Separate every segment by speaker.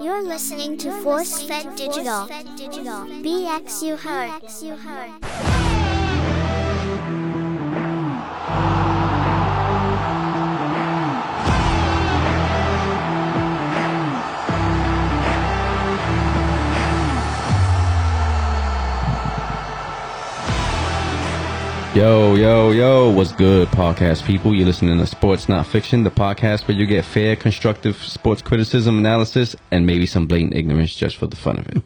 Speaker 1: You're listening to Force Fed Digital. BXU Heard.
Speaker 2: Yo, yo, yo, what's good, podcast people? You're listening to Sports Not Fiction, the podcast where you get fair, constructive sports criticism, analysis, and maybe some blatant ignorance just for the fun of it.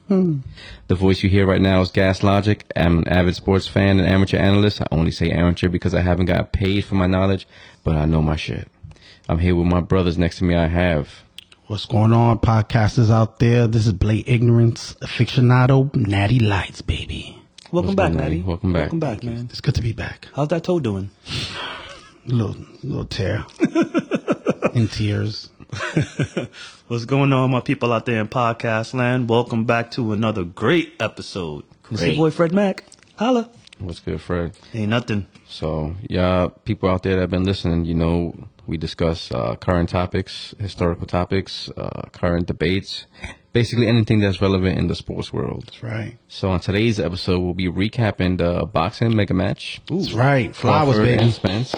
Speaker 2: the voice you hear right now is Gas Logic. I'm an avid sports fan and amateur analyst. I only say amateur because I haven't got paid for my knowledge, but I know my shit. I'm here with my brothers next to me. I have.
Speaker 3: What's going on, podcasters out there? This is Blake Ignorance, aficionado, Natty Lights, baby.
Speaker 2: What's
Speaker 4: Welcome back,
Speaker 2: good, Natty?
Speaker 4: Natty.
Speaker 2: Welcome back.
Speaker 4: Welcome back, man.
Speaker 3: It's good to be back.
Speaker 4: How's that toe doing?
Speaker 3: Little, little tear. In tears.
Speaker 4: What's going on, my people out there in podcast land? Welcome back to another great episode. It's your
Speaker 2: Great.
Speaker 4: boy Fred Mack. Holla.
Speaker 2: What's good, Fred?
Speaker 4: Ain't nothing.
Speaker 2: So, yeah, people out there that have been listening, you know, we discuss uh, current topics, historical topics, uh, current debates, basically anything that's relevant in the sports world.
Speaker 3: That's right.
Speaker 2: So, on today's episode, we'll be recapping the boxing mega match.
Speaker 3: That's right. Flowers,
Speaker 2: Crawford
Speaker 3: baby.
Speaker 2: and Spence.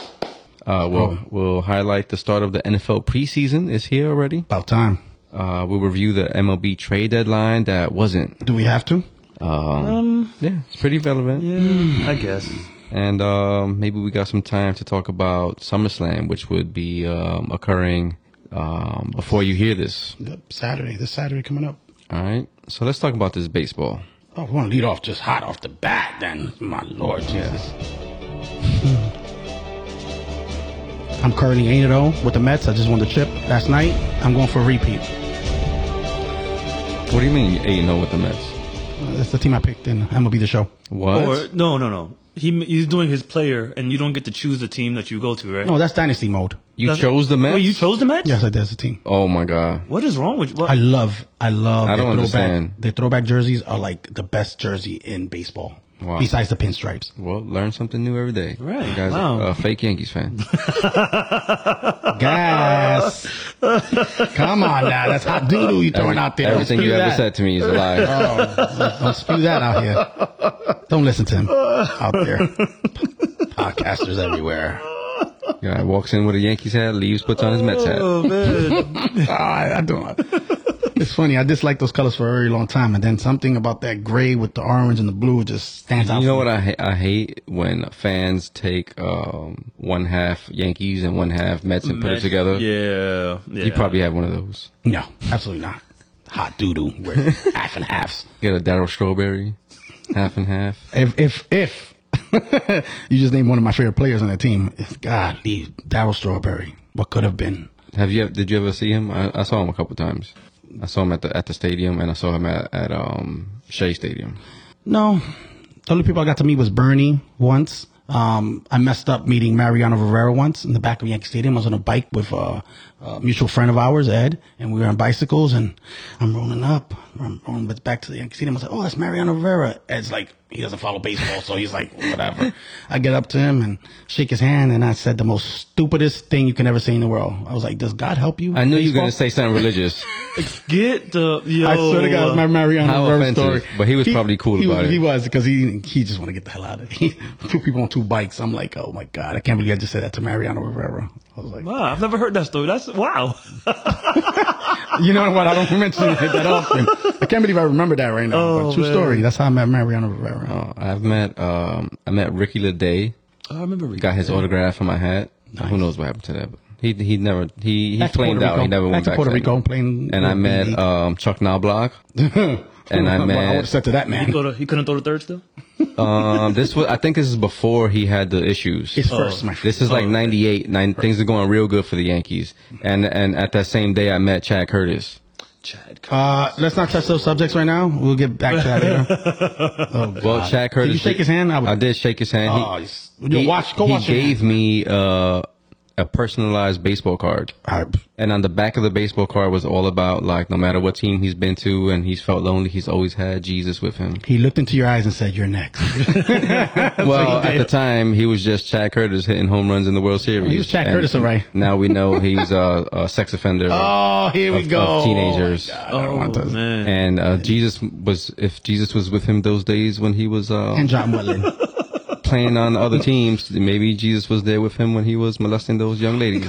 Speaker 2: Uh, we'll, we'll highlight the start of the NFL preseason is here already.
Speaker 3: About time.
Speaker 2: Uh, we'll review the MLB trade deadline that wasn't.
Speaker 3: Do we have to?
Speaker 4: Um,
Speaker 2: Yeah, it's pretty relevant.
Speaker 4: Yeah, Hmm, I guess.
Speaker 2: And um, maybe we got some time to talk about SummerSlam, which would be um, occurring um, before you hear this.
Speaker 3: Yep, Saturday. This Saturday coming up.
Speaker 2: All right. So let's talk about this baseball.
Speaker 3: Oh, we want to lead off just hot off the bat then. My Lord Jesus. I'm currently 8 0 with the Mets. I just won the chip last night. I'm going for a repeat.
Speaker 2: What do you mean eight and zero with the Mets?
Speaker 3: That's the team I picked in MLB The Show.
Speaker 2: What?
Speaker 4: Or no, no, no. He he's doing his player, and you don't get to choose the team that you go to, right?
Speaker 3: No, that's Dynasty mode.
Speaker 2: you
Speaker 4: Doesn't-
Speaker 2: chose the Mets?
Speaker 4: Wait, you chose the match?
Speaker 3: Yes, I did. That's the team.
Speaker 2: oh my god!
Speaker 4: What is wrong with you? What?
Speaker 3: I love, I love.
Speaker 2: I don't
Speaker 3: their
Speaker 2: understand.
Speaker 3: Throwback, their throwback jerseys are like the best jersey in baseball,
Speaker 2: Wow.
Speaker 3: besides the pinstripes.
Speaker 2: Well, learn something new every day.
Speaker 4: Right.
Speaker 2: You guys
Speaker 4: Wow.
Speaker 2: are a fake Yankees fan.
Speaker 3: Gas. Come on now, that's hot doodoo you throwing out there. Don't
Speaker 2: Everything
Speaker 3: spew
Speaker 2: you ever
Speaker 3: that.
Speaker 2: said to me is a lie.
Speaker 3: Oh, don't spew that out here. Don't listen to him out there. Podcasters everywhere.
Speaker 2: Guy walks in with a Yankees hat, leaves, puts on his Mets hat.
Speaker 4: oh man.
Speaker 3: Ah, I, I don't. It's funny. I disliked those colors for a very long time, and then something about that gray with the orange and the blue just stands out.
Speaker 2: You know
Speaker 3: for
Speaker 2: what I ha- I hate when fans take um, one half Yankees and one half Mets and put it together.
Speaker 4: Yeah, yeah.
Speaker 2: You probably have one of those.
Speaker 3: me. No, absolutely not. Hot doodoo. We're half and halves.
Speaker 2: Get a Daryl Strawberry, half and half.
Speaker 3: If if if you just named one of my favorite players on that team, it's God, leave Daryl Strawberry. What could have been?
Speaker 2: Have you? Did you ever see him? I, I saw him a couple times. I saw him at the at the stadium, and I saw him at, at um Shea Stadium.
Speaker 3: No, the only people I got to meet was Bernie once. Um, I messed up meeting Mariano Rivera once in the back of Yankee Stadium. I was on a bike with uh, a mutual friend of ours, Ed, and we were on bicycles. And I'm rolling up, I'm rolling back to the Yankee Stadium. I was like, "Oh, that's Mariano Rivera." Ed's like, he doesn't follow baseball, so he's like, whatever. I get up to him and shake his hand, and I said the most stupidest thing you can ever say in the world. I was like, "Does God help you?"
Speaker 2: I knew you were gonna
Speaker 3: baseball?"
Speaker 2: say something religious.
Speaker 4: get the yo.
Speaker 3: I swear to God, it's my Mariano
Speaker 2: How
Speaker 3: Rivera
Speaker 2: offensive,
Speaker 3: story.
Speaker 2: but he was probably cool
Speaker 3: he,
Speaker 2: about it.
Speaker 3: He was because he he just want to get the hell out of it. two people on two bikes. I'm like, oh my God, I can't believe I just said that to Mariano Rivera. I was like,
Speaker 4: Wow, I've never heard that story. That's wow.
Speaker 3: you know what? I don't mention it that often. I can't believe I remember that right now.
Speaker 4: Oh,
Speaker 3: but true
Speaker 4: man.
Speaker 3: story. That's how I met Mariano Rivera.
Speaker 2: Uh, I've met um I met Ricky Leday.
Speaker 4: I remember we
Speaker 2: Got his autograph on my hat. Who knows what happened to that? But he he never he he
Speaker 3: Back to
Speaker 2: flamed
Speaker 3: Puerto
Speaker 2: out. He
Speaker 3: Rico.
Speaker 2: never went
Speaker 3: Back to
Speaker 2: back
Speaker 3: Puerto
Speaker 2: that.
Speaker 3: Rico, playing-
Speaker 2: And I met
Speaker 3: Mhm.
Speaker 2: um Chuck Knobloch. and I
Speaker 3: Well, I would
Speaker 2: met
Speaker 3: have said to that
Speaker 4: He,
Speaker 3: man.
Speaker 4: throw the- he couldn't throw the third still.
Speaker 2: um this was I think this is before he had the issues.
Speaker 3: It's first, my friend.
Speaker 2: This is like 98. Nine, things are going real good for the Yankees. And and at that same day, I met Chad Curtis.
Speaker 4: Chad.
Speaker 3: Uh, let's not touch those subjects right now. We'll get back to that later. Oh,
Speaker 2: Well,
Speaker 3: God.
Speaker 2: Chad Curtis.
Speaker 3: Did you shake his hand?
Speaker 2: I,
Speaker 3: I would.
Speaker 2: did shake his hand.
Speaker 3: Oh, you watch- go
Speaker 2: he,
Speaker 3: watch your
Speaker 2: He
Speaker 3: hand.
Speaker 2: gave me uh, a personalized baseball card.
Speaker 3: I,
Speaker 2: And on the back of the baseball card was all about like no matter what team he's been to and he's felt lonely, he's always had Jesus with him.
Speaker 3: he looked into your eyes and said, "You're next."
Speaker 2: Well, at the time he was just Chad Curtis hitting home runs in the World Series.
Speaker 3: Oh, He was Chad
Speaker 2: And
Speaker 3: Curtis, all right.
Speaker 2: Now we know he's a, a sex offender.
Speaker 3: oh, here we
Speaker 2: of
Speaker 3: go.
Speaker 2: teenagers.
Speaker 3: Oh, my God, I don't
Speaker 4: Oh,
Speaker 3: want this.
Speaker 4: man.
Speaker 2: And uh, Jesus was if Jesus was with him those days when he was uh,
Speaker 3: And John Wetland.
Speaker 2: playing on other teams, maybe Jesus was there with him when he was molesting those young ladies.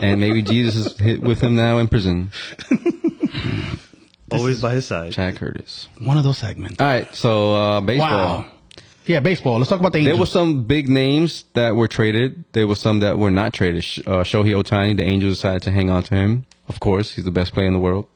Speaker 2: and maybe Jesus is hit with him now in prison.
Speaker 4: Always by his side.
Speaker 2: Chad Curtis.
Speaker 3: One of those segments.
Speaker 2: All right, so uh, baseball.
Speaker 3: Wow. Yeah, baseball. Let's talk about the
Speaker 2: There were
Speaker 3: Angels.
Speaker 2: some big names that were traded. There were some that were not traded. Sh- Uh, Shohei Otani, the Angels decided to hang on to him. Of course, he's the best player in the world.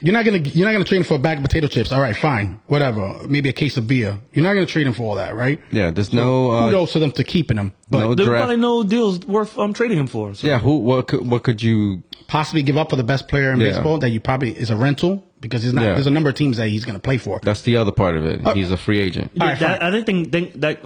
Speaker 3: you're not gonna you're not gonna trade him for a bag of potato chips. All right, fine, whatever. Maybe a case of beer. You're not gonna trade him for all that, right?
Speaker 2: Yeah, there's no uh,
Speaker 3: Kudos to them to keeping him, but
Speaker 2: no
Speaker 4: There's probably
Speaker 2: draft.
Speaker 4: no deals worth um, trading him for. So.
Speaker 2: Yeah, who? What? Could, what could you?
Speaker 3: possibly give up for the best player in
Speaker 2: Yeah.
Speaker 3: baseball that you probably is a rental because he's not.
Speaker 2: Yeah.
Speaker 3: There's a number of teams that he's gonna play for.
Speaker 2: That's the other part of it.
Speaker 3: Uh,
Speaker 2: he's a free agent.
Speaker 3: All right,
Speaker 4: that, I didn't think, think that.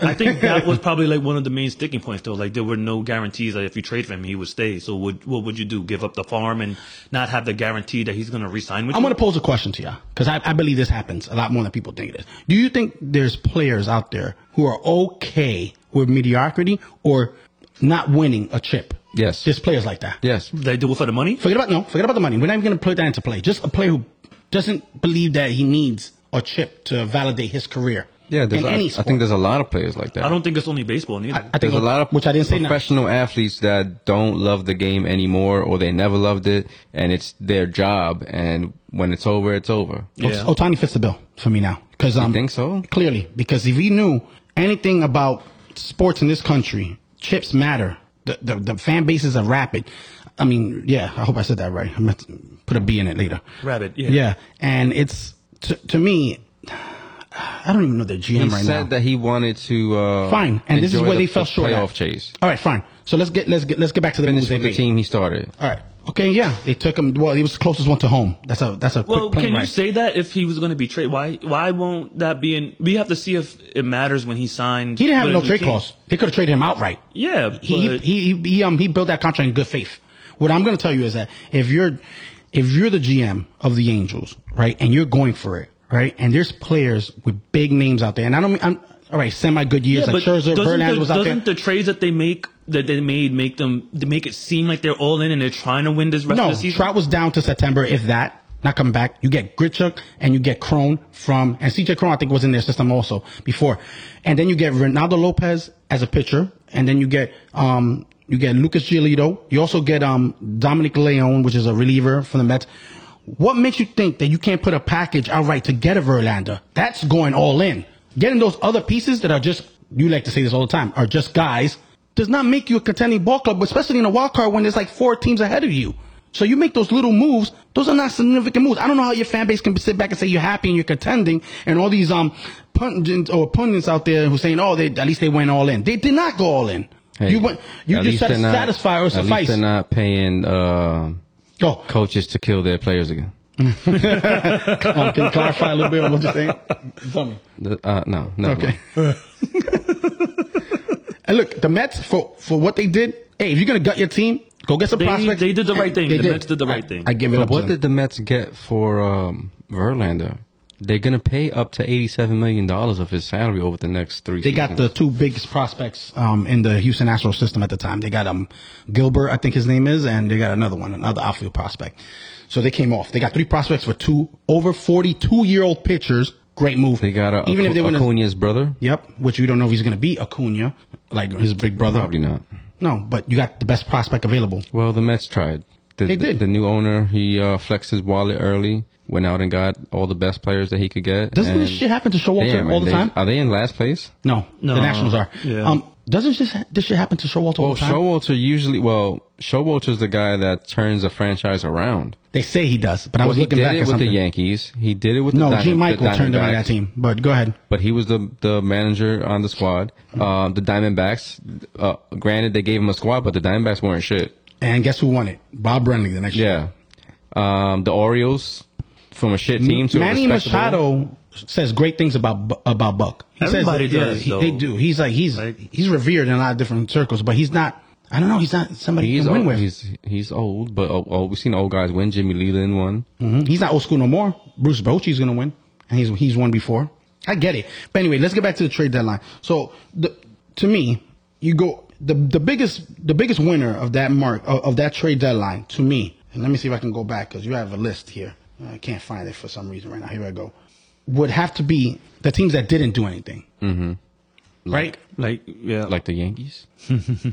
Speaker 4: I think that was probably like one of the main sticking points, though. Like there were no guarantees that if you trade for him, he would stay. So would, what would you do? Give up the farm and not have the guarantee that he's going to resign with
Speaker 3: I'm
Speaker 4: you?
Speaker 3: going to pose a question to you because I, I believe this happens a lot more than people think it is. Do you think there's players out there who are okay with mediocrity or not winning a chip?
Speaker 2: Yes.
Speaker 3: There's players like that.
Speaker 2: Yes.
Speaker 4: they do it for the money.
Speaker 3: Forget about no. Forget about the money. We're not even going to put that into play. Just a player who doesn't believe that he needs a chip to validate his career.
Speaker 2: Yeah. There's
Speaker 3: in
Speaker 2: a,
Speaker 3: any
Speaker 2: I
Speaker 3: sport.
Speaker 2: think there's a lot of players like that.
Speaker 4: I don't think it's only baseball neither.
Speaker 3: I think
Speaker 2: There's a lot of
Speaker 3: which I didn't say. now.
Speaker 2: professional athletes that don't love the game anymore, or they never loved it, and it's their job. And when it's over, it's over.
Speaker 4: yeah.
Speaker 3: Otani fits the bill for me now because um,
Speaker 2: think so?
Speaker 3: Clearly, because if he knew anything about sports in this country, chips matter. The the, the fan bases are rapid. I mean, yeah, I hope I said that right. I meant to put a B in it later.
Speaker 4: Rabbit, yeah.
Speaker 3: Yeah, and it's to, to me, I don't even know their GM
Speaker 2: He
Speaker 3: right
Speaker 2: said
Speaker 3: now.
Speaker 2: that he wanted to. Uh,
Speaker 3: Fine, and this is
Speaker 2: enjoy
Speaker 3: where
Speaker 2: the-
Speaker 3: they fell
Speaker 2: the
Speaker 3: short. at.
Speaker 2: Playoff chase.
Speaker 3: All right, fine. So let's get let's get let's get back to the
Speaker 2: Finish
Speaker 3: moves they
Speaker 2: with the
Speaker 3: made.
Speaker 2: team he started.
Speaker 3: All right. Okay. Yeah, they took him. Well, he was the closest one to home. That's a that's a
Speaker 4: Well,
Speaker 3: quick plane
Speaker 4: can you
Speaker 3: ride.
Speaker 4: say that if he was going to be traded? Why? Why won't that be in? We have to see if it matters when he signed.
Speaker 3: He didn't have
Speaker 4: with
Speaker 3: no
Speaker 4: a new
Speaker 3: trade
Speaker 4: team.
Speaker 3: clause. They could have traded him outright.
Speaker 4: Yeah, but
Speaker 3: He, he he he um he built that contract in good faith. What I'm going to tell you is that if you're if you're the GM of the Angels, right, and you're going for it, right, and there's players with big names out there, and I don't mean I'm all right, semi good years
Speaker 4: yeah,
Speaker 3: like
Speaker 4: but
Speaker 3: Scherzer,
Speaker 4: doesn't
Speaker 3: Verlander
Speaker 4: the,
Speaker 3: was out there.
Speaker 4: doesn't the trades that they make that they made make them they make it seem like they're all in and they're trying to win this rest
Speaker 3: no,
Speaker 4: of the season?
Speaker 3: Trout was down to September, if that. Not coming back. You get Grichuk and you get Crone from, and CJ Crone, I think was in their system also before. And then you get Ronaldo Lopez as a pitcher. And then you get, um, you get Lucas Giolito. You also get, um, Dominic Leon, which is a reliever from the Mets. What makes you think that you can't put a package outright to get a Verlander? That's going all in. Getting those other pieces that are just, you like to say this all the time, are just guys, does not make you a contending ball club, especially in a wild card when there's like four teams ahead of you. So you make those little moves. Those are not significant moves. I don't know how your fan base can sit back and say you're happy and you're contending, and all these um pundits or pundits out there who saying, "Oh, they at least they went all in." They did not go all in.
Speaker 2: Hey,
Speaker 3: you went. You
Speaker 2: at
Speaker 3: just
Speaker 2: least
Speaker 3: said
Speaker 2: they're not-
Speaker 3: satisfy or
Speaker 2: at least
Speaker 3: suffice.
Speaker 2: They're not paying uh,
Speaker 3: Oh,
Speaker 2: coaches to kill their players again.
Speaker 3: um, can you clarify a little bit on what you're saying? Tell me.
Speaker 2: The- Uh, no, no.
Speaker 3: Okay. and look, the Mets for for what they did. Hey, if you're gonna gut your team, go get some
Speaker 4: They-
Speaker 3: prospects.
Speaker 4: they did the right thing.
Speaker 3: They
Speaker 4: The Mets did the right
Speaker 3: I-
Speaker 4: thing.
Speaker 3: I give it
Speaker 2: But
Speaker 3: up.
Speaker 2: what
Speaker 3: What
Speaker 2: did the Mets get for um, Verlander? They're gonna pay up to eighty-seven million dollars of his salary over the next three.
Speaker 3: they got the
Speaker 2: seasons.
Speaker 3: two biggest prospects um, in the Houston Astros system at the time. They got um Gilbert, I think his name is, and they got another one, another outfield prospect. So they came off. They got three prospects for two over 42 year old pitchers. Great move.
Speaker 2: They got uh, a,
Speaker 3: even if they win. a-
Speaker 2: Acuna's brother.
Speaker 3: Yep, which we don't know if he's going to be Acuna, like his big brother.
Speaker 2: Probably not.
Speaker 3: No, but you got the best prospect available.
Speaker 2: Well, the Mets tried. The,
Speaker 3: They
Speaker 2: the-
Speaker 3: did.
Speaker 2: The, new owner he uh, flexed his wallet early, went out and got all the best players that he could get.
Speaker 3: Doesn't this
Speaker 2: and-
Speaker 3: shit happen to Showalter
Speaker 2: Damn,
Speaker 3: all
Speaker 2: and
Speaker 3: the
Speaker 2: they-
Speaker 3: time?
Speaker 2: Are they in last place?
Speaker 3: No, the
Speaker 4: No.
Speaker 3: Nationals are.
Speaker 4: Yeah.
Speaker 3: Um, doesn't this this shit happen to Showalter all
Speaker 2: Well,
Speaker 3: the time?
Speaker 2: Showalter usually. Well, Showalter's the guy that turns a franchise around.
Speaker 3: they say he does, but I was
Speaker 2: he
Speaker 3: looking
Speaker 2: did
Speaker 3: back
Speaker 2: it
Speaker 3: at
Speaker 2: with
Speaker 3: something.
Speaker 2: the Yankees. He did it with
Speaker 3: no,
Speaker 2: the Dyna-
Speaker 3: Gene
Speaker 2: the
Speaker 3: Michael turned around
Speaker 2: Diamondbacks.
Speaker 3: that team, but go ahead.
Speaker 2: but he was the the manager on the squad. Uh, the Diamondbacks, uh, granted, they gave him a squad, but the Diamondbacks weren't shit.
Speaker 3: And guess who won it? Bob Brenly the next year.
Speaker 2: Yeah, um, the Orioles from a shit team to
Speaker 3: Manny
Speaker 2: a respectable-
Speaker 3: Machado says great things about Bu- about Buck. He says
Speaker 4: Everybody
Speaker 3: that- yeah,
Speaker 4: does,
Speaker 3: he-
Speaker 4: though.
Speaker 3: they do. He's like he's
Speaker 4: Like-
Speaker 3: he's revered in a lot of different circles, but he's not I don't know. He's not somebody you
Speaker 2: He's
Speaker 3: can win
Speaker 2: old,
Speaker 3: with.
Speaker 2: he's he's old, but oh, oh, we've seen old guys win. Jimmy Leland won.
Speaker 3: Mhm. He's not old school no more. Bruce Bochy's going to win, and he's he's won before. I get it, but anyway, let's get back to the trade deadline. So, the, to me, you go the the biggest the biggest winner of that mark of, of that trade deadline to me. And let me see if I can go back because you have a list here. I can't find it for some reason right now. Here I go. Would have to be the teams that didn't do anything, right?
Speaker 4: Like yeah,
Speaker 2: Like the Yankees.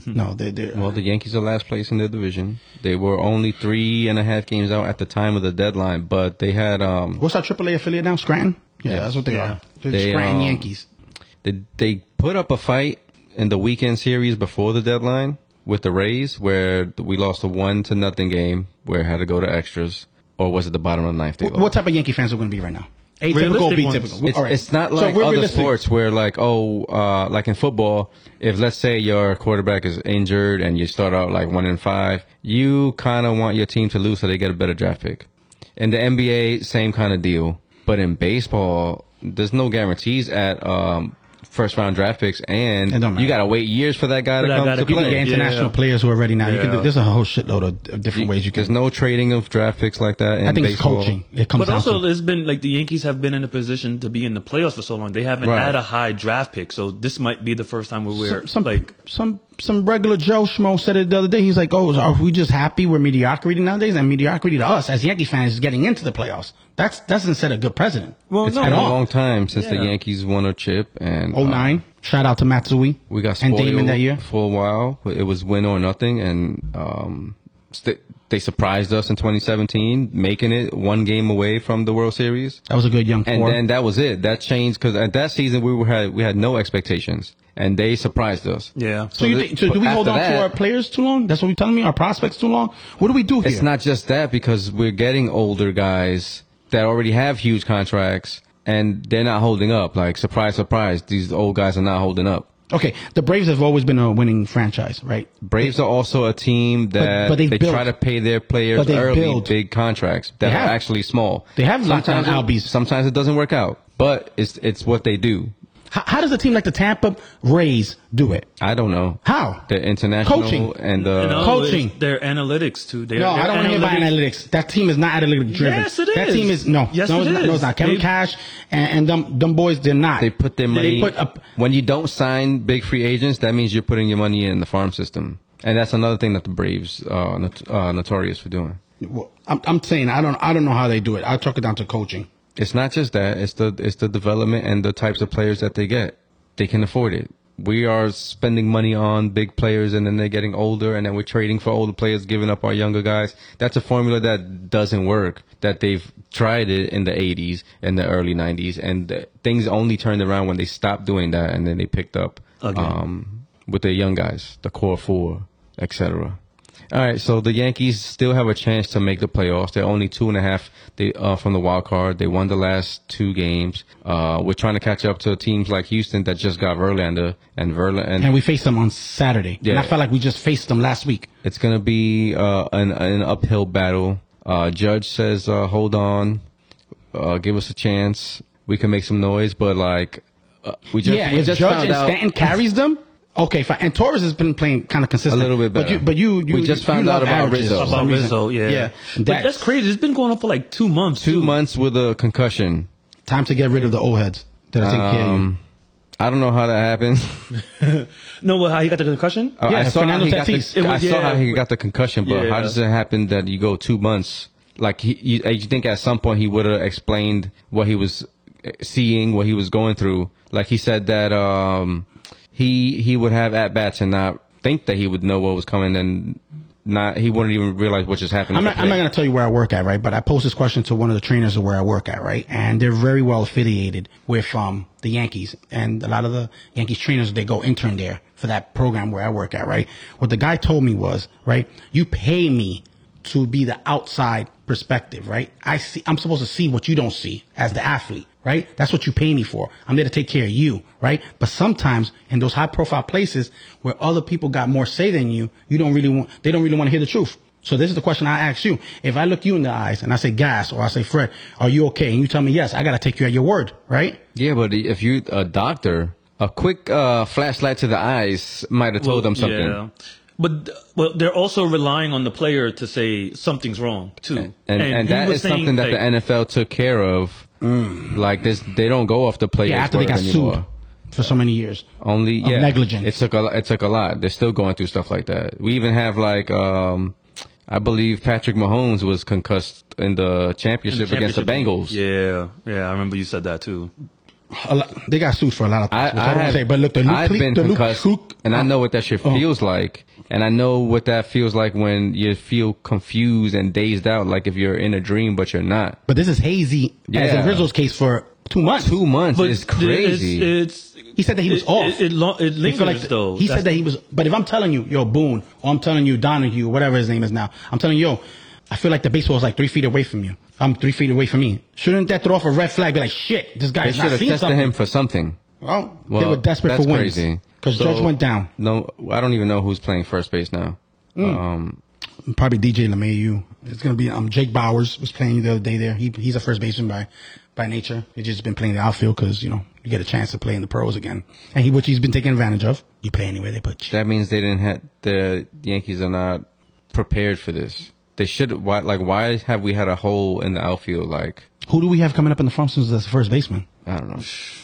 Speaker 3: No, they they uh,
Speaker 2: Well, the Yankees are last place in their division. They were only three and a half games out at the time of the deadline, but they had um
Speaker 3: what's our AAA affiliate now? Scranton. Yeah,
Speaker 2: Yes.
Speaker 3: that's what they
Speaker 4: Yeah.
Speaker 3: are. They're
Speaker 2: They,
Speaker 3: Scranton
Speaker 2: um,
Speaker 3: Yankees.
Speaker 2: they, they put up a fight in the weekend series before the deadline with the Rays, where we lost a one to nothing game, where it had to go to extras, or was it the bottom of the ninth? They
Speaker 3: What type of Yankee fans are going to be right now? Atypical,
Speaker 4: Realistic
Speaker 3: be
Speaker 4: ones.
Speaker 3: typical.
Speaker 2: It's, it's not like other sports where like oh uh, like in football if let's say your quarterback is injured and you start out like one in five you kind of want your team to lose so they get a better draft pick in the nba same kind of deal but in baseball there's no guarantees at um, first round draft picks and
Speaker 3: It don't matter.
Speaker 2: you gotta wait years for that guy to
Speaker 4: that
Speaker 2: come
Speaker 4: guy
Speaker 2: to
Speaker 4: to come
Speaker 2: play
Speaker 4: in.
Speaker 3: Yeah, international
Speaker 4: Yeah.
Speaker 3: players who are ready now. You can do,
Speaker 4: Yeah.
Speaker 3: there's a whole shitload of, of different ways you
Speaker 2: there's
Speaker 3: can.
Speaker 2: no trading of draft picks like that in
Speaker 3: I think it's
Speaker 2: baseball.
Speaker 3: coaching. It comes
Speaker 4: But
Speaker 3: down
Speaker 4: also,
Speaker 3: to.
Speaker 4: it's been like the Yankees have been in a position to be in the playoffs for so long. They haven't
Speaker 2: Right.
Speaker 4: had a high draft pick, so this might be the first time where we're
Speaker 3: Some, some
Speaker 4: like,
Speaker 3: some some regular Joe Schmo said it the other day. He's like, "Oh, are we just happy with mediocrity nowadays?" And mediocrity to us as Yankee fans is getting into the playoffs. That's doesn't set a good precedent.
Speaker 4: Well,
Speaker 2: It's
Speaker 4: no.
Speaker 2: been
Speaker 3: At
Speaker 2: a
Speaker 3: all.
Speaker 2: long time since the
Speaker 4: Yeah.
Speaker 2: Yankees won a chip and
Speaker 3: Oh
Speaker 2: um,
Speaker 3: nine, shout out to Matsui.
Speaker 2: We got
Speaker 3: and
Speaker 2: spoiled
Speaker 3: Damon that year.
Speaker 2: for a while. It was win or nothing, and um, st- they surprised us in 2017, making it one game away from the World Series.
Speaker 3: That was a good young
Speaker 2: And
Speaker 3: core.
Speaker 2: then that was it. That changed because at that season we were had we had no expectations, and they surprised us.
Speaker 4: yeah.
Speaker 3: so you
Speaker 2: the-
Speaker 3: think, so do
Speaker 2: but
Speaker 3: we hold
Speaker 2: after
Speaker 3: on to
Speaker 2: that-
Speaker 3: our players too long? That's what you're telling me. Our prospects too long. What do we do here?
Speaker 2: It's not just that because we're getting older guys that already have huge contracts, and they're not holding up. Like surprise, surprise, these old guys are not holding up.
Speaker 3: okay. The Braves have always been a winning franchise, right?
Speaker 2: Braves are also a team that
Speaker 3: but they
Speaker 2: they,
Speaker 3: build.
Speaker 2: try to pay their players
Speaker 3: But they
Speaker 2: early
Speaker 3: build.
Speaker 2: big contracts that
Speaker 3: They have.
Speaker 2: are actually small.
Speaker 3: They have locked down
Speaker 2: it,
Speaker 3: Albies.
Speaker 2: Sometimes it doesn't work out, but it's it's what they do.
Speaker 3: How, how does a team like the Tampa Rays do it?
Speaker 2: I don't know
Speaker 3: How?
Speaker 2: the international
Speaker 3: Coaching.
Speaker 2: and uh,
Speaker 4: And also,
Speaker 3: Coaching.
Speaker 4: it's Their analytics too. They,
Speaker 3: No, I
Speaker 4: their
Speaker 3: don't want to hear about analytics. That team is not analytic driven.
Speaker 4: Yes, it
Speaker 3: That
Speaker 4: is.
Speaker 3: team is no.
Speaker 4: Yes,
Speaker 3: no,
Speaker 4: it
Speaker 3: it's Not, no,
Speaker 4: is.
Speaker 3: it's not. Kevin
Speaker 4: They-
Speaker 3: Cash and, and them them boys, they're not.
Speaker 2: they put their money.
Speaker 3: They put up.
Speaker 2: when you don't sign big free agents, that means you're putting your money in the farm system, and that's another thing that the Braves are not, uh, notorious for doing.
Speaker 3: well, I'm, I'm saying I don't I don't know how they do it. I'll chalk it down to coaching.
Speaker 2: It's not just that. It's the it's the development and the types of players that they get. They can afford it. We are spending money on big players, and then they're getting older, and then we're trading for older players, giving up our younger guys. That's a formula that doesn't work. That they've tried it in the '80s and the early '90s, and uh, things only turned around when they stopped doing that, and then they picked up
Speaker 4: Okay.
Speaker 2: um, with their young guys, the core four, etc. All right, so the Yankees still have a chance to make the playoffs. They're only two and a half they, uh, from the wild card. They won the last two games. Uh, we're trying to catch up to teams like Houston that just got Verlander and Verlander. And,
Speaker 3: And we faced them on Saturday. And
Speaker 2: Yeah.
Speaker 3: I felt like we just faced them last week.
Speaker 2: it's gonna be uh, an an uphill battle. Uh, Judge says, uh, "Hold on, uh, give us a chance. We can make some noise." But like, uh, we just
Speaker 3: yeah,
Speaker 2: we
Speaker 3: if
Speaker 2: just
Speaker 3: Judge
Speaker 2: found
Speaker 3: and
Speaker 2: out-
Speaker 3: Stanton carries them, okay, fine. And Torres has been playing kind of
Speaker 2: a
Speaker 3: consistent,
Speaker 2: little bit better.
Speaker 3: But you, but you, you
Speaker 2: we just
Speaker 3: you
Speaker 2: found
Speaker 3: love
Speaker 2: out about
Speaker 3: averages
Speaker 2: Rizzo.
Speaker 3: for some
Speaker 4: About
Speaker 3: reason.
Speaker 4: Rizzo, yeah.
Speaker 3: yeah.
Speaker 4: But
Speaker 3: That's,
Speaker 4: that's crazy. It's been going on for like two months.
Speaker 2: two
Speaker 4: too.
Speaker 2: months with a concussion.
Speaker 3: time to get rid of the old heads. That I take care of you.
Speaker 2: Um, I don't know how that happened.
Speaker 4: No, well, how he got the concussion?
Speaker 2: Oh, I- I
Speaker 3: Yeah,
Speaker 2: saw how
Speaker 3: Fernando
Speaker 2: he got
Speaker 3: Tatis.
Speaker 2: the,
Speaker 4: It
Speaker 2: I
Speaker 4: was-
Speaker 2: saw how he
Speaker 4: yeah.
Speaker 2: got the concussion, but how
Speaker 4: Yeah.
Speaker 2: does it happen that you go two months? Like he, you, uh, you think at some point he would have explained what he was eh, seeing, what he was going through. Like he said that um, he he would have at bats and not think that he would know what was coming, and not he wouldn't even realize what just happened.
Speaker 3: I'm not, I'm not going to tell you where I work at, right? But I posed this question to one of the trainers of where I work at, right? And they're very well affiliated with um, the Yankees. And a lot of the Yankees trainers, they go intern there for that program where I work at, right? What the guy told me was, right? You pay me to be the outside perspective, right? I see, I'm supposed to see what you don't see as the athlete, right? That's what you pay me for. I'm there to take care of you, right? But sometimes in those high profile places where other people got more say than you, you don't really want, they don't really want to hear the truth. So this is the question I ask you. If I look you in the eyes and I say, guys, or I say, Fred, are you okay? And you tell me, yes, I got to take you at your word, right?
Speaker 2: Yeah, but if you a doctor, a quick uh, flashlight to the eyes might have told
Speaker 4: Well,
Speaker 2: them something.
Speaker 4: Yeah. But well, they're also relying on the player to say something's wrong too,
Speaker 2: and and,
Speaker 4: he
Speaker 2: that
Speaker 4: was
Speaker 2: is
Speaker 4: saying,
Speaker 2: something that
Speaker 4: like,
Speaker 2: the NFL took care of. Like this, they don't go off the players.
Speaker 3: Yeah, after they
Speaker 2: word
Speaker 3: got
Speaker 2: anymore.
Speaker 3: sued for so many years.
Speaker 2: Only yeah,
Speaker 3: negligence.
Speaker 2: It took a it took a lot. They're still going through stuff like that. We even have like um, I believe Patrick Mahomes was concussed in the championship, against the Bengals.
Speaker 4: Yeah, yeah, I remember you said that too.
Speaker 3: A lot, they got sued for a lot of things.
Speaker 2: I,
Speaker 3: which
Speaker 2: I
Speaker 3: don't
Speaker 2: have,
Speaker 3: say, but look, the Luke,
Speaker 2: I've
Speaker 3: Kuke-
Speaker 2: been
Speaker 3: the Luke
Speaker 2: concussed,
Speaker 3: Kuke-
Speaker 2: and I know what that shit
Speaker 3: Oh.
Speaker 2: feels like, and I know what that feels like when you feel confused and dazed out, like if you're in a dream but you're not.
Speaker 3: But this is hazy, as in
Speaker 2: Yeah.
Speaker 3: Rizzo's case, for two months.
Speaker 2: Two months
Speaker 4: But
Speaker 2: is crazy.
Speaker 4: It's, it's
Speaker 3: He said that he was
Speaker 4: it,
Speaker 3: off.
Speaker 4: It, it, lo- it
Speaker 3: He
Speaker 4: lingers
Speaker 3: feel like
Speaker 4: though.
Speaker 3: He
Speaker 4: That's-
Speaker 3: said that he was. But if I'm telling you, yo, Boone, or I'm telling you Donahue, whatever his name is now, I'm telling you, yo, I feel like the baseball is like three feet away from you. I'm three feet away from me. Shouldn't that throw off a red flag? Be like, shit, this
Speaker 2: they
Speaker 3: guy's
Speaker 2: should
Speaker 3: not
Speaker 2: have
Speaker 3: seen
Speaker 2: tested
Speaker 3: something.
Speaker 2: him for something.
Speaker 3: Well, they
Speaker 2: Well,
Speaker 3: were desperate
Speaker 2: that's
Speaker 3: for wins
Speaker 2: crazy.
Speaker 3: because
Speaker 2: So-
Speaker 3: Judge went down.
Speaker 2: No, I don't even know who's playing first base now. Um,
Speaker 3: Probably DJ LeMayu. It's gonna be um Jake Bowers was playing the other day there. He he's a first baseman by by nature. He's just been playing the outfield because you know you get a chance to play in the pros again, and he which he's been taking advantage of. You play anywhere they put you.
Speaker 2: that means they didn't have the Yankees are not prepared for this. They should. Why? Like, why have we had a hole in the outfield? Like,
Speaker 3: Who do we have coming up in the front since that's the first baseman?
Speaker 2: I don't know.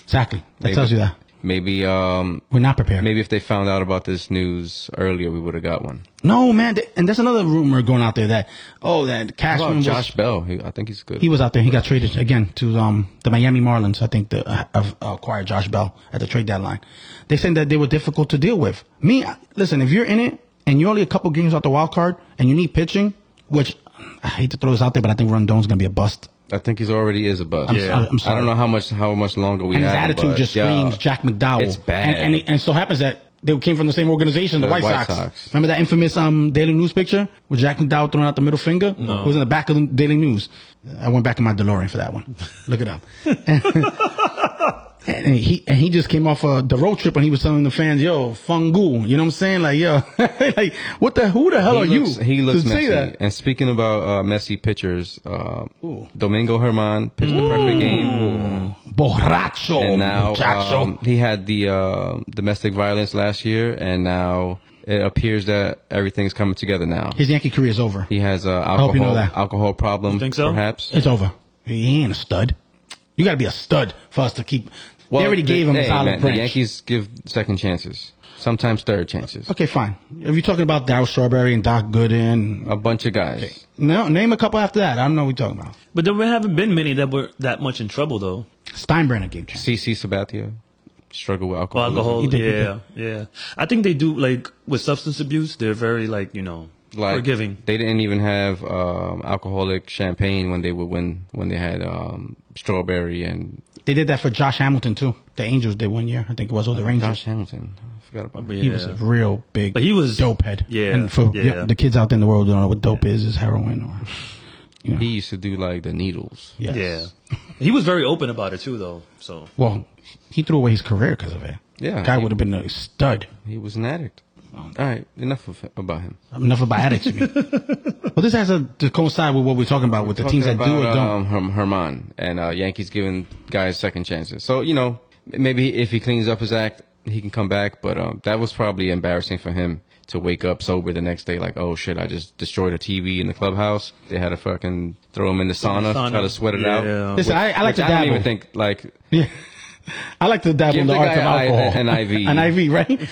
Speaker 3: Exactly. That
Speaker 2: Maybe-
Speaker 3: tells you that
Speaker 2: Maybe um
Speaker 3: we're not prepared.
Speaker 2: maybe if they found out about this news earlier, we would have got one.
Speaker 3: No, man. th- And there's another rumor going out there that oh that
Speaker 2: How
Speaker 3: Cashman
Speaker 2: about
Speaker 3: was,
Speaker 2: Josh Bell? He, I think he's good.
Speaker 3: he was out there. He got traded again to um the Miami Marlins. I think the uh, of- uh, acquired Josh Bell at the trade deadline. They said that they were difficult to deal with. Me, I- listen. If you're in it and you're only a couple games out the wild card and you need pitching, which I hate to throw this out there, but I think Rondon's gonna be a bust.
Speaker 2: I think he's already is a bust.
Speaker 3: I'm so- I'm
Speaker 2: I
Speaker 3: sorry.
Speaker 2: don't know how much how much longer we
Speaker 3: And his
Speaker 2: have. him,
Speaker 3: attitude
Speaker 2: but,
Speaker 3: just
Speaker 2: yeah.
Speaker 3: screams Jack McDowell.
Speaker 2: It's bad.
Speaker 3: And, and, it, and so happens that they came from the same organization, the,
Speaker 2: The
Speaker 3: White,
Speaker 2: White
Speaker 3: Sox.
Speaker 2: Sox.
Speaker 3: Remember that infamous um, Daily News picture with Jack McDowell throwing out the middle finger? No. It was in the back of the Daily News. I went back in my DeLorean for that one. Look it up. And he and he just came off uh, the road trip and he was telling the fans, "Yo, fungu," you know what I'm saying? Like, yo, like what the who the hell
Speaker 2: He
Speaker 3: are
Speaker 2: looks,
Speaker 3: Oh, you?
Speaker 2: He looks
Speaker 3: to
Speaker 2: messy.
Speaker 3: say that?
Speaker 2: And speaking about uh, messy pitchers, uh, Domingo Herman pitched a perfect game.
Speaker 3: Borracho,
Speaker 2: and now
Speaker 3: Oh, muchacho.
Speaker 2: um, he had the uh, domestic violence last year, and now it appears that everything's coming together now.
Speaker 3: His Yankee career is over.
Speaker 2: He has uh,
Speaker 3: hope
Speaker 2: alcohol
Speaker 3: you know that.
Speaker 2: alcohol problem.
Speaker 4: think so?
Speaker 2: Perhaps.
Speaker 3: It's over. He ain't a stud. You got to be a stud for us to keep. they already
Speaker 2: the-
Speaker 3: gave him
Speaker 2: hey,
Speaker 3: his olive
Speaker 2: man,
Speaker 3: branch.
Speaker 2: The Yankees give second chances, sometimes third chances.
Speaker 3: Okay, fine. If you're talking about Dow Strawberry and Doc Gooden,
Speaker 2: A bunch of guys.
Speaker 3: no, name a couple after that. I don't know what you're talking about.
Speaker 4: But there haven't been many that were that much in trouble though.
Speaker 3: Steinbrenner gave chance.
Speaker 2: CC Sabathia struggle with alcohol.
Speaker 4: Alcohol,
Speaker 3: did, he
Speaker 4: yeah, yeah. I think they do like with substance abuse. They're very like you know
Speaker 2: Like
Speaker 4: forgiving.
Speaker 2: they didn't even have um, alcoholic champagne when they would win when they had um, strawberry and
Speaker 3: They did that for Josh Hamilton too. The Angels did one year, I think it was, or the Rangers.
Speaker 2: Josh Hamilton. I forgot about him.
Speaker 4: Yeah.
Speaker 3: He was a real big,
Speaker 4: But he was-
Speaker 3: dope head.
Speaker 4: Yeah,
Speaker 3: and for
Speaker 4: yeah.
Speaker 3: yeah, the kids out there in the world don't know what dope is. Is heroin or
Speaker 2: He used to do like the needles.
Speaker 3: yes.
Speaker 4: yeah, he was very open about it too though. So
Speaker 3: Well, he threw away his career because of it.
Speaker 2: Yeah.
Speaker 3: guy would have been a stud.
Speaker 2: He was an addict. All right, enough of, about him.
Speaker 3: Enough about addicts. to me. well, this has to, to coincide with what we're talking about with the teams that
Speaker 2: Talking
Speaker 3: do or
Speaker 2: about,
Speaker 3: don't.
Speaker 2: um, Herm- Herman and uh, Yankees giving guys second chances. So you know, m- maybe if he cleans up his act, he can come back. But um, that was probably embarrassing for him to wake up sober the next day, like, oh shit, I just destroyed a TV in the clubhouse. They had to fucking throw him in the sauna,
Speaker 4: Sauna.
Speaker 2: try to sweat it
Speaker 4: Yeah.
Speaker 2: out.
Speaker 3: Listen, I- I like
Speaker 2: which
Speaker 3: to
Speaker 2: I don't even
Speaker 3: dabble.
Speaker 2: think like
Speaker 3: Yeah. I like to dabble
Speaker 2: Give
Speaker 3: in the,
Speaker 2: the
Speaker 3: arts
Speaker 2: guy
Speaker 3: of
Speaker 2: a-
Speaker 3: alcohol.
Speaker 2: an IV.
Speaker 3: an IV, right?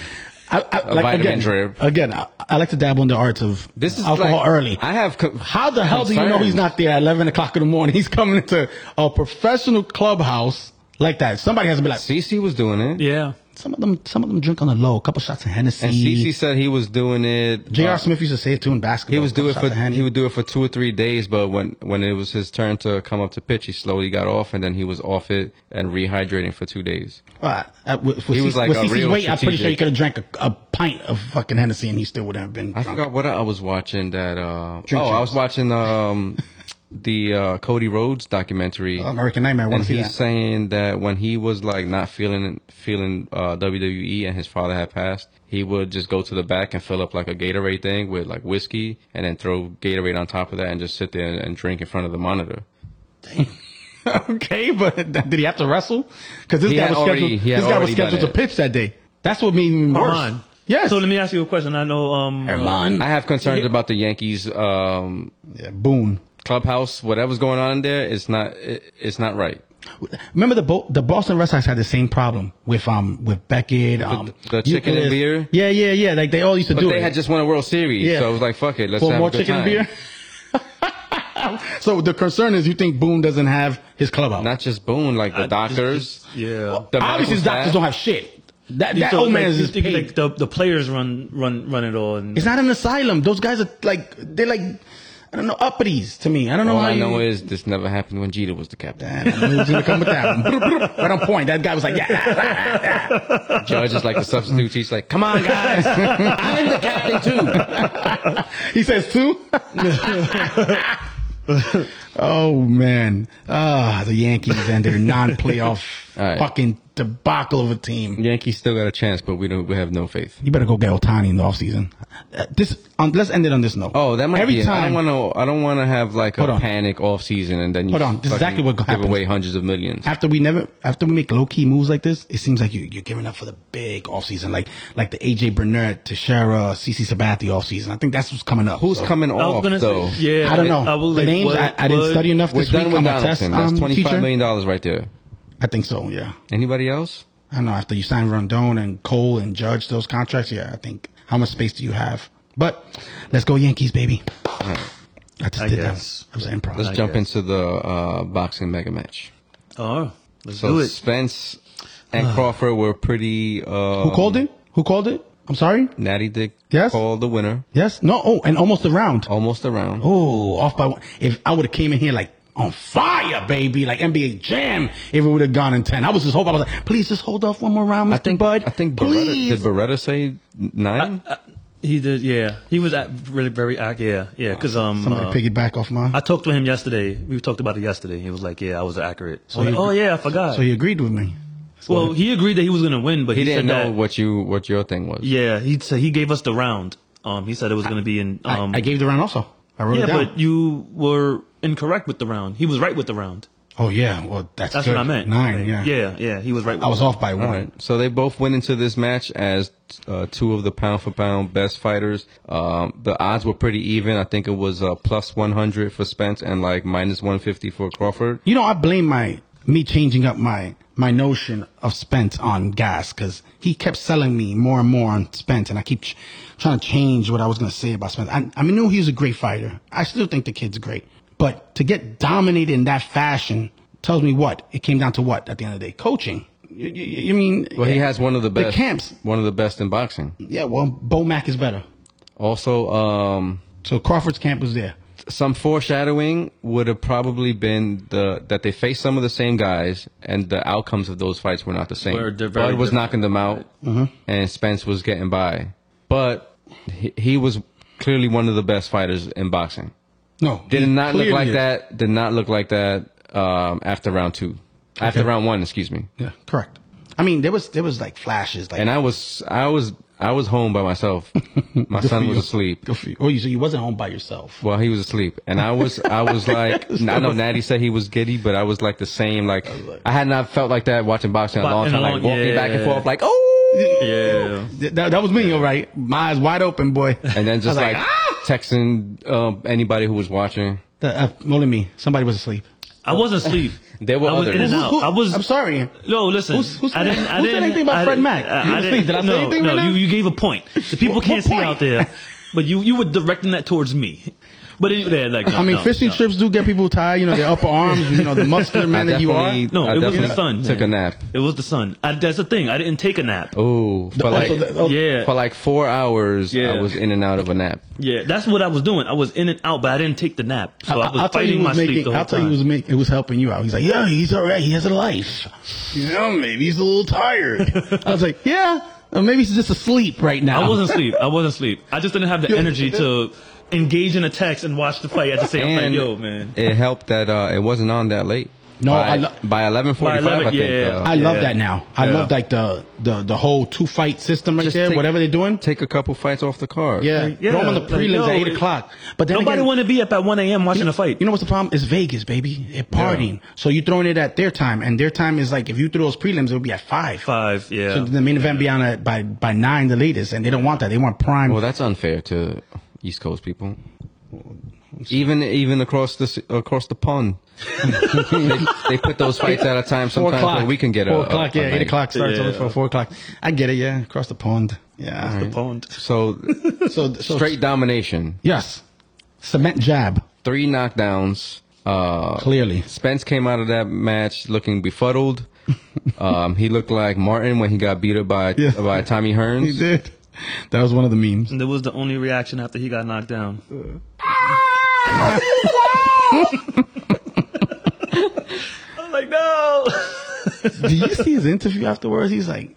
Speaker 3: I, I, like,
Speaker 2: vitamin
Speaker 3: again,
Speaker 2: drip.
Speaker 3: Again, I, I like to dabble in the arts of
Speaker 2: this is
Speaker 3: alcohol
Speaker 2: like-
Speaker 3: early.
Speaker 2: I have co-
Speaker 3: How the hell do you know
Speaker 2: concerns.
Speaker 3: he's not there at 11 o'clock in the morning? He's coming into a professional clubhouse like that. Somebody has to be like,
Speaker 2: CC was doing it.
Speaker 4: yeah,
Speaker 3: some of them some of them drink on the low, a couple shots of
Speaker 2: And CC
Speaker 3: Hennessy.
Speaker 2: said he was doing it.
Speaker 3: J.R.
Speaker 2: uh,
Speaker 3: Smith used to say it too in basketball.
Speaker 2: He was
Speaker 3: couple
Speaker 2: doing it
Speaker 3: shots
Speaker 2: for
Speaker 3: of Henny.
Speaker 2: he would do it for two or three days, but when when it was his turn to come up to pitch, he slowly got off, and then he was off it and rehydrating for two days.
Speaker 3: Uh, uh, with, with
Speaker 2: He was
Speaker 3: CeCe
Speaker 2: like
Speaker 3: with
Speaker 2: a
Speaker 3: CeCe's
Speaker 2: real
Speaker 3: weight, I'm pretty sure he
Speaker 2: strategic.
Speaker 3: could have drank a, a pint of fucking Hennessy and he still wouldn't have been
Speaker 2: I
Speaker 3: drunk.
Speaker 2: forgot what I was watching. That uh,
Speaker 3: Drink
Speaker 2: oh, I
Speaker 3: champs.
Speaker 2: was watching um, the uh, Cody Rhodes documentary.
Speaker 3: American Nightmare, I wanna
Speaker 2: And
Speaker 3: see
Speaker 2: he's
Speaker 3: that.
Speaker 2: saying that when he was like not feeling feeling uh, WWE and his father had passed, he would just go to the back and fill up like a Gatorade thing with like whiskey, and then throw Gatorade on top of that, and just sit there and, and drink in front of the monitor.
Speaker 3: okay, but did he have to wrestle? Because this
Speaker 2: He
Speaker 3: guy
Speaker 2: had
Speaker 3: was
Speaker 2: already-
Speaker 3: scheduled.
Speaker 2: he had
Speaker 3: this guy was
Speaker 2: already done
Speaker 3: scheduled to
Speaker 2: it.
Speaker 3: pitch that day. That's what made me even worse.
Speaker 4: on.
Speaker 3: Yes.
Speaker 4: So let me ask you a question. I know. Um,
Speaker 3: Herman.
Speaker 2: I have concerns about the Yankees um,
Speaker 3: Yeah, Boone.
Speaker 2: clubhouse. Whatever's going on there, it's not it, it's not right.
Speaker 3: Remember the Bo- the Boston Red Sox had the same problem with um with Beckett. Um,
Speaker 2: the chicken and
Speaker 3: Euclid.
Speaker 2: beer?
Speaker 3: Yeah, yeah, yeah. Like they all used to
Speaker 2: But
Speaker 3: do
Speaker 2: they
Speaker 3: it.
Speaker 2: had just won a World Series,
Speaker 3: Yeah.
Speaker 2: so I was like, "Fuck it, let's
Speaker 3: for
Speaker 2: have
Speaker 3: more
Speaker 2: a good
Speaker 3: chicken
Speaker 2: time."
Speaker 3: and beer. so the concern is you think Boone doesn't have his clubhouse.
Speaker 2: Not just Boone, like the
Speaker 4: I-
Speaker 2: doctors.
Speaker 4: Yeah.
Speaker 2: the medical
Speaker 3: Obviously, his doctors
Speaker 2: staff.
Speaker 3: don't have shit. That that
Speaker 4: So,
Speaker 3: old man
Speaker 4: like,
Speaker 3: is
Speaker 4: you
Speaker 3: just
Speaker 4: think,
Speaker 3: paid.
Speaker 4: like the the players run run run it all. And
Speaker 3: it's not an asylum. Those guys are like they're like I don't know uppities to me. I don't know
Speaker 2: All
Speaker 3: how
Speaker 2: I
Speaker 3: you-
Speaker 2: know is this never happened when Jeter was the captain.
Speaker 3: And I knew he was gonna come with that. one. but on point, that guy was like, yeah,
Speaker 2: Judge is like the substitute. He's like, "Come on, guys, I'm the captain too."
Speaker 3: he says two. oh man, ah, the Yankees and their non-playoff
Speaker 2: All right.
Speaker 3: fucking debacle of a team.
Speaker 2: Yankees still got a chance, but we don't. We have no faith.
Speaker 3: You better go get Otani in the offseason. Uh, this um, let's end it on this note.
Speaker 2: Oh, that might
Speaker 3: every
Speaker 2: be. it. I
Speaker 3: time.
Speaker 2: don't want to. I don't want to have like
Speaker 3: Hold
Speaker 2: a
Speaker 3: on.
Speaker 2: panic off season and then you
Speaker 3: Hold on. This is
Speaker 2: fucking
Speaker 3: exactly what
Speaker 2: give
Speaker 3: happens.
Speaker 2: away hundreds of millions.
Speaker 3: after we never after we make low key moves like this, it seems like you you're giving up for the big offseason, like like the AJ Burnett, Teixeira, CC Sabathia offseason. I think that's what's coming up.
Speaker 2: Who's
Speaker 3: So-
Speaker 2: coming
Speaker 4: I was
Speaker 2: off
Speaker 4: gonna
Speaker 2: though?
Speaker 4: say, yeah.
Speaker 3: I don't know.
Speaker 4: I was
Speaker 3: the
Speaker 4: like,
Speaker 3: names
Speaker 4: what-
Speaker 3: I, I didn't
Speaker 4: what-
Speaker 3: study enough
Speaker 2: We're
Speaker 3: this week.
Speaker 2: done
Speaker 3: I'm
Speaker 2: with
Speaker 3: a test
Speaker 2: Donaldson. That's
Speaker 3: um,
Speaker 2: twenty five
Speaker 3: teacher.
Speaker 2: million dollars right there.
Speaker 3: I think so. Yeah,
Speaker 2: Anybody else?
Speaker 3: I don't know. After you sign Rondon and Cole and Judge those contracts, yeah, I think how much space do you have? But let's go Yankees, baby. I just
Speaker 4: I
Speaker 3: did
Speaker 4: guess.
Speaker 3: that. I was improv.
Speaker 2: Let's
Speaker 4: I
Speaker 2: jump
Speaker 4: guess.
Speaker 2: into the uh, boxing mega match.
Speaker 4: Oh, let's
Speaker 2: So
Speaker 4: do it.
Speaker 2: Spence and Crawford were pretty. Uh,
Speaker 3: Uh. Who called it? Who called it? I'm sorry.
Speaker 2: Natty Dick
Speaker 3: Yes?
Speaker 2: called the winner,
Speaker 3: Yes. No. Oh, and almost a round.
Speaker 2: almost around.
Speaker 3: Oh, off by one. If I would have came in here like on fire, baby, like NBA Jam, if it would have gone in ten, I was just hoping I was like, please just hold off one more round, Mr.
Speaker 2: I think.
Speaker 3: Bud.
Speaker 2: I think. Beretta, did
Speaker 3: please.
Speaker 2: Beretta say nine?
Speaker 4: Uh, He did. Yeah, he was at really very act. Yeah, yeah. Because um,
Speaker 3: Somebody
Speaker 4: uh,
Speaker 3: piggyback off mine.
Speaker 4: I talked to him yesterday. We talked about it yesterday. He was like, "Yeah, I was accurate." So, like,
Speaker 3: you-
Speaker 4: oh yeah, I forgot.
Speaker 3: so he agreed with me.
Speaker 4: well, he agreed that he was gonna win, but
Speaker 2: he
Speaker 4: he,
Speaker 2: didn't
Speaker 4: said
Speaker 2: know
Speaker 4: that.
Speaker 2: what you what your thing was.
Speaker 4: yeah, he said he gave us the round. Um, he said it was gonna be in.
Speaker 3: I,
Speaker 4: Um,
Speaker 3: I gave the round also. I wrote
Speaker 4: yeah,
Speaker 3: it down.
Speaker 4: but you were incorrect with the round. He was right with the round.
Speaker 3: oh yeah, well that's,
Speaker 4: That's
Speaker 3: good.
Speaker 4: what I meant.
Speaker 3: Nine,
Speaker 4: Like,
Speaker 3: yeah.
Speaker 4: yeah, yeah. He was right. With
Speaker 3: I was
Speaker 4: the
Speaker 3: off by one.
Speaker 2: All right. So they both went into this match as uh, two of the pound for pound best fighters. Um, the odds were pretty even. I think it was uh, plus 100 for Spence and like minus 150 for Crawford.
Speaker 3: You know, I blame my me changing up my my notion of Spence on gas because he kept selling me more and more on Spence, and I keep ch- trying to change what I was gonna say about Spence. I, I knew he was a great fighter. I still think the kid's great, but to get dominated in that fashion tells me what it came down to. What at the end of the day, coaching. You, you, you mean?
Speaker 2: Well, he has one of the best.
Speaker 3: camps.
Speaker 2: One of the best in boxing.
Speaker 3: Yeah, well, Bo Mack is better.
Speaker 2: Also, um,
Speaker 3: So Crawford's camp was there.
Speaker 2: some foreshadowing would have probably been the that they faced some of the same guys and the outcomes of those fights were not the same.
Speaker 4: Were-
Speaker 2: Bud
Speaker 4: they're
Speaker 2: was
Speaker 4: very different.
Speaker 2: knocking them out
Speaker 3: Mm-hmm.
Speaker 2: and Spence was getting by. But he, he was clearly one of the best fighters in boxing.
Speaker 3: No, he
Speaker 2: Did not look
Speaker 3: clearly
Speaker 2: like
Speaker 3: is.
Speaker 2: that. Did not look like that um, after round two. After
Speaker 3: Okay.
Speaker 2: round one, excuse me.
Speaker 3: Yeah, correct. I mean, there was there was like flashes, like
Speaker 2: And I was I was I was home by myself. My son
Speaker 3: for
Speaker 2: was
Speaker 3: you.
Speaker 2: asleep.
Speaker 3: Good for you. Oh, you so you wasn't home by yourself.
Speaker 2: Well, he was asleep, and I was, I was like, I know Natty said he was giddy, but I was like the same. Like, I had not felt like that watching boxing in a
Speaker 4: But
Speaker 2: long
Speaker 4: in a
Speaker 2: time. Like
Speaker 4: long-
Speaker 2: walking back and
Speaker 4: yeah.
Speaker 2: forth, like oh,
Speaker 4: Yeah.
Speaker 3: Th- That, that was me, all right. My eyes wide open, boy.
Speaker 2: and then
Speaker 3: I
Speaker 2: just
Speaker 3: was
Speaker 2: like,
Speaker 3: "Ah!"
Speaker 2: texting um, anybody who was watching.
Speaker 3: That- uh, only me. Somebody was asleep.
Speaker 4: I wasn't asleep.
Speaker 2: There were
Speaker 4: I was in
Speaker 2: others.
Speaker 4: and
Speaker 2: Who-
Speaker 4: out. I was.
Speaker 3: I'm sorry.
Speaker 4: No, listen.
Speaker 3: Who's- who's-
Speaker 4: I didn't, I
Speaker 3: who said
Speaker 4: didn't,
Speaker 3: anything about
Speaker 4: I
Speaker 3: Fred
Speaker 4: didn't- uh,
Speaker 3: Mack? You
Speaker 4: I, I
Speaker 3: asleep.
Speaker 4: didn't,
Speaker 3: Did I say
Speaker 4: no,
Speaker 3: anything
Speaker 4: no,
Speaker 3: right now?
Speaker 4: You, you gave a point. The people
Speaker 3: What-
Speaker 4: can't
Speaker 3: what
Speaker 4: see
Speaker 3: point?
Speaker 4: out there, but you you were directing that towards me. But it, yeah, like no,
Speaker 3: I mean,
Speaker 4: no,
Speaker 3: fishing
Speaker 4: no.
Speaker 3: trips do get people tired. You know, their upper arms. You know, the muscular man
Speaker 2: I
Speaker 3: that you are.
Speaker 2: definitely-
Speaker 4: No,
Speaker 2: I
Speaker 4: it was the
Speaker 2: definitely
Speaker 4: sun.
Speaker 2: Took a
Speaker 4: man.
Speaker 2: nap.
Speaker 4: It was the sun. I, that's the thing. I didn't take a nap.
Speaker 2: Oh, for like
Speaker 3: also the- oh,
Speaker 4: yeah,
Speaker 2: for like four hours, I
Speaker 4: Yeah.
Speaker 2: was in and out of a nap.
Speaker 4: yeah. That's what I was doing. I was in and out, but I didn't take the nap. So I, was
Speaker 3: I'll tell you,
Speaker 4: fighting
Speaker 3: it
Speaker 4: my
Speaker 3: was
Speaker 4: sleep the
Speaker 3: making.
Speaker 4: whole
Speaker 3: I'll tell you, it
Speaker 4: time.
Speaker 3: was make, it was helping you out. He's like, yeah, he's all right. He has a life. You know, maybe he's a little tired. I was like, yeah, or maybe he's just asleep right now.
Speaker 4: I wasn't asleep. I wasn't asleep. I just didn't have the energy to engage in a text and watch the fight at the same time.
Speaker 2: And
Speaker 4: Yo, man.
Speaker 2: it helped that uh, it wasn't on that late.
Speaker 3: No,
Speaker 2: by,
Speaker 3: I lo-
Speaker 2: by 11:45.
Speaker 4: By 11,
Speaker 2: I think.
Speaker 4: yeah.
Speaker 2: uh,
Speaker 3: I love
Speaker 4: Yeah.
Speaker 3: that now. I
Speaker 4: Yeah.
Speaker 3: love like the the the whole two fight system right
Speaker 2: Just
Speaker 3: there.
Speaker 2: take-
Speaker 3: whatever they're doing.
Speaker 2: Take a couple fights off the card.
Speaker 3: yeah.
Speaker 4: yeah,
Speaker 3: Throw them on the
Speaker 4: like,
Speaker 3: prelims
Speaker 4: yo,
Speaker 3: at eight
Speaker 4: it-
Speaker 3: o'clock. But then
Speaker 4: Nobody
Speaker 3: again,
Speaker 4: want to be up at 1 a.m. watching a fight.
Speaker 3: You know what's the problem? It's Vegas, baby. They're partying. So you're throwing it at their time, and their time is like if you threw those prelims, it would be at five.
Speaker 4: Five, yeah.
Speaker 3: So the main event be on at, by by nine, the latest, and they don't want that. They want prime.
Speaker 2: Well, that's unfair to East Coast people. Even even across the across the pond, they, they put those fights out of time. Sometimes where we can get a-
Speaker 3: four
Speaker 2: a,
Speaker 3: o'clock.
Speaker 2: a
Speaker 3: yeah, eight
Speaker 2: night.
Speaker 3: o'clock starts
Speaker 4: Yeah.
Speaker 3: over for four o'clock. I get it. Yeah, across the pond. Yeah.
Speaker 4: the pond.
Speaker 2: So
Speaker 3: So, so
Speaker 2: straight domination,
Speaker 3: Yes. Cement jab.
Speaker 2: three knockdowns. Uh,
Speaker 3: Clearly.
Speaker 2: Spence came out of that match looking befuddled. um, he looked like Martin when he got beat up by
Speaker 3: Yeah.
Speaker 2: by Tommy Hearns.
Speaker 3: He did. That was one of the memes.
Speaker 4: And that was the only reaction after he got knocked down. I'm like, no.
Speaker 3: Did you see his interview afterwards? He's like,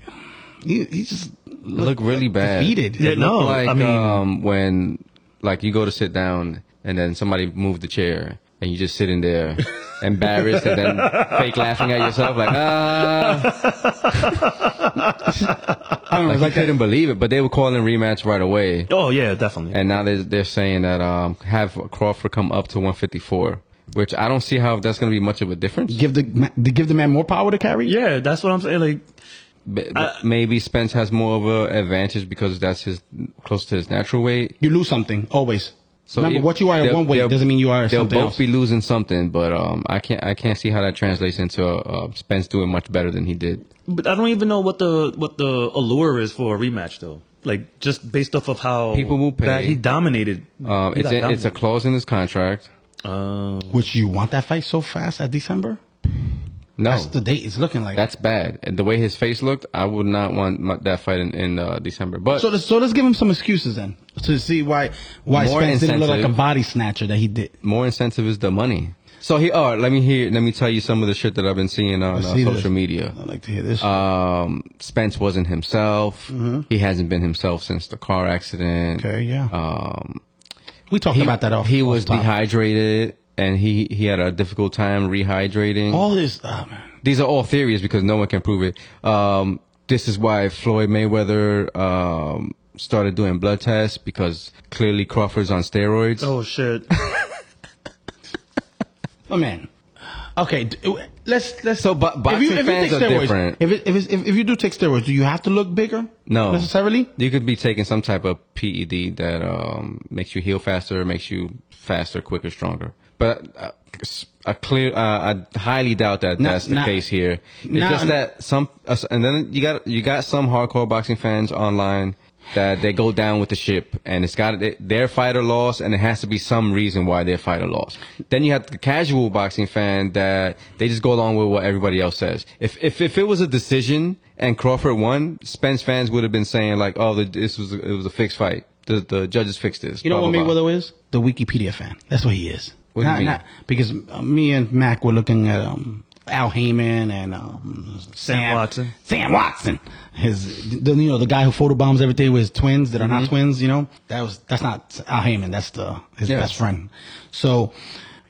Speaker 3: he, he just
Speaker 2: Look really bad.
Speaker 3: defeated.
Speaker 4: Yeah, no.
Speaker 2: Look like
Speaker 4: I mean-
Speaker 2: um, when like you go to sit down and then somebody moved the chair and you just sitting there embarrassed and then fake laughing at yourself like ah
Speaker 3: I don't know.
Speaker 2: like
Speaker 3: It's
Speaker 2: I
Speaker 3: like that.
Speaker 2: couldn't believe it but they were calling rematch right away
Speaker 4: Oh, yeah, definitely.
Speaker 2: and now they're, they're saying that um have Crawford come up to 154 which I don't see how that's gonna be much of a difference
Speaker 3: Give the ma- to give the man more power to carry.
Speaker 4: yeah, that's what I'm saying. Like,
Speaker 2: but, but maybe Spence has more of a advantage because that's his close to his natural weight
Speaker 3: You lose something always.
Speaker 2: So
Speaker 3: Remember,
Speaker 2: if-
Speaker 3: what you are at
Speaker 2: they'll-
Speaker 3: one weight
Speaker 2: they'll-
Speaker 3: doesn't mean you are at
Speaker 2: They'll
Speaker 3: something
Speaker 2: both
Speaker 3: else.
Speaker 2: be losing something, but um, I can't I can't see how that translates into uh, Spence doing much better than he did.
Speaker 4: but I don't even know what the what the allure is for a rematch though. Like just based off of how
Speaker 2: People will pay.
Speaker 4: that he dominated.
Speaker 2: Um,
Speaker 4: He
Speaker 2: it's in, it's
Speaker 4: got
Speaker 2: a
Speaker 4: dominated.
Speaker 2: clause in his contract.
Speaker 4: Oh.
Speaker 3: Which you want that fight so fast at December?
Speaker 2: No,
Speaker 3: That's the date. It's looking like.
Speaker 2: Oh. that's bad. And the way his face looked, I would not want my, that fight in, in uh, December. But
Speaker 3: so let's so let's give him some excuses then to see why why
Speaker 2: More
Speaker 3: Spence didn't look like a
Speaker 2: insensitive.
Speaker 3: body snatcher that he did.
Speaker 2: more incentive is the money. So he, oh, let me hear, let me tell you some of the shit that I've been seeing on
Speaker 3: Let's
Speaker 2: uh,
Speaker 3: see
Speaker 2: social
Speaker 3: this.
Speaker 2: media.
Speaker 3: I'd like to hear this.
Speaker 2: Um, Spence wasn't himself. He hasn't been himself since the car accident.
Speaker 3: okay, yeah.
Speaker 2: Um,
Speaker 3: we talked about that off.
Speaker 2: he
Speaker 3: off
Speaker 2: was
Speaker 3: top.
Speaker 2: dehydrated and he he had a difficult time rehydrating
Speaker 3: All this, oh, man.
Speaker 2: these are all theories because no one can prove it um this is why floyd mayweather um started doing blood tests because clearly crawford's on steroids
Speaker 4: Oh shit.
Speaker 3: Oh man. Okay, d- let's let's.
Speaker 2: So, bo- boxing fans are
Speaker 3: steroids,
Speaker 2: different.
Speaker 3: If, it, if, it's, if if you do take steroids, do you have to look bigger?
Speaker 2: no
Speaker 3: necessarily.
Speaker 2: you could be taking some type of ped that um makes you heal faster makes you faster quicker stronger but uh, I clear. Uh, I highly doubt that
Speaker 3: Now-
Speaker 2: that's the
Speaker 3: now-
Speaker 2: case here. It's
Speaker 3: now-
Speaker 2: just that some, uh, and then you got you got some hardcore boxing fans online that they go down with the ship, and it's got they- their fighter lost, and it has to be some reason why their fighter lost. Then you have the casual boxing fan that they just go along with what everybody else says. If if if it was a decision and Crawford won, Spence fans would have been saying like, oh, the, this was it was a fixed fight. The the judges fixed this.
Speaker 3: You know
Speaker 2: blah,
Speaker 3: what
Speaker 2: blah, blah.
Speaker 3: Mayweather is? The Wikipedia fan. That's what he is.
Speaker 2: What do you
Speaker 3: Not-
Speaker 2: mean?
Speaker 3: not- because uh, me and Mac were looking at um, Al Heyman and um, Sam
Speaker 4: Watson.
Speaker 3: Sam Watson, his the, you know the guy who photobombs everything with his twins that are
Speaker 2: Mm-hmm.
Speaker 3: not twins. You know that was that's not Al Heyman. That's the his
Speaker 2: Yeah.
Speaker 3: best friend. So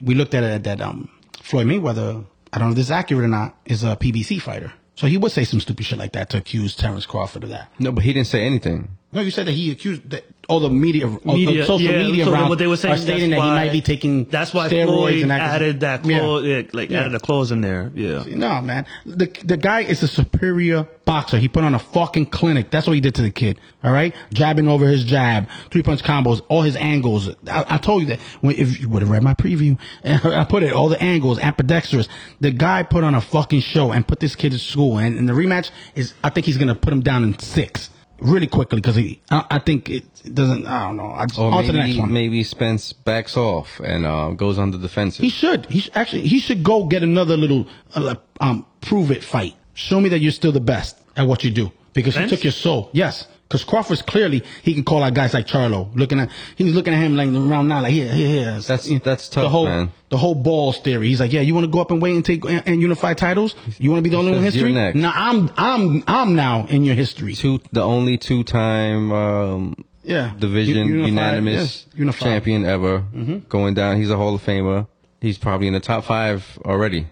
Speaker 3: we looked at it that um, Floyd Mayweather. I don't know if this is accurate or not. Is a PBC fighter. So he would say some stupid shit like that to accuse Terrence Crawford of that.
Speaker 2: No, but he didn't say anything.
Speaker 3: No, you said that he accused that all the media, all
Speaker 4: Media,
Speaker 3: the social
Speaker 4: yeah,
Speaker 3: media
Speaker 4: so
Speaker 3: around
Speaker 4: what they were saying
Speaker 3: are stating
Speaker 4: that's
Speaker 3: that he
Speaker 4: why-
Speaker 3: might be taking
Speaker 4: That's why
Speaker 3: steroids
Speaker 4: Floyd
Speaker 3: and that-
Speaker 4: added that
Speaker 3: Yeah.
Speaker 4: clause, yeah, like added a clause in there. Yeah.
Speaker 3: No, man. The the guy is a superior boxer. He put on a fucking clinic. That's what he did to the kid. All right, jabbing over his jab, three punch combos, all his angles. I, I told you that when if you would have read my preview, I put it all the angles, ambidextrous. The guy put on a fucking show and put this kid to school. And, and the rematch is, I think he's gonna put him down in six really quickly because he. I, I think it, it doesn't. I don't know. I just,
Speaker 2: Or
Speaker 3: on to the next
Speaker 2: maybe,
Speaker 3: one.
Speaker 2: maybe Spence backs off and uh, goes on the defensive.
Speaker 3: He should. He should, actually he should go get another little uh, like, um prove it fight. Show me that you're still the best at what you do because
Speaker 4: Spence?
Speaker 3: he took your soul. Yes, because Crawford's clearly he can call out guys like Charlo. Looking at he was looking at him like around now like here here here.
Speaker 2: That's- that's
Speaker 3: the
Speaker 2: tough,
Speaker 3: whole
Speaker 2: man.
Speaker 3: the whole balls theory. He's like yeah you want to go up and wait and take and, and unify titles. You want to be the only one in
Speaker 2: says, "You're
Speaker 3: history.
Speaker 2: next."
Speaker 3: Now I'm I'm I'm now in your history.
Speaker 2: two the only two time um
Speaker 3: Yeah.
Speaker 2: division
Speaker 3: U- unified,
Speaker 2: unanimous
Speaker 3: yes, unified. Mm-hmm.
Speaker 2: champion ever going down he's a hall of famer he's probably in the top five already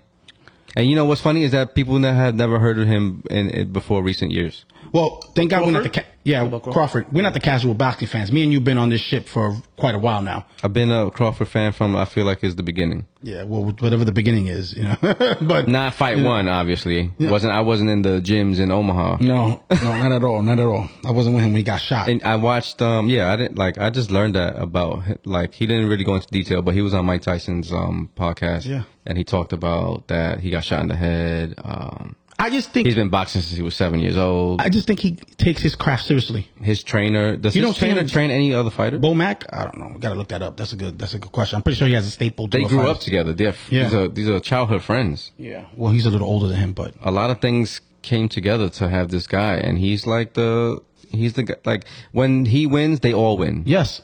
Speaker 2: And you know what's funny is that people ne- have never heard of him in, in before recent years.
Speaker 3: Well, thank God we're not the
Speaker 4: Crawford?
Speaker 3: ca- yeah
Speaker 4: about
Speaker 3: Crawford?
Speaker 4: Crawford?
Speaker 3: We're not the casual boxing fans. Me and you've been on this ship for quite a while now.
Speaker 2: I've been a Crawford fan from I feel like is the beginning.
Speaker 3: Yeah, well, whatever the beginning is, you know. but
Speaker 2: Not fight one, obviously. wasn't I wasn't in the gyms in Omaha.
Speaker 3: no, no, not at all, not at all. I wasn't with him when he got shot.
Speaker 2: And I watched. Um, yeah, I didn't like. I just learned that about. hi- Like, he didn't really go into detail, but he was on Mike Tyson's um podcast.
Speaker 3: Yeah.
Speaker 2: and he talked about that he got shot in the head. Um,
Speaker 3: I just think
Speaker 2: he's been boxing since he was seven years old.
Speaker 3: I just think he takes his craft seriously.
Speaker 2: His trainer does
Speaker 3: You
Speaker 2: his
Speaker 3: don't see
Speaker 2: trainer
Speaker 3: him-
Speaker 2: train any other fighter?
Speaker 3: Bomac, I don't know. Got to look that up. That's a good. That's a good question. I'm pretty sure he has a staple. to
Speaker 2: They
Speaker 3: a
Speaker 2: grew
Speaker 3: fighter.
Speaker 2: up together. They're,
Speaker 3: Yeah.
Speaker 2: These are these are childhood friends.
Speaker 3: Yeah. Well, he's a little older than him, but
Speaker 2: a lot of things came together to have this guy, and he's like the he's the guy, like when he wins, they all win.
Speaker 3: yes,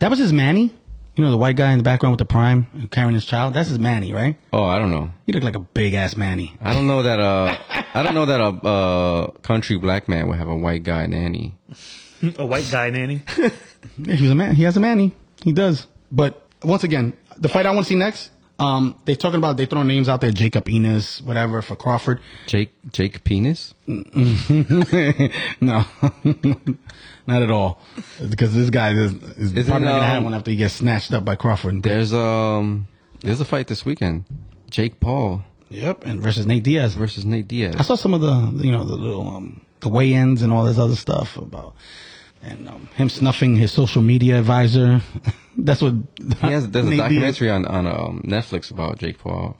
Speaker 3: that was his Manny. You know, the white guy in the background with the prime carrying his child. That's his Manny, right?
Speaker 2: Oh, I don't know.
Speaker 3: He looked like a big ass Manny.
Speaker 2: I don't know that uh I don't know that a uh country black man would have a white guy nanny.
Speaker 4: Hmm, A white guy nanny.
Speaker 3: Yeah, he was a man. He has a manny. He does. But once again, the fight I want to see next. Um, they talking about they throwing names out there, Jacob Enos, whatever for Crawford.
Speaker 2: Jake Jake penis.
Speaker 3: no, not at all, because this guy is, is
Speaker 2: Isn't,
Speaker 3: probably not gonna have
Speaker 2: um,
Speaker 3: one after he gets snatched up by Crawford.
Speaker 2: There's um there's a fight this weekend. Jake Paul
Speaker 3: Yep, and versus Nate Diaz.
Speaker 2: versus Nate
Speaker 3: I
Speaker 2: Diaz.
Speaker 3: saw some of the you know the little um, the weigh-ins and all this other stuff about and um, him snuffing his social media advisor. That's what
Speaker 2: He has there's a
Speaker 3: Nate Diaz-
Speaker 2: documentary on on um, Netflix about Jake Paul.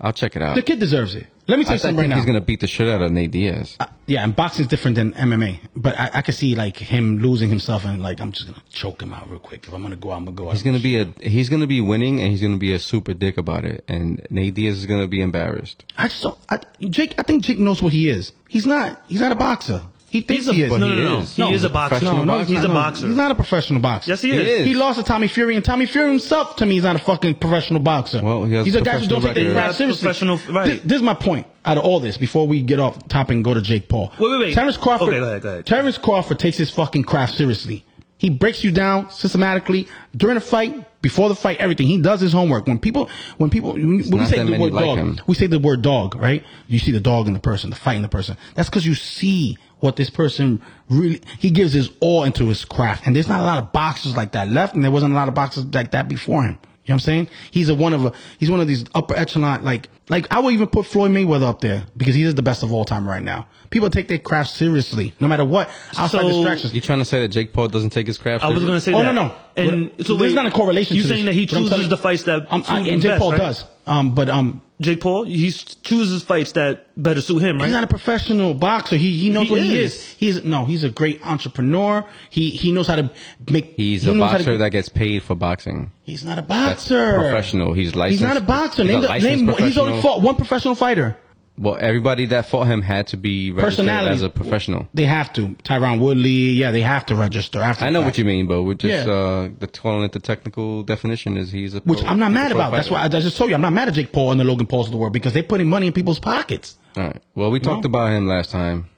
Speaker 2: I'll check it out.
Speaker 3: The kid deserves it. Let me tell
Speaker 2: I,
Speaker 3: you
Speaker 2: I
Speaker 3: something right
Speaker 2: think
Speaker 3: now. Uh,
Speaker 2: he's gonna beat the shit out of Nate Diaz.
Speaker 3: yeah, and boxing's different than MMA, but I, I could see like him losing himself and like I'm just gonna choke him out real quick. If I'm gonna go, I'm gonna go.
Speaker 2: He's gonna be a he's gonna be winning and he's gonna be a super dick about it and Nate Diaz is gonna be embarrassed.
Speaker 3: I just don't. I, Jake, I think Jake knows what he is. He's not. He's not a boxer. He thinks
Speaker 4: He's a-
Speaker 3: he is.
Speaker 4: no, no,
Speaker 2: he
Speaker 4: no,
Speaker 2: is.
Speaker 4: He
Speaker 2: No,
Speaker 4: is a boxer.
Speaker 2: professional
Speaker 3: No, no, he's
Speaker 4: he's
Speaker 3: not-
Speaker 4: a
Speaker 3: no,
Speaker 4: boxer.
Speaker 3: He's not a professional boxer.
Speaker 4: Yes, he
Speaker 2: He
Speaker 4: is.
Speaker 2: is.
Speaker 3: He lost to Tommy Fury, and Tommy Fury himself, to me, is not a fucking professional boxer.
Speaker 2: Well, he has
Speaker 3: he's a guy who
Speaker 2: professional
Speaker 3: don't take their
Speaker 2: record.
Speaker 3: craft seriously.
Speaker 4: Professional- right.
Speaker 3: This, this is my point. Out of all this, before we get off top and go to Jake Paul,
Speaker 4: Wait, wait, wait.
Speaker 3: Terrence Crawford.
Speaker 4: Okay, go ahead, go ahead.
Speaker 3: Terrence Crawford takes his fucking craft seriously. He breaks you down systematically during the fight, before the fight, everything. He does his homework. When people, when people, when we
Speaker 2: not
Speaker 3: say
Speaker 2: that
Speaker 3: the
Speaker 2: many
Speaker 3: word
Speaker 2: like
Speaker 3: dog,
Speaker 2: him.
Speaker 3: we say the word dog, right? You see the dog in the person, the fight in the person. That's because you see what this person really, he gives his all into his craft. And there's not a lot of boxers like that left, and there wasn't a lot of boxers like that before him. You know what I'm saying? He's a one of a, he's one of these upper echelon, like, like I would even put Floyd Mayweather up there because he is the best of all time right now. People take their craft seriously, no matter what, outside
Speaker 4: So-
Speaker 3: distractions.
Speaker 2: You trying to say that Jake Paul doesn't take his craft?
Speaker 4: I was
Speaker 2: seriously?
Speaker 4: gonna say
Speaker 3: Oh
Speaker 4: that.
Speaker 3: no, no.
Speaker 4: And
Speaker 3: But
Speaker 4: so
Speaker 3: there's
Speaker 4: wait,
Speaker 3: not a correlation.
Speaker 4: You're
Speaker 3: to
Speaker 4: saying
Speaker 3: this,
Speaker 4: that he
Speaker 3: but I'm telling
Speaker 4: chooses
Speaker 3: you-
Speaker 4: the fights that
Speaker 3: um, I,
Speaker 4: suit him
Speaker 3: and Jake
Speaker 4: best,
Speaker 3: Paul
Speaker 4: right?
Speaker 3: does. Um, but um,
Speaker 4: Jake Paul, he s- chooses fights that better suit him,
Speaker 3: he's
Speaker 4: right?
Speaker 3: not a professional boxer. He he knows
Speaker 4: He
Speaker 3: what he
Speaker 4: is.
Speaker 3: is. He's no, he's a great entrepreneur. He he knows how to make.
Speaker 2: He's
Speaker 3: he
Speaker 2: a
Speaker 3: knows Oh, how to-
Speaker 2: boxer that gets paid for boxing.
Speaker 3: He's not a
Speaker 2: That's
Speaker 3: boxer.
Speaker 2: professional. He's
Speaker 3: He's
Speaker 2: licensed.
Speaker 3: not a boxer.
Speaker 2: He's a
Speaker 3: Name, the-
Speaker 2: licensed
Speaker 3: name he's only
Speaker 2: professional.
Speaker 3: fought one professional fighter.
Speaker 2: Well, everybody that fought him had to be registered
Speaker 3: Personality
Speaker 2: as a professional.
Speaker 3: They have to. Tyron Woodley. Yeah, they have to register. After
Speaker 2: I
Speaker 3: the
Speaker 2: know
Speaker 3: fact.
Speaker 2: what you mean, but we're just
Speaker 3: Yeah.
Speaker 2: uh, the calling it the technical definition is he's a
Speaker 3: Which
Speaker 2: pro-
Speaker 3: I'm not
Speaker 2: he's a
Speaker 3: mad
Speaker 2: pro
Speaker 3: about. That's
Speaker 2: fighter.
Speaker 3: why I I just told you I'm not mad at Jake Paul and the Logan Pauls of the world because they're putting money in people's pockets.
Speaker 2: All right. Well, we talked about him last time.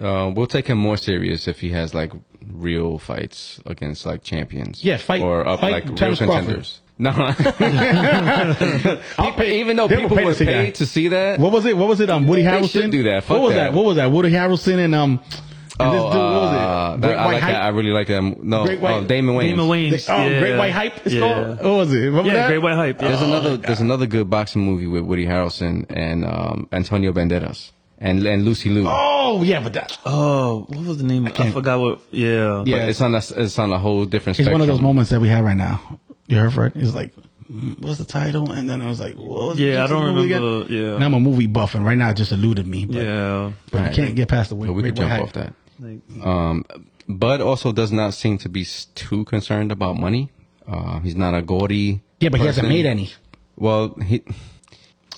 Speaker 2: Uh, we'll take him more serious if he has like real fights against like champions.
Speaker 3: Yeah, fight-
Speaker 2: or up
Speaker 3: fight
Speaker 2: like real
Speaker 3: Terrence
Speaker 2: contenders. No,
Speaker 3: I'll pay-
Speaker 2: even though
Speaker 3: they will
Speaker 2: people
Speaker 3: pay to
Speaker 2: were
Speaker 3: see that.
Speaker 2: paid to see that.
Speaker 3: What was it? What was it? Um, Woody
Speaker 2: They
Speaker 3: Harrelson.
Speaker 2: should do that. Fuck
Speaker 3: what was that?
Speaker 2: that.
Speaker 3: What was that? Woody Harrelson and um, and this dude, what was
Speaker 2: uh,
Speaker 3: it?
Speaker 2: that- I like
Speaker 3: Hype.
Speaker 2: that. I really like them. No,
Speaker 3: Great White-
Speaker 2: oh, Damon Wayne.
Speaker 4: Damon Waynes.
Speaker 3: The- oh,
Speaker 4: yeah.
Speaker 3: Great White Hype. It's
Speaker 4: yeah.
Speaker 3: called. What was it? Remember
Speaker 4: Yeah,
Speaker 3: that?
Speaker 4: Great White Hype. Yeah.
Speaker 2: There's
Speaker 3: Oh,
Speaker 2: another. There's another good boxing movie with Woody Harrelson and um, Antonio Banderas and and Lucy Liu.
Speaker 3: Oh yeah, but that
Speaker 4: Oh, what was the name? I, forgot what. Yeah.
Speaker 2: yeah, it's on a it's on a whole different.
Speaker 3: it's
Speaker 2: spectrum.
Speaker 3: one of those moments that we have right now. You heard for it? It's like, mm, what's the title? And then I was like, what was
Speaker 4: Yeah, I
Speaker 3: what's the
Speaker 4: don't
Speaker 3: movie
Speaker 4: remember,
Speaker 3: again?
Speaker 4: yeah.
Speaker 3: And I'm a movie buff, and right now it just eluded me. But,
Speaker 4: Yeah.
Speaker 3: but I can't get past the way.
Speaker 2: But we could jump off that. Um, Bud also does not seem to be s- too concerned about money. Uh, he's not a gaudy.
Speaker 3: Yeah, but he hasn't
Speaker 2: person.
Speaker 3: made any.
Speaker 2: Well, he.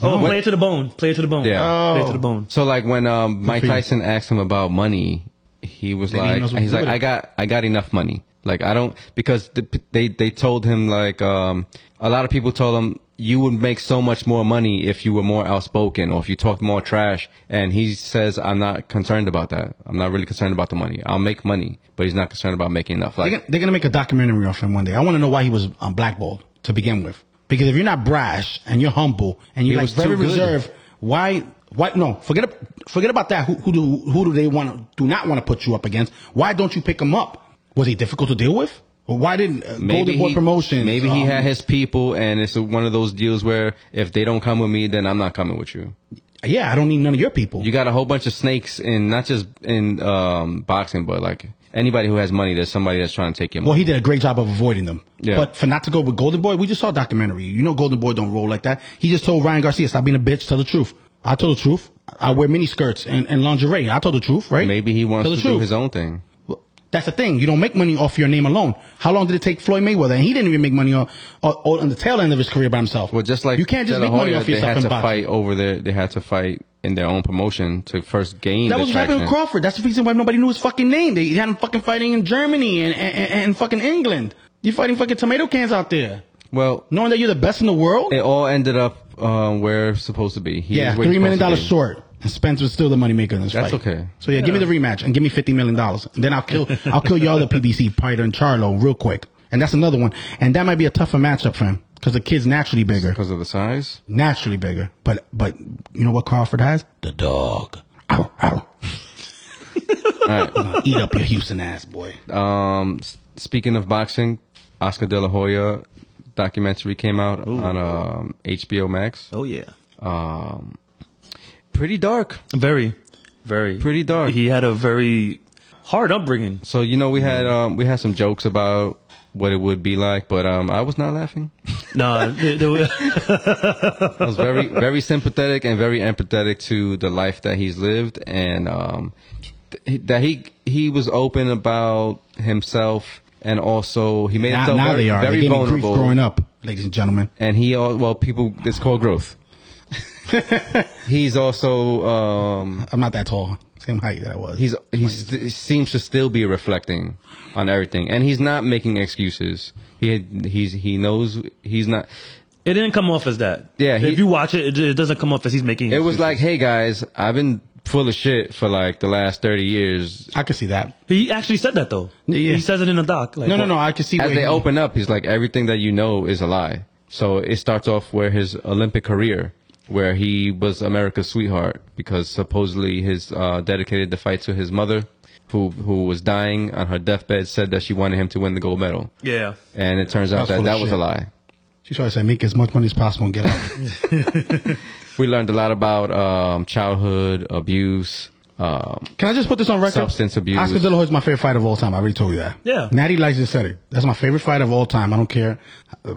Speaker 4: Oh, play it to the bone. Play it to the bone.
Speaker 2: Yeah.
Speaker 3: Oh.
Speaker 4: Play it to the bone.
Speaker 2: So like when um, Mike
Speaker 3: for you.
Speaker 2: Tyson asked him about money, he was
Speaker 3: he
Speaker 2: like,
Speaker 3: knows what to
Speaker 2: he's
Speaker 3: do
Speaker 2: like,
Speaker 3: with
Speaker 2: I
Speaker 3: it.
Speaker 2: got, I got enough money. Like I don't because the, they they told him like um, a lot of people told him you would make so much more money if you were more outspoken or if you talked more trash. And he says, I'm not concerned about that. I'm not really concerned about the money. I'll make money, but he's not concerned about making enough.
Speaker 3: They're
Speaker 2: Like
Speaker 3: gonna, they're gonna make a documentary of him one day. I want to know why he was um, blackballed to begin with. Because if you're not brash and you're humble and you're
Speaker 2: He
Speaker 3: like
Speaker 2: was
Speaker 3: very
Speaker 2: too good.
Speaker 3: reserved, Why? Why? No, forget forget about that. Who, who do who do they want to do not want to put you up against? Why don't you pick him up? Was he difficult to deal with? Or Why didn't uh, Golden Boy
Speaker 2: he-
Speaker 3: Promotions?
Speaker 2: Maybe he
Speaker 3: um,
Speaker 2: had his people, and it's one of those deals where if they don't come with me, then I'm not coming with you.
Speaker 3: Yeah, I don't need none of your people.
Speaker 2: You got a whole bunch of snakes, in not just in um, boxing, but like anybody who has money, there's somebody that's trying to take your
Speaker 3: Well,
Speaker 2: money.
Speaker 3: he did a great job of avoiding them.
Speaker 2: Yeah.
Speaker 3: But for not to go with Golden Boy, we just saw a documentary. You know, Golden Boy don't roll like that. He just told Ryan Garcia, "Stop being a bitch. Tell the truth." I told the truth. I wear mini skirts and, and lingerie. I told the truth, right?
Speaker 2: Maybe he wants
Speaker 3: Tell
Speaker 2: to
Speaker 3: the
Speaker 2: do
Speaker 3: truth.
Speaker 2: his own thing.
Speaker 3: Well, That's the thing. You don't make money off your name alone. How long did it take Floyd Mayweather? And he didn't even make money on, on, on the tail end of his career by himself.
Speaker 2: Well, just like
Speaker 3: you can't just
Speaker 2: De La
Speaker 3: make money
Speaker 2: Hoya,
Speaker 3: off
Speaker 2: they
Speaker 3: yourself
Speaker 2: had
Speaker 3: in
Speaker 2: to
Speaker 3: boxing.
Speaker 2: fight over there. They had to fight in their own promotion to first gain.
Speaker 3: That
Speaker 2: the
Speaker 3: was what happened with
Speaker 2: traction.
Speaker 3: Crawford. That's the reason why nobody knew his fucking name. They had him fucking fighting in Germany and, and, and fucking England. You're fighting fucking tomato cans out there.
Speaker 2: Well,
Speaker 3: Knowing that you're the best in the world?
Speaker 2: it all ended up um, where it's supposed to be. He
Speaker 3: yeah,
Speaker 2: is where he's
Speaker 3: $3 million
Speaker 2: supposed to be.
Speaker 3: short. And Spence was still the moneymaker in this
Speaker 2: That's
Speaker 3: fight.
Speaker 2: okay.
Speaker 3: So yeah, give me the rematch and give me $50 million. And then I'll kill, I'll kill your other PBC, Pryor and Charlo real quick. And that's another one. And that might be a tougher matchup for him because the kid's naturally bigger.
Speaker 2: because of the size.
Speaker 3: Naturally bigger. But, but you know what Crawford has? The dog. Ow, ow.
Speaker 2: All right.
Speaker 3: Eat up your Houston ass, boy.
Speaker 2: Um, s- speaking of boxing, Oscar De La Hoya documentary came out on um, HBO Max.
Speaker 4: Oh yeah.
Speaker 2: Um, pretty dark.
Speaker 4: Very, very
Speaker 2: Pretty dark.
Speaker 4: He had a very hard upbringing.
Speaker 2: So you know we had
Speaker 3: Mm.
Speaker 2: um, we had some jokes about what it would be like, but um, I was not laughing.
Speaker 4: Nah, there- there was-
Speaker 2: I was very very sympathetic and very empathetic to the life that he's lived and um, th- that he he was open about himself and also he made
Speaker 3: Now,
Speaker 2: himself
Speaker 3: now
Speaker 2: very,
Speaker 3: they are.
Speaker 2: very
Speaker 3: They're getting grief
Speaker 2: vulnerable.
Speaker 3: growing up, ladies and gentlemen.
Speaker 2: and he al- well people it's called growth he's also um
Speaker 3: I'm not that tall. Same height that I was.
Speaker 2: he's he's he seems to still be reflecting on everything and he's not making excuses he he's he knows he's not
Speaker 4: it didn't come off as that.
Speaker 2: Yeah, he-
Speaker 4: if you watch it, it, it doesn't come off as he's making.
Speaker 2: it was like hey guys i've been full of shit for like the last 30 years
Speaker 3: I could see that.
Speaker 4: he actually said that though.
Speaker 3: Yeah.
Speaker 4: He says it in the doc. Like,
Speaker 3: No, no, no. I could see
Speaker 2: as
Speaker 3: where
Speaker 2: they
Speaker 3: he-
Speaker 2: open up he's like everything that you know is a lie so it starts off where his olympic career where he was america's sweetheart because supposedly his uh, dedicated the fight to his mother who who was dying on her deathbed said that she wanted him to win the gold medal
Speaker 4: Yeah.
Speaker 2: and it turns out
Speaker 3: That's full
Speaker 2: that that
Speaker 3: of
Speaker 2: was
Speaker 3: shit.
Speaker 2: a lie
Speaker 3: She tried to say, make as much money as possible and get out.
Speaker 2: we learned a lot about um, childhood abuse um,
Speaker 3: Can I just put this on record?
Speaker 2: Substance abuse.
Speaker 3: Oscar De La Hoya is my favorite fighter of all time. I already told you that.
Speaker 4: Yeah.
Speaker 3: Natty Lights just said it. That's my favorite fighter of all time. I don't care. uh,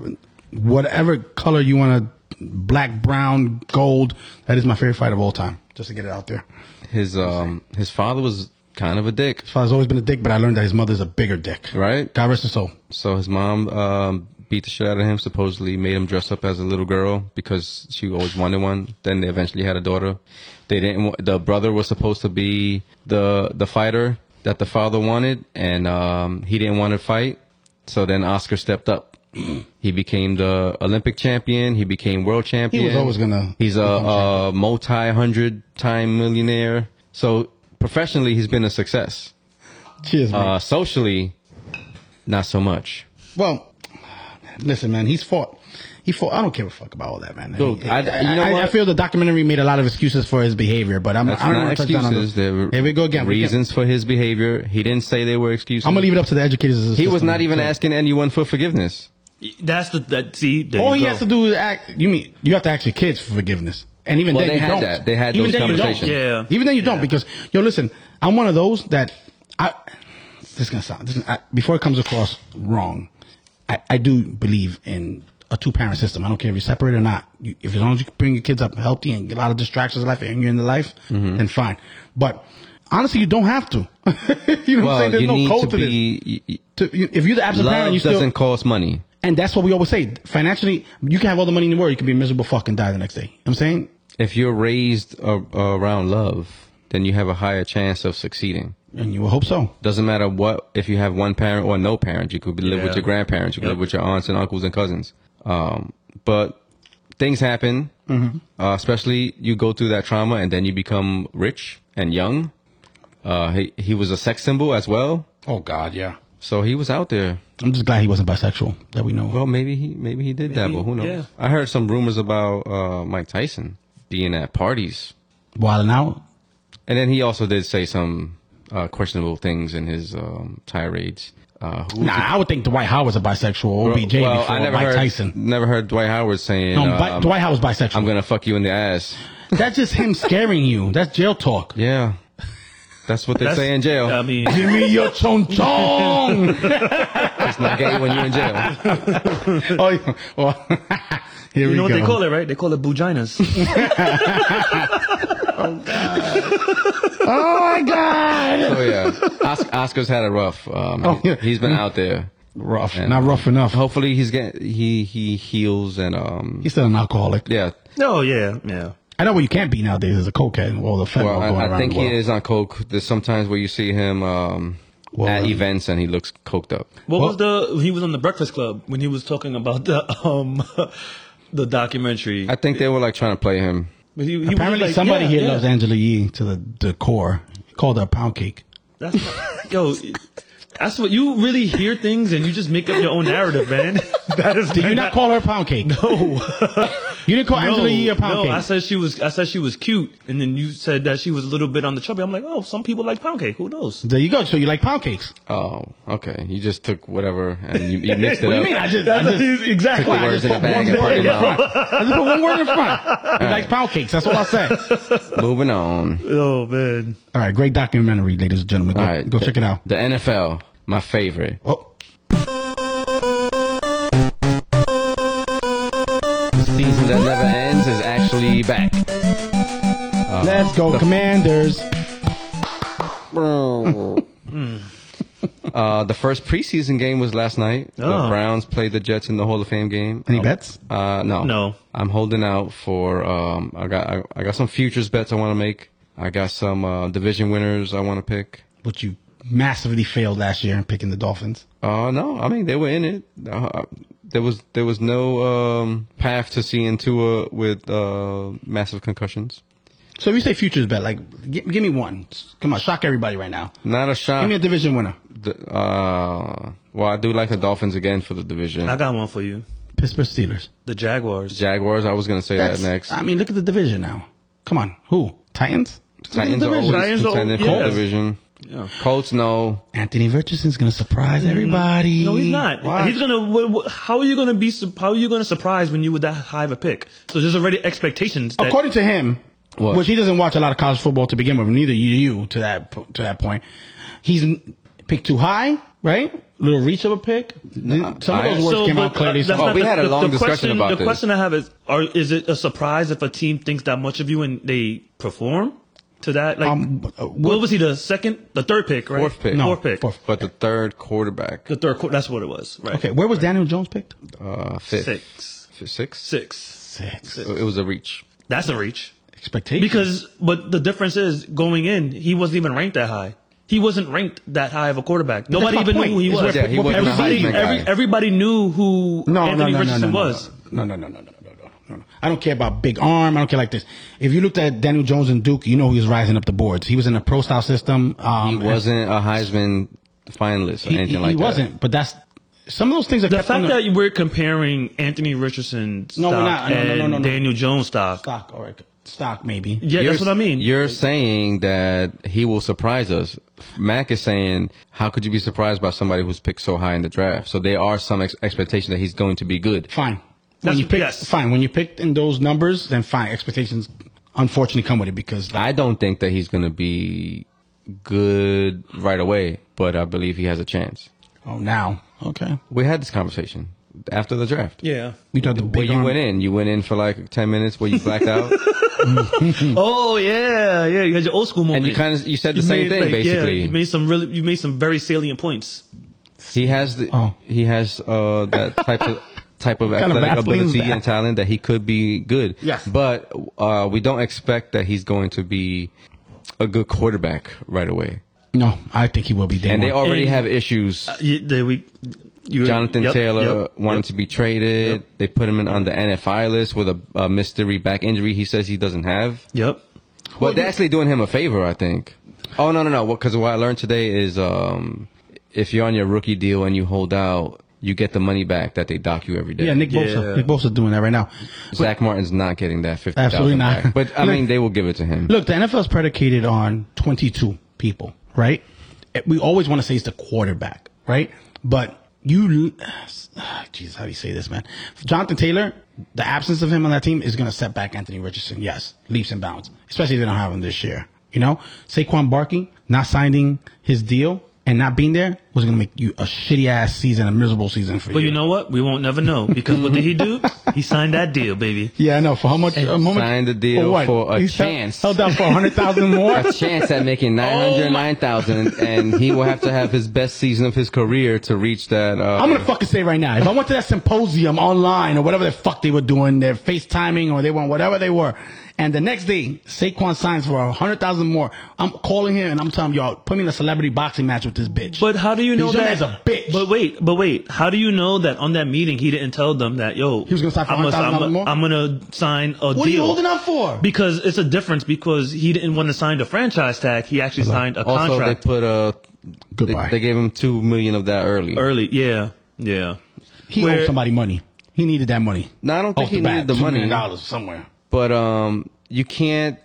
Speaker 3: Whatever color you want to, black, brown, gold, that is my favorite fight of all time. Just to get it out there.
Speaker 2: his um, his father was kind of a dick
Speaker 3: His father's always been a dick, but I learned that his mother's a bigger dick.
Speaker 2: right
Speaker 3: God rest his soul.
Speaker 2: So his mom um, beat the shit out of him. Supposedly made him dress up as a little girl because she always wanted one. Then they eventually had a daughter. They didn't. wa- The brother was supposed to be the the fighter that the father wanted, and um, he didn't want to fight. So then Oscar stepped up. He became the Olympic champion. He became world champion.
Speaker 3: always gonna
Speaker 2: He's a,
Speaker 3: become
Speaker 2: a multi hundred time millionaire. So professionally, he's been a success.
Speaker 3: Cheers, man.
Speaker 2: Uh, socially, not so much.
Speaker 3: Well, listen, man, he's fought. He fought. I don't give a fuck about all that, man.
Speaker 2: Dude, I- you know
Speaker 3: I- I
Speaker 2: what?
Speaker 3: feel the documentary made a lot of excuses for his behavior, but I'm,
Speaker 2: That's
Speaker 3: I don't
Speaker 2: not
Speaker 3: want to touch down on
Speaker 2: excuses.
Speaker 3: this.
Speaker 2: There were
Speaker 3: Here we go again. We can't-
Speaker 2: Reasons for his behavior. He didn't say they were excuses.
Speaker 3: I'm gonna leave it up to the educators.
Speaker 2: He was not even asking anyone for forgiveness.
Speaker 4: That's the that. See, there
Speaker 3: All
Speaker 4: you
Speaker 3: he
Speaker 4: go.
Speaker 3: has to do is act. You mean you have to ask your kids for forgiveness, and even
Speaker 2: Well,
Speaker 3: then
Speaker 2: they
Speaker 3: you
Speaker 2: had
Speaker 3: don't.
Speaker 2: that. They had
Speaker 3: even
Speaker 2: those
Speaker 3: then you don't.
Speaker 2: conversations.
Speaker 4: Yeah.
Speaker 3: Even then you don't because yo, listen, I'm one of those that I. This is gonna sound this is, I, before it comes across wrong. I, I do believe in a two parent system. I don't care if you're separate or not. You, if as long as you bring your kids up healthy and get a lot of distractions in life and you're in the life,
Speaker 2: Mm-hmm.
Speaker 3: then fine. But honestly, you don't have to. you know what I'm
Speaker 2: Well,
Speaker 3: saying? There's
Speaker 2: you
Speaker 3: no
Speaker 2: need
Speaker 3: code
Speaker 2: to
Speaker 3: to, this.
Speaker 2: be. y-
Speaker 3: To- you- if you're the
Speaker 2: y-
Speaker 3: absent
Speaker 2: Love
Speaker 3: parent, you
Speaker 2: doesn't
Speaker 3: still
Speaker 2: cost money.
Speaker 3: and that's what we always say. Financially, you can have all the money in the world. You can be miserable fucking die the next day. You know what I'm saying?
Speaker 2: If you're raised a, around love, then you have a higher chance of succeeding.
Speaker 3: And you will hope so.
Speaker 2: Doesn't matter what. If you have one parent or no parent, you could be, live
Speaker 4: Yeah.
Speaker 2: with your grandparents. You could
Speaker 4: Yep.
Speaker 2: live with your aunts and uncles and cousins. Um, but things happen.
Speaker 4: Mm-hmm.
Speaker 2: Uh, especially you go through that trauma and then you become rich and young. Uh, he he was a sex symbol as well,
Speaker 3: Oh God, yeah.
Speaker 2: so he was out there.
Speaker 3: I'm just glad he wasn't bisexual that we know. of.
Speaker 2: Well, maybe he maybe he did dabble. Who knows?
Speaker 4: yeah.
Speaker 2: I heard some rumors about uh, Mike Tyson being at parties.
Speaker 3: Wilding out.
Speaker 2: And then he also did say some uh, questionable things in his um, tirades. Uh, who-
Speaker 3: Nah, I would think Dwight Howard's a bisexual. OBJ
Speaker 2: well,
Speaker 3: before
Speaker 2: I never
Speaker 3: Mike
Speaker 2: heard,
Speaker 3: Tyson.
Speaker 2: Never heard Dwight Howard saying,
Speaker 3: No, Bi-
Speaker 2: um,
Speaker 3: Dwight Howard's bisexual.
Speaker 2: "I'm gonna fuck you in the ass."
Speaker 3: That's just him scaring you. That's jail talk.
Speaker 2: Yeah, that's what they
Speaker 4: That's-
Speaker 2: say in jail.
Speaker 4: I mean,
Speaker 3: Give me your chong chong.
Speaker 2: it's not gay when you're in jail.
Speaker 3: oh, yeah. well, here we
Speaker 4: you know what
Speaker 3: go.
Speaker 4: they call it, right? They call it buginas.
Speaker 3: Oh my god.
Speaker 2: Oh yeah, Os- Oscar's had it rough. Um,
Speaker 3: Oh, yeah.
Speaker 2: he's been out there.
Speaker 3: Rough.
Speaker 2: And-
Speaker 3: Not rough enough.
Speaker 2: Hopefully, he's getting he he heals and um
Speaker 3: He's still an alcoholic.
Speaker 2: yeah.
Speaker 4: oh yeah, yeah.
Speaker 3: I know what you can't be nowadays is a cokehead. Well, the fentanyl
Speaker 2: Well,
Speaker 3: going
Speaker 2: I, I
Speaker 3: around
Speaker 2: think
Speaker 3: the world.
Speaker 2: he is on coke. There's sometimes where you see him um
Speaker 3: Well,
Speaker 2: at
Speaker 3: um,
Speaker 2: events and he looks coked up.
Speaker 4: What
Speaker 3: Well-
Speaker 4: was the? He was on the Breakfast Club when he was talking about the um the documentary.
Speaker 2: I think they were like trying to play him.
Speaker 4: But he- he was
Speaker 3: Apparently,
Speaker 4: like,
Speaker 3: somebody
Speaker 4: yeah,
Speaker 3: here
Speaker 4: yeah.
Speaker 3: loves Angela Yee to the, the core. He called her pound cake.
Speaker 4: That's not, yo, that's what you really hear things and you just make up your own narrative, man. that is
Speaker 3: Did you not call her pound cake? You didn't call Angela Yee a pound
Speaker 4: no,
Speaker 3: cake.
Speaker 4: I said she was. I said she was cute, and then you said that she was a little bit on the chubby. I'm like, oh, some people like pound cake. Who knows?
Speaker 3: there you go. So you like pound cakes?
Speaker 2: Oh, okay. You just took whatever and you, you mixed it
Speaker 3: What do
Speaker 2: up.
Speaker 3: you mean? I just, I just
Speaker 4: exactly.
Speaker 2: Took the words in a bag and put it in my mouth.
Speaker 3: I just put one word in front. He likes pound cakes. That's all I said.
Speaker 2: Moving on.
Speaker 4: Oh man,
Speaker 3: All right, great documentary, ladies and gentlemen. Go,
Speaker 2: All right,
Speaker 3: go
Speaker 2: the-
Speaker 3: check it out.
Speaker 2: The NFL, my favorite.
Speaker 3: Oh,
Speaker 2: season that never ends is actually back.
Speaker 3: Uh, let's go, Commanders. Hmm.
Speaker 2: Uh, the first preseason game was last night. The
Speaker 4: Oh.
Speaker 2: Browns played the Jets in the Hall of Fame game.
Speaker 3: Any bets?
Speaker 2: Uh, no,
Speaker 4: No.
Speaker 2: I'm holding out for. Um, I got. I, I got some futures bets I want to make. I got some uh, division winners I want to pick.
Speaker 3: Which you massively failed last year in picking the Dolphins.
Speaker 2: Uh, no, I mean they were in it. Uh, there was there was no um, path to seeing Tua with uh, massive concussions.
Speaker 3: So we say futures bet. Like, gi- give me one. Come on, shock everybody right now.
Speaker 2: Not a
Speaker 3: Give
Speaker 2: shot.
Speaker 3: me a division winner.
Speaker 2: The- uh, well, I do like the Dolphins again for the division.
Speaker 4: I got one for you.
Speaker 3: Pittsburgh Steelers.
Speaker 4: The Jaguars.
Speaker 2: Jaguars. I was gonna say
Speaker 3: That's
Speaker 2: that next.
Speaker 3: I mean, look at the division now. Come on, who? Titans.
Speaker 2: Titans are always
Speaker 3: Division.
Speaker 4: Titans are
Speaker 2: contending for
Speaker 4: always-
Speaker 2: the
Speaker 4: yes.
Speaker 2: division.
Speaker 4: Yeah.
Speaker 2: Colts, no.
Speaker 3: Anthony Richardson's gonna surprise everybody.
Speaker 4: No, he's not.
Speaker 3: Why?
Speaker 4: He's gonna. wh- wh- How are you gonna be? su- How are you gonna surprise when you were that high of a pick? So there's already expectations. That,
Speaker 3: According to him,
Speaker 2: What?
Speaker 3: which he doesn't watch a lot of college football to begin with, neither you, you to that po- to that point. He's n- picked too high, right? Little reach of a pick. Some of
Speaker 2: I-
Speaker 3: those words
Speaker 4: so,
Speaker 3: came out
Speaker 4: but, uh,
Speaker 3: clearly.
Speaker 4: that's
Speaker 2: Oh,
Speaker 4: not
Speaker 2: we had a long discussion
Speaker 4: question,
Speaker 2: about
Speaker 4: the
Speaker 2: this.
Speaker 4: question I have is: Are is it a surprise if a team thinks that much of you and they perform to that? Like,
Speaker 3: Um, uh,
Speaker 4: what,
Speaker 3: what-
Speaker 4: was he? The second, the third pick, right?
Speaker 2: Fourth pick.
Speaker 3: No,
Speaker 4: fourth pick.
Speaker 3: fourth.
Speaker 2: But the third quarterback,
Speaker 4: The third. quar- That's what it was. Right.
Speaker 3: okay, where was Daniel Jones picked?
Speaker 2: uh, fifth.
Speaker 4: Six.
Speaker 2: F- Six?
Speaker 4: Six.
Speaker 3: Six.
Speaker 2: It was a reach.
Speaker 4: That's a reach.
Speaker 3: Expectation.
Speaker 4: Because, but the difference is going in, he wasn't even ranked that high. He wasn't ranked that high of a quarterback. Nobody
Speaker 3: my
Speaker 4: even
Speaker 3: point.
Speaker 4: knew who he
Speaker 3: It's
Speaker 4: was.
Speaker 3: where-
Speaker 2: Yeah, he
Speaker 3: what
Speaker 2: wasn't a
Speaker 3: people
Speaker 2: Heisman
Speaker 3: see.
Speaker 2: guy.
Speaker 4: Every, everybody knew who
Speaker 3: No,
Speaker 4: Anthony
Speaker 3: no, no,
Speaker 4: Richardson
Speaker 3: no, no,
Speaker 4: was.
Speaker 3: No, no, no, no, no, no, no, no, no, no. I don't care about big arm. I don't care like this. If you looked at Daniel Jones and Duke, you know he was rising up the boards. He was in a pro style system. Um,
Speaker 2: He
Speaker 3: and
Speaker 2: wasn't a Heisman finalist or
Speaker 3: He,
Speaker 2: anything
Speaker 3: he,
Speaker 2: like
Speaker 3: he
Speaker 2: that.
Speaker 3: wasn't. But that's some of those things are
Speaker 4: The
Speaker 3: kept
Speaker 4: fact
Speaker 3: on
Speaker 4: that we're comparing Anthony Richardson
Speaker 3: No,
Speaker 4: stock
Speaker 3: we're not. No, no, no,
Speaker 4: and
Speaker 3: no, no.
Speaker 4: Daniel Jones stock.
Speaker 3: stock. All right, stock maybe.
Speaker 4: Yeah,
Speaker 2: You're-
Speaker 4: that's what I mean.
Speaker 2: You're saying that he will surprise us. Mac is saying, how could you be surprised by somebody who's picked so high in the draft? So there are some ex- expectations that he's going to be good.
Speaker 3: Fine. When
Speaker 4: That's-
Speaker 3: you pick,
Speaker 4: yes.
Speaker 3: fine. When you picked in those numbers, then fine. Expectations unfortunately come with it because
Speaker 2: I don't think that he's going to be good right away, but I believe he has a chance.
Speaker 3: oh now okay.
Speaker 2: We had this conversation after the draft.
Speaker 4: yeah.
Speaker 3: We thought the
Speaker 2: Well,
Speaker 3: big
Speaker 2: you
Speaker 3: arm-
Speaker 2: went in. You went in for like ten minutes where you blacked out,
Speaker 4: Oh yeah, yeah. You had your old school moment.
Speaker 2: and you kind of you said the same
Speaker 4: made,
Speaker 2: thing
Speaker 4: like,
Speaker 2: basically.
Speaker 4: Yeah, you made some really, you made some very salient points.
Speaker 2: he has the
Speaker 3: Oh.
Speaker 2: he has uh, that type of type of
Speaker 3: kind of
Speaker 2: athletic
Speaker 3: baffling is
Speaker 2: ability
Speaker 3: that?
Speaker 2: and talent that he could be good.
Speaker 3: Yes.
Speaker 2: but uh, we don't expect that he's going to be a good quarterback right away.
Speaker 3: No, I think he will be. Day
Speaker 2: And they
Speaker 3: one.
Speaker 2: already
Speaker 4: And-
Speaker 2: have issues.
Speaker 3: uh,
Speaker 4: You, they, we, you,
Speaker 2: Jonathan
Speaker 4: yep,
Speaker 2: Taylor
Speaker 4: yep,
Speaker 2: wanted
Speaker 4: yep.
Speaker 2: to be traded. They put him in on the NFI list with a, a mystery back injury he says he doesn't have.
Speaker 4: Yep.
Speaker 2: Well, they're actually doing him a favor, I think. Oh no, no, no! Because what I learned today is, um, if you're on your rookie deal and you hold out, you get the money back that they dock you every day.
Speaker 3: Yeah, Nick
Speaker 4: Yeah.
Speaker 3: Bosa. Nick Bosa doing that right now.
Speaker 2: Zach Martin's not getting that fifty.
Speaker 3: Absolutely not.
Speaker 2: Back. But I
Speaker 3: Look-
Speaker 2: mean, they will give it to him.
Speaker 3: Look, the NFL is predicated on 22 people, right? Eh, We always want to say it's the quarterback, right? But you, Jesus, how do you say this, man? Jonathan Taylor, the absence of him on that team is going to set back Anthony Richardson. Yes, leaps and bounds, especially if they don't have him this year. You know, Saquon Barkley not signing his deal and not being there was going to make you a shitty ass season, a miserable season for
Speaker 4: But
Speaker 3: you.
Speaker 4: you know what? We won't never know because what did he do? He signed that deal, baby.
Speaker 3: yeah, I know. For how much? A moment,
Speaker 2: Signed a deal for a
Speaker 3: He's held-
Speaker 2: chance.
Speaker 3: Held out for a hundred thousand more.
Speaker 2: a chance at making 909,000 and he will have to have his best season of his career to reach that uh,
Speaker 3: I'm gonna fucking say right now, if I went to that symposium online or whatever the fuck they were doing, their FaceTiming or they were whatever they were, and the next day Saquon signs for a hundred thousand more, I'm calling him and I'm telling y'all, put me in a celebrity boxing match with this bitch.
Speaker 4: But how do you know
Speaker 3: Bijan
Speaker 4: that?
Speaker 3: is a bitch.
Speaker 4: But wait, but wait. How do you know that on that meeting he didn't tell them that yo
Speaker 3: He was gonna sign for
Speaker 4: I'm gonna-
Speaker 3: $100,000
Speaker 4: I'm gonna-
Speaker 3: more?
Speaker 4: I'm gonna sign a deal.
Speaker 3: what are you holding up for?
Speaker 4: Because it's a difference because he didn't want to sign the franchise tag. He actually signed a
Speaker 2: also
Speaker 4: contract
Speaker 2: they put a they,
Speaker 3: Goodbye.
Speaker 2: they gave him 2 million of that early.
Speaker 3: Er,
Speaker 4: early. Yeah, yeah.
Speaker 3: he
Speaker 4: where-
Speaker 3: owed somebody money. He needed that money.
Speaker 2: No, I don't think
Speaker 3: Off
Speaker 2: he
Speaker 3: the
Speaker 2: needed
Speaker 3: bat,
Speaker 2: the
Speaker 3: $2
Speaker 2: money,
Speaker 3: million dollars somewhere.
Speaker 2: but um you can't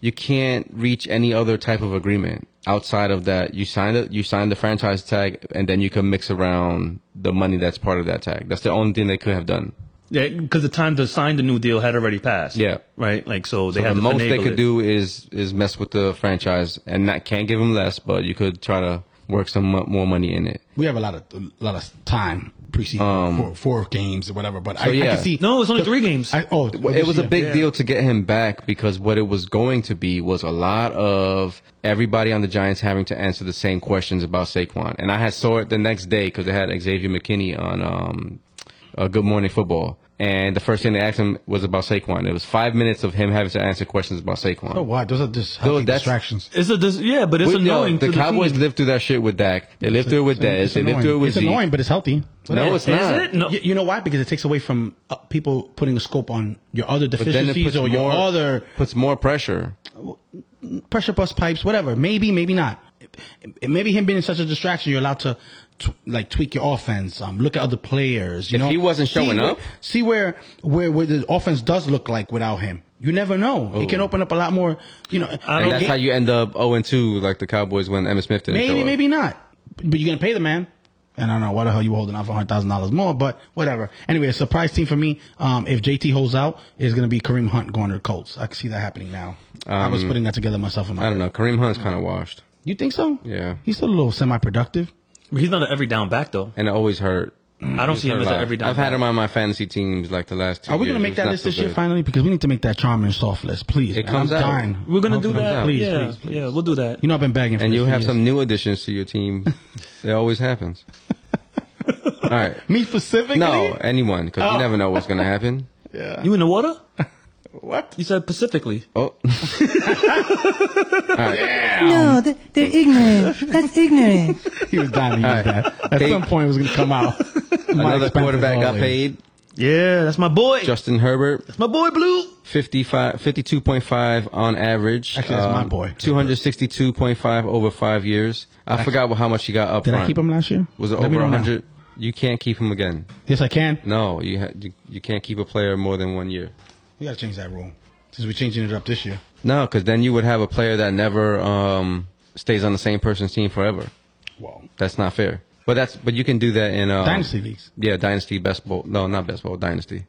Speaker 2: you can't reach any other type of agreement outside of that. You signed it, you signed the franchise tag and then you can mix around the money that's part of that tag. That's the only thing they could have done.
Speaker 4: Yeah, because the time to sign the new deal had already passed.
Speaker 2: Yeah.
Speaker 4: right. Like so, they
Speaker 2: So
Speaker 4: had
Speaker 2: the
Speaker 4: to
Speaker 2: most they
Speaker 4: finagle
Speaker 2: could
Speaker 4: it.
Speaker 2: do is is mess with the franchise and not can't give them less, but you could try to work some mo- more money in it.
Speaker 3: We have a lot of a lot of time preseason, four, four games or whatever. But I, I
Speaker 2: Um, yeah.
Speaker 3: can see
Speaker 4: No, it's only three games.
Speaker 3: I, oh,
Speaker 2: It was a big
Speaker 4: Yeah.
Speaker 2: deal to get him back because what it was going to be was a lot of everybody on the Giants having to answer the same questions about Saquon. And I had saw it the next day because they had Xavier McKinney on um, uh, Good Morning Football. And the first thing they asked him was about Saquon. It was five minutes of him having to answer questions about Saquon.
Speaker 3: Oh, wow, those are just
Speaker 2: Dude,
Speaker 3: healthy
Speaker 2: that's-
Speaker 3: distractions.
Speaker 4: It's a dis- yeah, but it's
Speaker 2: With- yo,
Speaker 4: annoying.
Speaker 2: the
Speaker 4: to the
Speaker 2: Cowboys
Speaker 4: team.
Speaker 2: lived through that shit with Dak. They lived through it with Dez. They lived through it with
Speaker 3: it's
Speaker 2: Zeke.
Speaker 3: annoying, but it's healthy.
Speaker 2: No, it's not.
Speaker 4: Is it? No.
Speaker 3: Y- You know why? Because it takes away from uh, people putting a scope on your other
Speaker 2: But then it
Speaker 3: deficiencies
Speaker 2: puts
Speaker 3: or
Speaker 2: more,
Speaker 3: your other
Speaker 2: puts more pressure.
Speaker 3: pressure bust pipes, whatever. Maybe, maybe not. It- it- Maybe him being such a distraction, you're allowed to tw- like tweak your offense. Um, look at other players. You
Speaker 2: If
Speaker 3: know,
Speaker 2: he wasn't
Speaker 3: See
Speaker 2: showing
Speaker 3: where-
Speaker 2: up?
Speaker 3: see where where where the offense does look like without him. You never know. It can open up a lot more. You know,
Speaker 2: Oh. And
Speaker 4: don't
Speaker 2: that's
Speaker 4: get-
Speaker 2: how you end up 0 2 like the Cowboys when Emmitt Smith didn't show
Speaker 3: Maybe,
Speaker 2: up.
Speaker 3: maybe not. But you're gonna pay the man. And I don't know why the hell you were holding out for hundred thousand dollars more, but whatever. Anyway, a surprise team for me. Um, if JT holds out, is gonna be Kareem Hunt going to the Colts. I can see that happening now. I was putting that together myself in my.
Speaker 2: Um, I don't know. Kareem Hunt's kind of washed.
Speaker 3: You think so?
Speaker 2: Yeah.
Speaker 3: He's still a little semi-productive.
Speaker 4: He's not an every down back though.
Speaker 2: And it always hurt.
Speaker 4: I don't see him
Speaker 2: Hurt
Speaker 4: as
Speaker 2: a
Speaker 4: an
Speaker 2: lot.
Speaker 4: every down.
Speaker 2: Mm, I've had
Speaker 4: back.
Speaker 2: him on my fantasy teams like the last two
Speaker 3: Are we
Speaker 2: years.
Speaker 3: gonna make
Speaker 2: It's
Speaker 3: that
Speaker 2: not
Speaker 3: list
Speaker 2: so
Speaker 3: this year
Speaker 2: good.
Speaker 3: finally? Because we need to make that charming and soft list, please.
Speaker 2: It
Speaker 3: man.
Speaker 2: comes
Speaker 3: I'm
Speaker 2: out.
Speaker 3: dying.
Speaker 4: We're gonna do
Speaker 2: Hopefully
Speaker 4: that.
Speaker 2: not.
Speaker 3: Please,
Speaker 4: yeah,
Speaker 3: please, please.
Speaker 4: yeah, we'll do that.
Speaker 3: You know I've been begging. For
Speaker 2: And
Speaker 3: this
Speaker 2: you'll
Speaker 3: for
Speaker 2: have
Speaker 3: years.
Speaker 2: some new additions to your team. it always happens. All right.
Speaker 3: me specifically.
Speaker 2: No, anyone, because
Speaker 3: Oh.
Speaker 2: you never know what's going to happen.
Speaker 4: You in the water?
Speaker 3: What?
Speaker 4: You said Pacifically.
Speaker 2: Oh.
Speaker 3: Mm.
Speaker 5: No, they're, they're ignorant. That's ignorant.
Speaker 3: He was dying to use that. At
Speaker 2: Hey.
Speaker 3: some point, it was gonna come out. My
Speaker 2: Another
Speaker 3: expenses
Speaker 2: quarterback got
Speaker 3: always.
Speaker 2: paid.
Speaker 4: Yeah, that's my boy.
Speaker 2: Justin Herbert.
Speaker 4: my boy Blue.
Speaker 2: 55 52.5 on average. Um,
Speaker 3: Actually, that's my boy.
Speaker 2: 262.5 over five years. I forgot how much he got up
Speaker 3: Did
Speaker 2: front.
Speaker 3: I keep him last year?
Speaker 2: Was it
Speaker 3: Let me
Speaker 2: over
Speaker 3: know now.
Speaker 2: 100? You can't keep him again.
Speaker 3: Yes, I can.
Speaker 2: No, you, ha- you you can't keep a player more than one year.
Speaker 3: We gotta change that rule since we're changing it up this year.
Speaker 2: No, because then you would have a player that never um, stays on the same person's team forever.
Speaker 3: Wow.
Speaker 2: That's not fair. But that's but you can do that in uh,
Speaker 3: Dynasty leagues.
Speaker 2: Yeah, dynasty best ball. No, not best ball. Dynasty.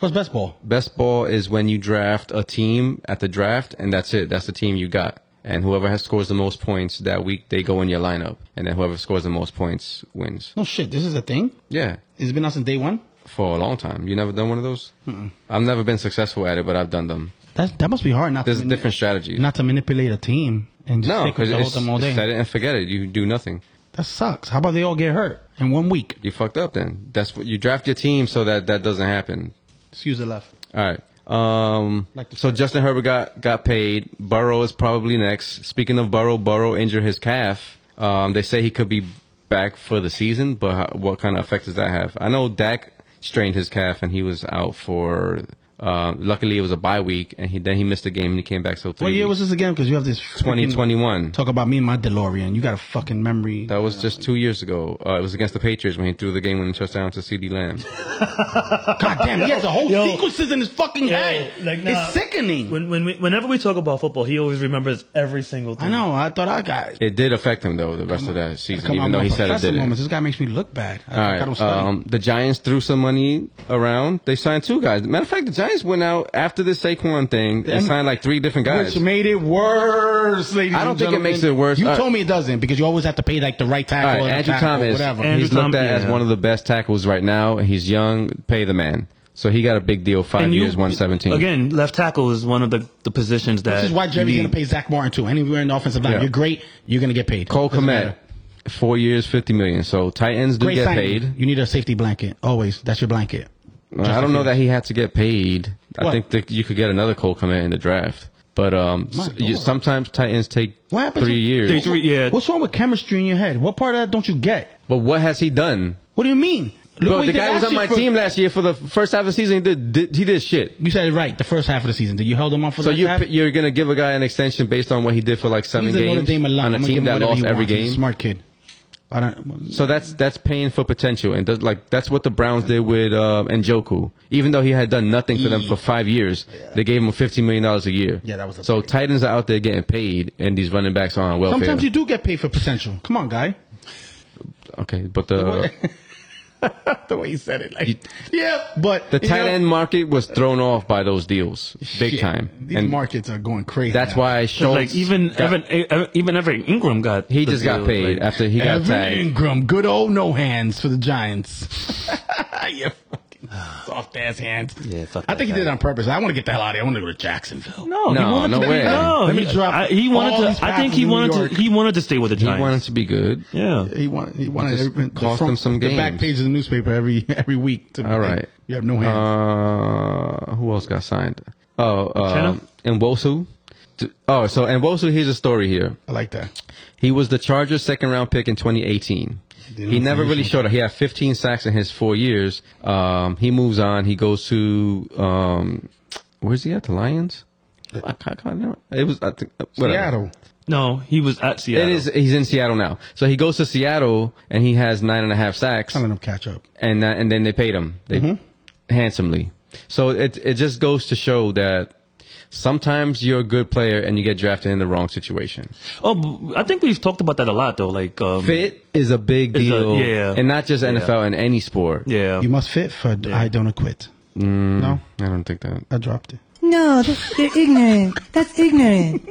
Speaker 3: What's best ball?
Speaker 2: Best ball is when you draft a team at the draft, and that's it. That's the team you got. And whoever has scores the most points that week, they go in your lineup. And then whoever scores the most points wins.
Speaker 3: No shit. This is a thing.
Speaker 2: Yeah,
Speaker 3: It's been out since day one.
Speaker 2: for a long time. You never done one of those? I've never been successful at it, but I've done them.
Speaker 3: That that must be hard. Not
Speaker 2: There's
Speaker 3: to
Speaker 2: a different strategy.
Speaker 3: Not to manipulate a team and just
Speaker 2: No,
Speaker 3: stick
Speaker 2: because
Speaker 3: with the
Speaker 2: it's
Speaker 3: whole them all day.
Speaker 2: set it and forget it. You do nothing.
Speaker 3: that sucks. How about they all get hurt in one week?
Speaker 2: You fucked up. Then that's what you draft your team so that that doesn't happen.
Speaker 3: Excuse the left.
Speaker 2: All right. Um,
Speaker 3: Like the-
Speaker 2: so Justin Herbert got got paid. Burrow is probably next. Speaking of Burrow, Burrow injured his calf. Um, they say he could be back for the season, but how, what kind of effect does that have? I know Dak strained his calf and he was out for Uh, luckily, it was a bye week, and he then he missed the game and he came back. So three
Speaker 3: What year was
Speaker 2: weeks.
Speaker 3: this again? Because you have this freaking-
Speaker 2: 2021.
Speaker 3: Talk about me and my DeLorean. You got a fucking memory.
Speaker 2: That was just two years ago. Uh, it was against the Patriots when he threw the game-winning touchdown to C.D. Lamb.
Speaker 3: God damn, he has a whole
Speaker 4: Yo.
Speaker 3: sequences in his fucking head.
Speaker 4: like nah,
Speaker 3: it's sickening.
Speaker 4: When, when we, whenever we talk about football, he always remembers every single thing.
Speaker 3: I know. I thought I got.
Speaker 2: It did affect him though the rest of that season, even though
Speaker 3: with
Speaker 2: he said it
Speaker 3: professor
Speaker 2: didn't.
Speaker 3: Moments. This guy makes me look bad. I,
Speaker 2: All
Speaker 3: I don't
Speaker 2: right.
Speaker 3: study.
Speaker 2: Um, the Giants threw some money around. They signed two guys. Matter of fact, the Giants went out after this Saquon thing and
Speaker 3: M-
Speaker 2: signed like three different guys.
Speaker 3: Which made it worse, ladies
Speaker 2: I don't
Speaker 3: and
Speaker 2: think it
Speaker 3: gentlemen.
Speaker 2: makes it worse.
Speaker 3: You
Speaker 2: All right.
Speaker 3: told me it doesn't because you always have to pay like the right
Speaker 2: All
Speaker 3: tackle,
Speaker 2: right,
Speaker 3: or the
Speaker 2: Andrew
Speaker 3: tackle,
Speaker 2: Thomas.
Speaker 3: whatever.
Speaker 4: And-
Speaker 2: he's
Speaker 4: Andrew
Speaker 2: looked at
Speaker 4: Thomas,
Speaker 2: as
Speaker 4: yeah.
Speaker 2: one of the best tackles right now. He's young. Pay the man. So he got a big deal. Five
Speaker 4: And you-
Speaker 2: years, one seventeen.
Speaker 4: Again, left tackle is one of the, the positions that.
Speaker 3: This is why
Speaker 4: you
Speaker 3: Jerry's
Speaker 4: need.
Speaker 3: going to pay Zach Martin too. Anywhere in the offensive line,
Speaker 2: Yeah.
Speaker 3: you're great. You're going to get paid.
Speaker 2: Cole
Speaker 3: Doesn't
Speaker 2: Komet,
Speaker 3: matter.
Speaker 2: four years, fifty million. So tight ends do
Speaker 3: Great
Speaker 2: get
Speaker 3: signing.
Speaker 2: paid.
Speaker 3: You need a safety blanket always. That's your blanket.
Speaker 2: I don't know that he had to get paid. I
Speaker 3: What?
Speaker 2: think that you could get another Cole Komet in the draft. But um,
Speaker 3: My
Speaker 2: s- you-
Speaker 3: lord.
Speaker 2: sometimes tight ends take
Speaker 3: What happened?
Speaker 2: three
Speaker 3: to-
Speaker 2: years.
Speaker 4: They- three- yeah.
Speaker 3: What's wrong with chemistry in your head? What part of that don't you get?
Speaker 2: but what has he done?
Speaker 3: What do you mean? Look
Speaker 2: Bro,
Speaker 3: what he
Speaker 2: the
Speaker 3: did
Speaker 2: guy was
Speaker 3: last
Speaker 2: on
Speaker 3: year
Speaker 2: my
Speaker 3: for-
Speaker 2: team last year for the first half of the season. He did, did he did shit.
Speaker 3: You said it right. The first half of the season, did you hold him on for
Speaker 2: So
Speaker 3: the
Speaker 2: you
Speaker 3: half?
Speaker 2: you're gonna give a guy an extension based on what he did for like seven
Speaker 3: He's a Notre
Speaker 2: games
Speaker 3: Dame alum.
Speaker 2: on a
Speaker 3: I'm gonna give
Speaker 2: team
Speaker 3: him
Speaker 2: that
Speaker 3: whatever
Speaker 2: lost
Speaker 3: he
Speaker 2: every
Speaker 3: wants. He's a
Speaker 2: game.
Speaker 3: Smart kid. I don't.
Speaker 2: So that's that's paying for potential, and does, like that's what the Browns did with uh, Njoku. Even though he had done nothing for them for five years, they gave him fifteen million dollars a year.
Speaker 3: Yeah, that was a
Speaker 2: so.
Speaker 3: big-
Speaker 2: Titans are out there getting paid, and these running backs are on welfare.
Speaker 3: Sometimes you do get paid for potential. Come on, guy.
Speaker 2: okay, but the
Speaker 3: the way he said it, like, yeah, but
Speaker 2: the
Speaker 3: you
Speaker 2: tight
Speaker 3: know,
Speaker 2: end market was thrown off by those deals big
Speaker 3: shit,
Speaker 2: time,
Speaker 3: These
Speaker 2: and
Speaker 3: markets are going crazy.
Speaker 2: that's
Speaker 3: now.
Speaker 2: why
Speaker 4: So,
Speaker 2: Schultz
Speaker 4: like even
Speaker 2: got-
Speaker 4: Evan, even Evan Ingram got
Speaker 2: he
Speaker 4: the
Speaker 2: just got
Speaker 4: deal,
Speaker 2: paid
Speaker 4: like-
Speaker 2: after he got
Speaker 3: Evan
Speaker 2: tagged.
Speaker 3: Ingram, good old no hands for the Giants. you fucking soft ass hands.
Speaker 4: Yeah, fuck
Speaker 3: I think
Speaker 4: that
Speaker 3: he did it
Speaker 4: guy.
Speaker 3: on purpose. I want to get the hell out of here. I want to go to Jacksonville.
Speaker 2: No,
Speaker 4: No, he wanted
Speaker 2: no
Speaker 4: to,
Speaker 2: way.
Speaker 4: No,
Speaker 3: Let
Speaker 4: he,
Speaker 3: me drop
Speaker 4: I, he
Speaker 3: all
Speaker 4: wanted
Speaker 3: these
Speaker 4: to. I think
Speaker 3: passes
Speaker 4: he
Speaker 3: in New
Speaker 4: wanted
Speaker 3: York.
Speaker 4: to. He wanted to stay with the
Speaker 2: He
Speaker 4: Giants.
Speaker 2: wanted to be good.
Speaker 4: yeah.
Speaker 3: He wanted. He wanted
Speaker 2: Just
Speaker 3: every, the
Speaker 2: cost
Speaker 3: front-
Speaker 2: him some
Speaker 3: the back
Speaker 2: games.
Speaker 3: page of the newspaper every every week. To
Speaker 2: All right.
Speaker 3: you have no hands.
Speaker 2: Uh, who else got signed? Oh, uh,
Speaker 4: Kenna?
Speaker 2: Nwosu. D- Oh, so Nwosu, here's a story here.
Speaker 3: I like that.
Speaker 2: He was the Chargers' second round pick in 2018.
Speaker 3: Didn't
Speaker 2: He never
Speaker 3: finish
Speaker 2: really
Speaker 3: with
Speaker 2: showed up. He had 15 sacks in his four years. Um, he moves on. He goes to um, where's he at? The Lions. I can't, can't remember. It was I think, whatever.
Speaker 3: Seattle.
Speaker 4: No, he was at Seattle.
Speaker 2: It is. He's in Seattle now. So he goes to Seattle and he has nine and a half sacks
Speaker 3: Telling him catch up.
Speaker 2: and that, and then they paid him they, Mm-hmm. handsomely. So it it just goes to show that sometimes you're a good player and you get drafted in the wrong situation.
Speaker 4: Oh, but I think we've talked about that a lot though. Like um,
Speaker 2: Fit is a big
Speaker 4: Is a-
Speaker 2: deal,
Speaker 4: yeah.
Speaker 2: and not just NFL in any sport.
Speaker 4: Yeah.
Speaker 3: You must fit for I don't acquit. No,
Speaker 2: I don't think that.
Speaker 3: I dropped it.
Speaker 5: No, they're, they're ignorant. That's ignorant.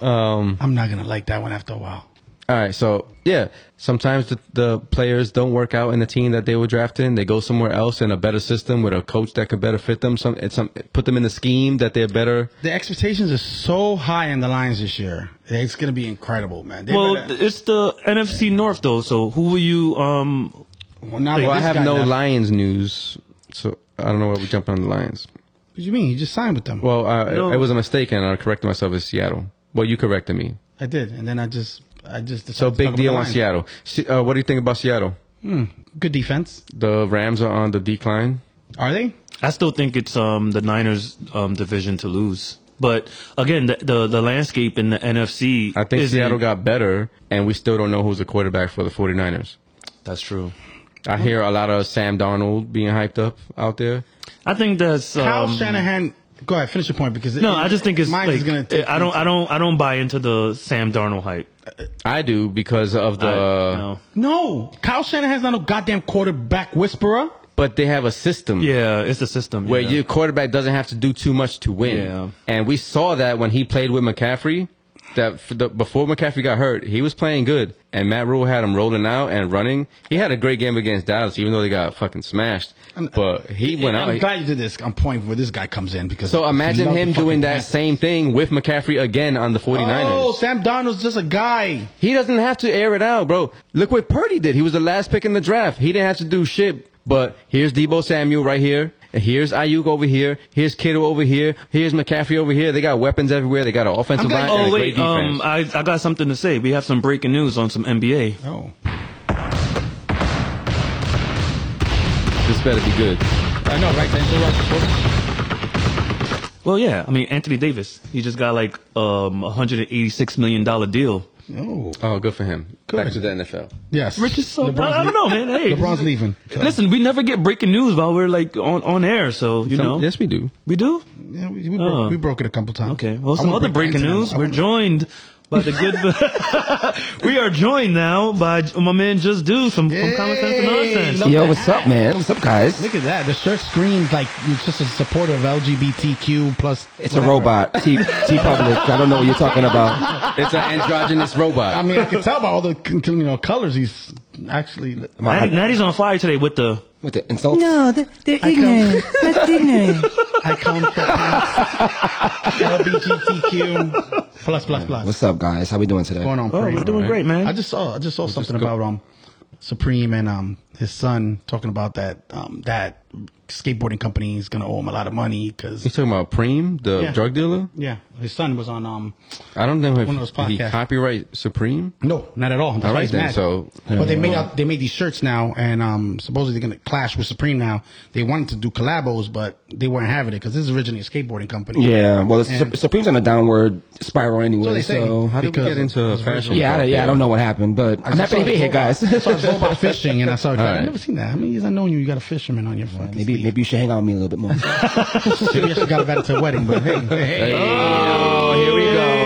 Speaker 3: I'm not gonna like that one after a while.
Speaker 2: All right, so yeah, sometimes the, the players don't work out in the team that they were drafted in. They go somewhere else in a better system with a coach that could better fit them. Some, it's some put them in the scheme that they're better.
Speaker 3: The expectations are so high in the Lions this year. It's gonna be incredible, man. They
Speaker 4: Well,
Speaker 3: better-
Speaker 4: it's the NFC North though. So who were you? Um,
Speaker 3: well, not
Speaker 2: Well, I
Speaker 3: this
Speaker 2: have
Speaker 3: guy
Speaker 2: no
Speaker 3: left.
Speaker 2: Lions news, so I don't know why we jumped on the Lions.
Speaker 3: What do you mean? You just signed with them.
Speaker 2: Well, uh,
Speaker 4: No.
Speaker 2: it was a mistake, and I corrected myself. It's Seattle. Well, you corrected me.
Speaker 3: I did, and then I just, I just.
Speaker 2: So
Speaker 3: decided to talk
Speaker 2: big
Speaker 3: about
Speaker 2: deal
Speaker 3: the
Speaker 2: on
Speaker 3: Lions.
Speaker 2: Seattle. Se- Uh, what do you think about Seattle?
Speaker 3: Good defense.
Speaker 2: The Rams are on the decline.
Speaker 3: Are they?
Speaker 4: I still think it's um the Niners um division to lose. But again, the the, the landscape in the NFC.
Speaker 2: I think
Speaker 4: isn't-
Speaker 2: Seattle got better, and we still don't know who's the quarterback for the 49ers.
Speaker 4: That's true.
Speaker 2: I hear a lot of Sam Donald being hyped up out there.
Speaker 4: I think that's um,
Speaker 3: Kyle Shanahan. Go ahead, finish your point because
Speaker 4: No,
Speaker 3: it-
Speaker 4: I just think it's
Speaker 3: mine
Speaker 4: like,
Speaker 3: is gonna. Take
Speaker 4: I don't, I don't, I don't buy into the Sam Darnold hype.
Speaker 2: Uh, I do because of the.
Speaker 4: I- no.
Speaker 3: No, Kyle Shanahan's not no goddamn quarterback whisperer.
Speaker 2: But they have a system.
Speaker 4: Yeah, it's the system.
Speaker 2: Where
Speaker 4: yeah.
Speaker 2: your quarterback doesn't have to do too much to win,
Speaker 4: Yeah.
Speaker 2: and we saw that when he played with McCaffrey. That for the, before McCaffrey got hurt, he was playing good, and Matt Rule had him rolling out and running. He had a great game against Dallas, even though they got fucking smashed. But he went
Speaker 3: I'm
Speaker 2: out.
Speaker 3: glad you did this. I'm pointing where this guy comes in because.
Speaker 2: so imagine
Speaker 3: Love
Speaker 2: him
Speaker 3: the
Speaker 2: doing
Speaker 3: fucking
Speaker 2: that
Speaker 3: pass.
Speaker 2: same thing with McCaffrey again on the 49ers.
Speaker 3: Oh, Sam Donald's just a guy.
Speaker 2: He doesn't have to air it out, bro. Look what Purdy did. He was the last pick in the draft. He didn't have to do shit. But here's Debo Samuel right here. and Here's Ayuk over here. Here's Kittle over here. Here's McCaffrey over here. They got weapons everywhere. They got an offensive
Speaker 3: I'm glad-
Speaker 2: line and
Speaker 4: Oh
Speaker 2: a
Speaker 4: wait,
Speaker 2: great defense.
Speaker 4: um, I, I got something to say. We have some breaking news on some NBA.
Speaker 3: Oh,
Speaker 2: this better be good.
Speaker 3: all
Speaker 2: I know, right? D'Angelo was supposed
Speaker 4: Well, yeah. I mean, Anthony Davis, he just got like um, a hundred and eighty-six million dollar deal.
Speaker 3: Oh,
Speaker 2: Oh, good for him. Back to the NFL.
Speaker 3: yes.
Speaker 4: Rich is so.
Speaker 3: LeBron's
Speaker 4: I, I don't know, man. Hey,
Speaker 3: LeBron's leaving.
Speaker 4: Listen, we never get breaking news while we're like on, on air, so you
Speaker 2: Some-
Speaker 4: know
Speaker 2: Yes, we do.
Speaker 4: we do.
Speaker 3: Yeah, we, we, broke,
Speaker 4: Oh.
Speaker 3: we broke it a couple times.
Speaker 4: Okay. Well,
Speaker 3: I
Speaker 4: some
Speaker 3: wanna
Speaker 4: other
Speaker 3: break the
Speaker 4: breaking
Speaker 3: internet.
Speaker 4: news.
Speaker 3: I
Speaker 4: We're
Speaker 3: wanna-
Speaker 4: joined by the good. we are joined now by my man Just Do from, from Common Sense and
Speaker 3: Yay,
Speaker 4: Nonsense.
Speaker 3: love
Speaker 6: Yo, what's up, man? What's up, guys?
Speaker 3: Look at that. The shirt screams like it's just a supporter of LGBTQ plus.
Speaker 6: It's a robot. T, T Public. I don't know what you're talking about.
Speaker 2: It's an androgynous robot.
Speaker 3: I mean, I can tell by all the you know colors he's actually.
Speaker 4: Natty- Natty's on fire today with the.
Speaker 6: With the insults?
Speaker 5: No, they're, they're
Speaker 3: I come-
Speaker 5: ignorant. That's ignorant.
Speaker 3: I come from LGBTQ plus plus plus.
Speaker 6: What's up, guys? How we doing today?
Speaker 3: going on?
Speaker 4: Oh,
Speaker 3: Parade?
Speaker 4: we're doing great, man.
Speaker 3: I just saw I just saw something about um Supreme and um his son talking about that um that skateboarding company is gonna owe him a lot of money
Speaker 2: He's
Speaker 3: because
Speaker 2: talking about Preem, the
Speaker 3: Yeah.
Speaker 2: drug dealer.
Speaker 3: yeah his son was on um
Speaker 2: I don't know if
Speaker 3: One of those
Speaker 2: he
Speaker 3: podcasts.
Speaker 2: copyright Supreme.
Speaker 3: no not at all That's
Speaker 2: All
Speaker 3: why
Speaker 2: right
Speaker 3: he's
Speaker 2: then,
Speaker 3: mad.
Speaker 2: so-
Speaker 3: but they made out they made these shirts now and um supposedly they're gonna clash with Supreme now they wanted to do collabos but they weren't having it because this is originally a skateboarding company
Speaker 6: Yeah, well, it's,
Speaker 3: And-
Speaker 6: Supreme's on a downward spiral
Speaker 3: So
Speaker 6: anyway,
Speaker 3: they
Speaker 6: so.
Speaker 3: say.
Speaker 2: How did we
Speaker 3: Because
Speaker 2: get into
Speaker 3: it's
Speaker 2: fashion?
Speaker 6: yeah, I,
Speaker 2: talk
Speaker 6: yeah, I
Speaker 2: here?
Speaker 6: don't know what happened, but I'm happy to be here, guys.
Speaker 3: I saw his robot fishing and I saw
Speaker 2: All right.
Speaker 3: I've never seen that how many years I known you you got a fisherman on your fucking
Speaker 6: maybe,
Speaker 3: sleeve.
Speaker 6: maybe you should hang out with me a little bit more.
Speaker 3: Maybe I should got invited to a wedding but hey hey, hey.
Speaker 6: oh, here we go.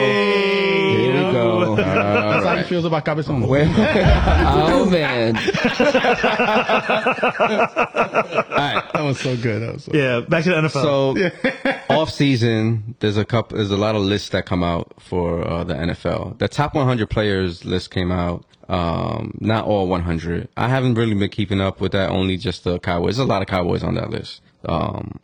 Speaker 6: Here we go.
Speaker 3: that's how he feels about Cabezon
Speaker 6: Where- oh, man.
Speaker 3: That was so good. That was so
Speaker 4: Yeah, back to the NFL.
Speaker 2: So off season, there's a couple, there's a lot of lists that come out for uh, the NFL. The top 100 players list came out. Um, not all 100. I haven't really been keeping up with that. Only just the Cowboys. There's a lot of Cowboys on that list. Um,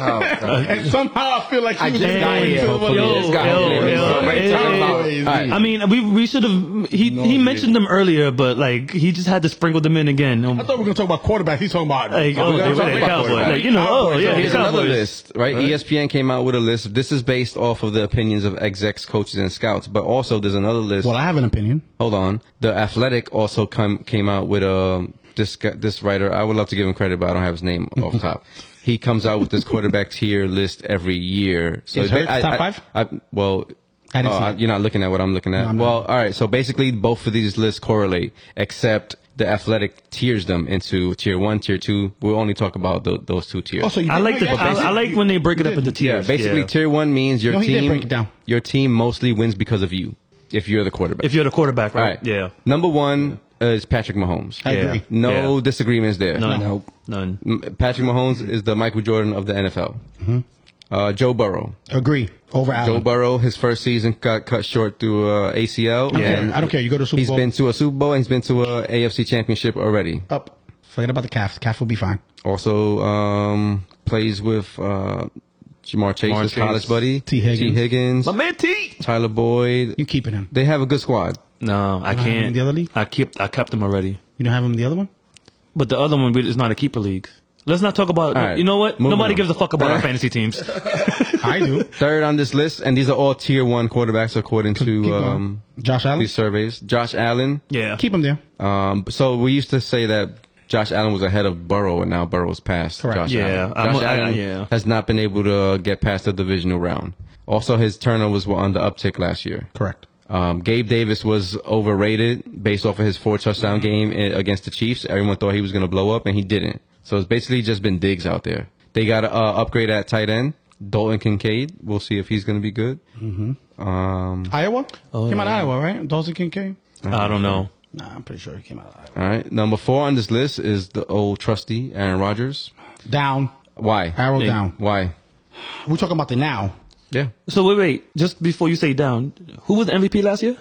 Speaker 3: And somehow I feel like he
Speaker 6: I
Speaker 3: was
Speaker 6: just got
Speaker 3: going
Speaker 6: here.
Speaker 3: to
Speaker 6: Hopefully
Speaker 3: one of
Speaker 6: it
Speaker 3: those-
Speaker 6: just got
Speaker 4: Yo,
Speaker 6: here.
Speaker 4: yo,
Speaker 6: So,
Speaker 4: yo,
Speaker 6: right,
Speaker 4: hey,
Speaker 6: talk
Speaker 4: hey,
Speaker 6: about-
Speaker 3: hey.
Speaker 6: all right.
Speaker 4: I mean, we we should have he he mentioned them earlier, but like he just had to sprinkle them in again. Um,
Speaker 3: I thought we were gonna talk about quarterbacks. He's talking about
Speaker 4: like, oh,
Speaker 2: we
Speaker 4: they
Speaker 2: gotta
Speaker 4: were
Speaker 2: talk
Speaker 4: the
Speaker 2: about
Speaker 4: Cowboys.
Speaker 2: quarterbacks.
Speaker 4: Like, you know, oh yeah, the
Speaker 2: Here's another
Speaker 4: Cowboys.
Speaker 2: list, right? E ESPN came out with a list. This is based off of the opinions of execs, coaches, and scouts. But also, there's another list.
Speaker 3: Well, I have an opinion.
Speaker 2: Hold on. The Athletic also come came out with um this guy- this writer. I would love to give him credit, but I don't have his name off top. He comes out with this quarterback tier list every year. So
Speaker 3: Is Hurts
Speaker 2: I-
Speaker 3: top
Speaker 2: I-
Speaker 3: five?
Speaker 2: I, well.
Speaker 3: I didn't
Speaker 2: oh,
Speaker 3: see
Speaker 2: I-
Speaker 3: it.
Speaker 2: you're not looking at what I'm looking at.
Speaker 3: I'm not.
Speaker 2: well, all right. So basically, both of these lists correlate, except the athletic tiers them into tier one, tier two. We'll only talk about tho- those two tiers.
Speaker 3: Also, you
Speaker 4: I
Speaker 3: did-
Speaker 4: like the
Speaker 3: Yeah,
Speaker 4: I, I like when they break it up into
Speaker 2: Yeah,
Speaker 4: tiers.
Speaker 2: basically,
Speaker 4: yeah.
Speaker 2: tier one means your
Speaker 3: No, he did
Speaker 2: team.
Speaker 3: break it down.
Speaker 2: Your team mostly wins because of you, if you're the quarterback.
Speaker 4: if you're the quarterback,
Speaker 2: All right.
Speaker 4: right? Yeah.
Speaker 2: Number one uh, is Patrick Mahomes.
Speaker 3: I agree.
Speaker 4: Yeah.
Speaker 2: No
Speaker 4: Yeah.
Speaker 2: disagreements there.
Speaker 4: None.
Speaker 6: No.
Speaker 4: None.
Speaker 2: M- Patrick Mahomes is the Michael Jordan of the NFL.
Speaker 3: Mm-hmm.
Speaker 2: Uh, Joe Burrow.
Speaker 3: Agree over
Speaker 2: Joe
Speaker 3: Allen.
Speaker 2: Burrow, his first season got cut short through uh, ACL.
Speaker 3: I don't care.
Speaker 2: and
Speaker 3: I don't care. You go to Super
Speaker 2: He's
Speaker 3: Bowl.
Speaker 2: been to a Super Bowl and he's been to a AFC Championship already.
Speaker 3: up. Oh, Forget about the calf. Calf will be fine.
Speaker 2: Also um, plays with uh, Jamar Chase,
Speaker 4: Jamar
Speaker 2: his
Speaker 4: Chase.
Speaker 2: college buddy.
Speaker 3: T. Higgins.
Speaker 2: Higgins,
Speaker 4: My man T.
Speaker 2: Tyler Boyd.
Speaker 3: You keeping him?
Speaker 2: They have a good squad.
Speaker 4: No, I
Speaker 3: have him in
Speaker 4: can't.
Speaker 3: the other league?
Speaker 4: I kept I kept them already.
Speaker 3: You don't have him in the other one?
Speaker 4: But the other one we- is not a keeper league. Let's not talk about.
Speaker 2: All right.
Speaker 4: You know what?
Speaker 2: Moving
Speaker 4: Nobody
Speaker 2: on.
Speaker 4: gives a fuck about
Speaker 2: All
Speaker 4: our
Speaker 2: right.
Speaker 4: fantasy teams.
Speaker 3: I do.
Speaker 2: Third on this list, and these are all tier one quarterbacks according
Speaker 3: Keep
Speaker 2: to
Speaker 3: him.
Speaker 2: um,
Speaker 3: Josh Allen.
Speaker 2: these surveys. Josh Allen.
Speaker 4: Yeah.
Speaker 3: Keep him there.
Speaker 2: Um, so we used to say that Josh Allen was ahead of Burrow, and now Burrow's passed
Speaker 3: Correct.
Speaker 2: Josh
Speaker 4: Yeah,
Speaker 2: Allen.
Speaker 4: I'm-
Speaker 2: Josh
Speaker 4: I- I-
Speaker 2: Allen
Speaker 4: yeah.
Speaker 2: has not been able to get past the divisional round. Also, his turnovers were on the uptick last year.
Speaker 3: Correct.
Speaker 2: Um, Gabe Davis was overrated based off of his four touchdown game i- against the Chiefs. Everyone thought he was going to blow up, and he didn't. So it's basically just been digs out there. They got to uh, upgrade at tight end. Dalton Kincaid. We'll see if he's going to be good. Um,
Speaker 3: Iowa.
Speaker 4: Oh,
Speaker 3: came out
Speaker 4: yeah.
Speaker 3: of Iowa, right? Dawson Kincaid.
Speaker 4: I don't know.
Speaker 3: Nah, I'm pretty sure he came out of Iowa.
Speaker 2: all right. Number four on this list is the old trusty Aaron Rodgers.
Speaker 3: Down.
Speaker 2: Why?
Speaker 3: Arrow
Speaker 4: Yeah.
Speaker 3: down.
Speaker 2: Why?
Speaker 3: We're talking about the now.
Speaker 2: Yeah.
Speaker 4: So wait, wait. Just before you say down, who was the MVP last year?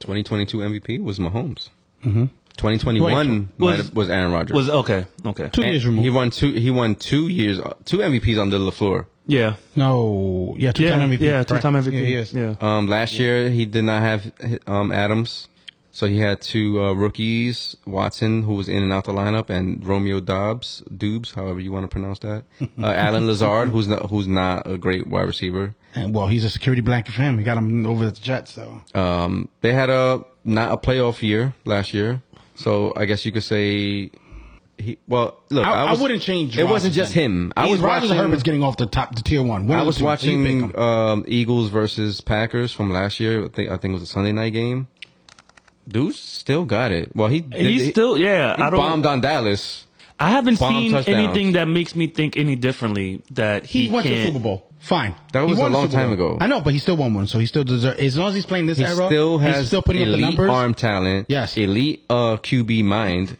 Speaker 2: 2022 MVP was Mahomes. Mm-hmm. 2021
Speaker 4: Was-
Speaker 2: might have- was Aaron Rodgers.
Speaker 4: Was okay. Okay.
Speaker 3: Two
Speaker 2: And
Speaker 3: years removed.
Speaker 2: he won two. He won two years, two MVPs under Lafleur.
Speaker 4: Yeah.
Speaker 3: no. Yeah. Two
Speaker 4: Yeah.
Speaker 3: time MVP.
Speaker 4: Yeah.
Speaker 3: correct.
Speaker 4: Two time MVP.
Speaker 3: Yeah. Yes.
Speaker 4: Yeah.
Speaker 2: Um, last year he did not have um, Adams, so he had two uh, rookies: Watson, who was in and out the lineup, and Romeo Dobbs, Dubes, however you want to pronounce that. Uh, Alan Lazard, who's not, who's not a great wide receiver.
Speaker 3: And, well, he's a security blanket for him. He got him over the Jets, so.
Speaker 2: Um, they had a not a playoff year last year, so I guess you could say he well look.
Speaker 3: I,
Speaker 2: I,
Speaker 3: I,
Speaker 2: was,
Speaker 3: wouldn't change.
Speaker 2: It wasn't
Speaker 3: Rodgers
Speaker 2: just
Speaker 3: then.
Speaker 2: him. I
Speaker 3: He's-
Speaker 2: was
Speaker 3: Rodgers and
Speaker 2: watching.
Speaker 3: Herbert's getting off the top the tier one. One
Speaker 2: I
Speaker 3: of
Speaker 2: was
Speaker 3: the two. You pick 'em.
Speaker 2: watching um, Eagles versus Packers from last year. I think I think it was a Sunday night game. Dude's still got it. Well, he
Speaker 4: He's
Speaker 2: he-
Speaker 4: still- yeah,
Speaker 2: He
Speaker 4: I don't-
Speaker 2: bombed on Dallas.
Speaker 4: I haven't
Speaker 2: Bomb
Speaker 4: seen
Speaker 2: touchdowns.
Speaker 4: anything that makes me think any differently that
Speaker 3: he,
Speaker 4: he,
Speaker 3: went to the
Speaker 4: can't.
Speaker 3: Super Bowl. Fine.
Speaker 2: That
Speaker 3: He
Speaker 2: was
Speaker 3: won
Speaker 2: a
Speaker 3: the
Speaker 2: long
Speaker 3: Super
Speaker 2: time
Speaker 3: Bowl.
Speaker 2: ago.
Speaker 3: I know, but he still won one, so he still deserves. As long as he's playing this
Speaker 2: He
Speaker 3: era,
Speaker 2: still has
Speaker 3: he's still putting up
Speaker 2: elite
Speaker 3: the numbers.
Speaker 2: arm talent.
Speaker 3: Yes.
Speaker 2: elite uh, QB mind.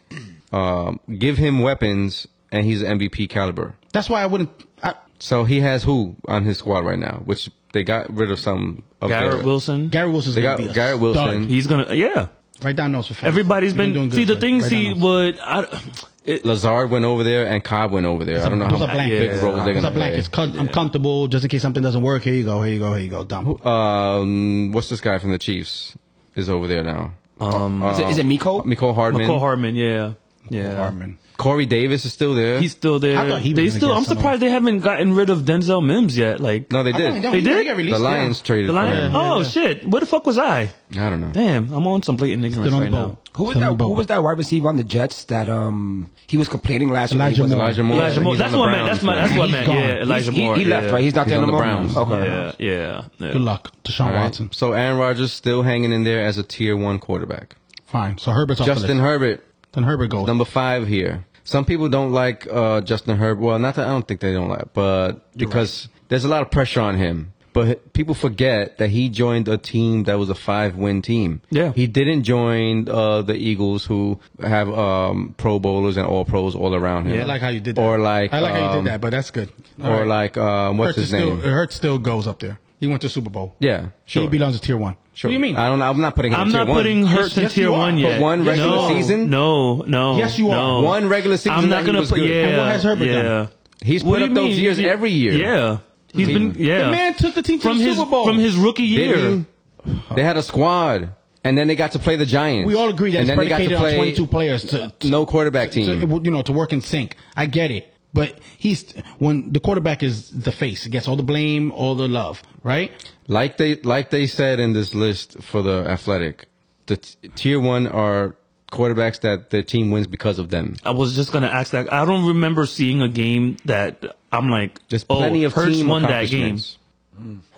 Speaker 2: Um, give him weapons, and he's MVP caliber.
Speaker 3: That's why I wouldn't. I,
Speaker 2: So he has who on his squad right now? Which they got rid of some. Of
Speaker 4: Garrett
Speaker 2: their-
Speaker 4: Wilson.
Speaker 3: Gary Wilson's
Speaker 2: They
Speaker 3: gonna
Speaker 2: got
Speaker 3: be a
Speaker 2: Garrett Wilson.
Speaker 3: stud.
Speaker 4: He's gonna yeah.
Speaker 3: Right down those. for fans.
Speaker 4: Everybody's
Speaker 3: You've
Speaker 4: been,
Speaker 3: doing good,
Speaker 4: see the
Speaker 3: Fred.
Speaker 4: thing.
Speaker 3: Right
Speaker 4: see
Speaker 3: down those.
Speaker 4: what I, it,
Speaker 2: Lazard went over there, and Cobb went over there. I don't know
Speaker 3: What's
Speaker 2: how
Speaker 3: up, blank?
Speaker 2: big
Speaker 4: Yeah.
Speaker 2: roles they're
Speaker 3: What's
Speaker 2: gonna
Speaker 3: up, blank?
Speaker 2: play.
Speaker 3: It's cut- I'm comfortable just in case something doesn't work. Here you go. Here you go. Here you go. Dumb.
Speaker 2: Um, what's this guy from the Chiefs? Is over there now.
Speaker 4: um,
Speaker 6: Is it, is it Uh, Miko?
Speaker 2: Nicole Hardman.
Speaker 4: McCall Hartman. Yeah, yeah.
Speaker 3: Harmon.
Speaker 2: Corey Davis is still there.
Speaker 4: He's still there.
Speaker 3: I thought he was
Speaker 4: they
Speaker 3: gonna
Speaker 4: still.
Speaker 3: get
Speaker 4: I'm
Speaker 3: someone.
Speaker 4: surprised they haven't gotten rid of Denzel Mims yet. Like
Speaker 2: no, they
Speaker 3: I
Speaker 2: did.
Speaker 3: thought-
Speaker 4: They
Speaker 3: he- he
Speaker 4: did?
Speaker 3: got
Speaker 2: The
Speaker 3: released,
Speaker 2: Lions
Speaker 3: yeah.
Speaker 2: traded
Speaker 4: the Lions.
Speaker 2: for him.
Speaker 4: Oh shit! Where the fuck was I?
Speaker 2: I don't know.
Speaker 4: Damn, I'm on some blatant ignorance
Speaker 3: Still on
Speaker 4: right
Speaker 3: the
Speaker 4: now.
Speaker 3: boat.
Speaker 6: Who was
Speaker 3: Tell me
Speaker 6: that?
Speaker 3: about
Speaker 6: Who was
Speaker 3: it.
Speaker 6: that wide receiver on the Jets that um he was complaining last year? that he
Speaker 3: Elijah
Speaker 6: wasn't-
Speaker 3: Moore.
Speaker 2: Elijah Moore.
Speaker 4: Elijah
Speaker 2: He's
Speaker 4: Moore.
Speaker 2: on
Speaker 4: That's
Speaker 2: the
Speaker 4: what I meant.
Speaker 2: Browns
Speaker 4: That's my. That's what I
Speaker 3: He's
Speaker 4: meant.
Speaker 3: gone.
Speaker 4: Yeah, Elijah
Speaker 6: he,
Speaker 4: Moore.
Speaker 6: he left,
Speaker 4: yeah.
Speaker 6: right? He's not
Speaker 2: He's
Speaker 6: there
Speaker 2: on
Speaker 6: no
Speaker 2: the
Speaker 6: more.
Speaker 2: Browns.
Speaker 6: Okay.
Speaker 4: Yeah, yeah. yeah.
Speaker 3: Good luck, Deshaun
Speaker 2: All right.
Speaker 3: Watson.
Speaker 2: So Aaron Rodgers still hanging in there as a tier one quarterback.
Speaker 3: Fine. So Herbert's off the
Speaker 2: Justin
Speaker 3: list.
Speaker 2: Herbert,
Speaker 3: then Herbert goes.
Speaker 2: number five here. Some people don't like uh, Justin Herbert. Well, not that I don't think they don't like, but because there's a lot of pressure on him. But h- people forget that he joined a team that was a five-win team.
Speaker 4: Yeah.
Speaker 2: he didn't join uh, the Eagles, who have um, Pro Bowlers and All Pros all around him.
Speaker 4: Yeah.
Speaker 3: I like how you did that.
Speaker 2: Or like,
Speaker 3: I like how you
Speaker 2: um,
Speaker 3: did that, but that's good. All
Speaker 2: or
Speaker 3: right.
Speaker 2: like um, what's
Speaker 3: Hurts is
Speaker 2: his name?
Speaker 3: Still, Hurts still goes up there. He went to Super Bowl.
Speaker 2: yeah, sure.
Speaker 3: He belongs to Tier One.
Speaker 2: sure.
Speaker 3: What do you mean?
Speaker 2: I don't. I'm not putting. Him
Speaker 4: I'm
Speaker 2: in
Speaker 4: not
Speaker 2: tier one.
Speaker 4: putting Hurts in
Speaker 3: yes,
Speaker 4: tier
Speaker 3: you are.
Speaker 4: one
Speaker 3: But
Speaker 4: yet.
Speaker 2: one regular
Speaker 4: no,
Speaker 2: season?
Speaker 4: No, no.
Speaker 3: Yes, you are.
Speaker 4: no.
Speaker 2: One regular season
Speaker 4: I'm
Speaker 2: that
Speaker 4: not
Speaker 2: he
Speaker 4: gonna
Speaker 2: was
Speaker 4: put.
Speaker 2: good.
Speaker 4: Yeah,
Speaker 2: And
Speaker 3: what has Herbert
Speaker 4: yeah.
Speaker 3: done?
Speaker 2: He's put
Speaker 4: What do
Speaker 2: up
Speaker 4: you
Speaker 2: those
Speaker 4: mean?
Speaker 2: years
Speaker 4: Yeah.
Speaker 2: every year.
Speaker 4: Yeah, he's been. Yeah,
Speaker 3: The man took the team to
Speaker 4: from
Speaker 3: the
Speaker 4: his
Speaker 3: Super Bowl.
Speaker 4: from his rookie year.
Speaker 2: Didn't he? They had a squad, and then they got to play the Giants.
Speaker 3: we all agree that
Speaker 2: and
Speaker 3: it's
Speaker 2: then they got
Speaker 3: predicated
Speaker 2: to
Speaker 3: on
Speaker 2: play
Speaker 3: 22 players to, to-
Speaker 2: no quarterback
Speaker 3: to-
Speaker 2: team.
Speaker 3: you know, to work in sync. I get it. But he's when the quarterback is the face, he gets all the blame, all the love, right?
Speaker 2: Like they like they said in this list for the Athletic, the t- tier one are quarterbacks that their team wins because of them.
Speaker 4: I was just gonna ask that. I don't remember seeing a game that I'm like.
Speaker 2: There's
Speaker 4: oh,
Speaker 2: plenty of
Speaker 4: Hurts
Speaker 2: team
Speaker 4: won that game.
Speaker 2: accomplishments.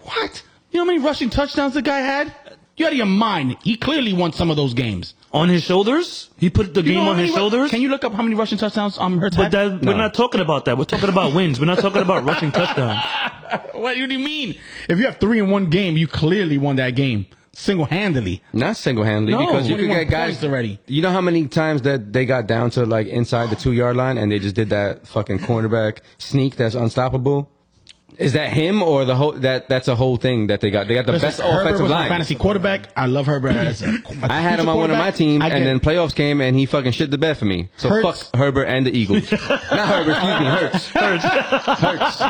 Speaker 3: What? You know how many rushing touchdowns the guy had? You out of your mind. He clearly won some of those games.
Speaker 4: On his shoulders, he put the
Speaker 3: You know
Speaker 4: game
Speaker 3: how
Speaker 4: on
Speaker 3: many
Speaker 4: his
Speaker 3: ru-
Speaker 4: shoulders.
Speaker 3: Can you look up how many rushing touchdowns um Hurts
Speaker 4: But
Speaker 3: had?
Speaker 4: that, we're not talking about that. We're talking about wins. We're not talking about rushing touchdowns.
Speaker 3: what do you mean? If you have three in one game, you clearly won that game single handedly.
Speaker 2: Not single handedly
Speaker 3: No,
Speaker 2: because you could
Speaker 3: 21
Speaker 2: get guys
Speaker 3: points already.
Speaker 2: You know how many times that they got down to like inside the two yard line and they just did that fucking cornerback sneak that's unstoppable. Is that him or the whole that that's a whole thing that they got? They got the best
Speaker 3: Herbert
Speaker 2: offensive
Speaker 3: was my
Speaker 2: line.
Speaker 3: fantasy quarterback. I love Herbert. As a,
Speaker 2: I had him on one of my team, and then playoffs came, and he fucking shit the bed for me. So
Speaker 3: Hurts.
Speaker 2: fuck Herbert and the Eagles. Not Herbert, excuse me, Hurts. Hurts. Hurts.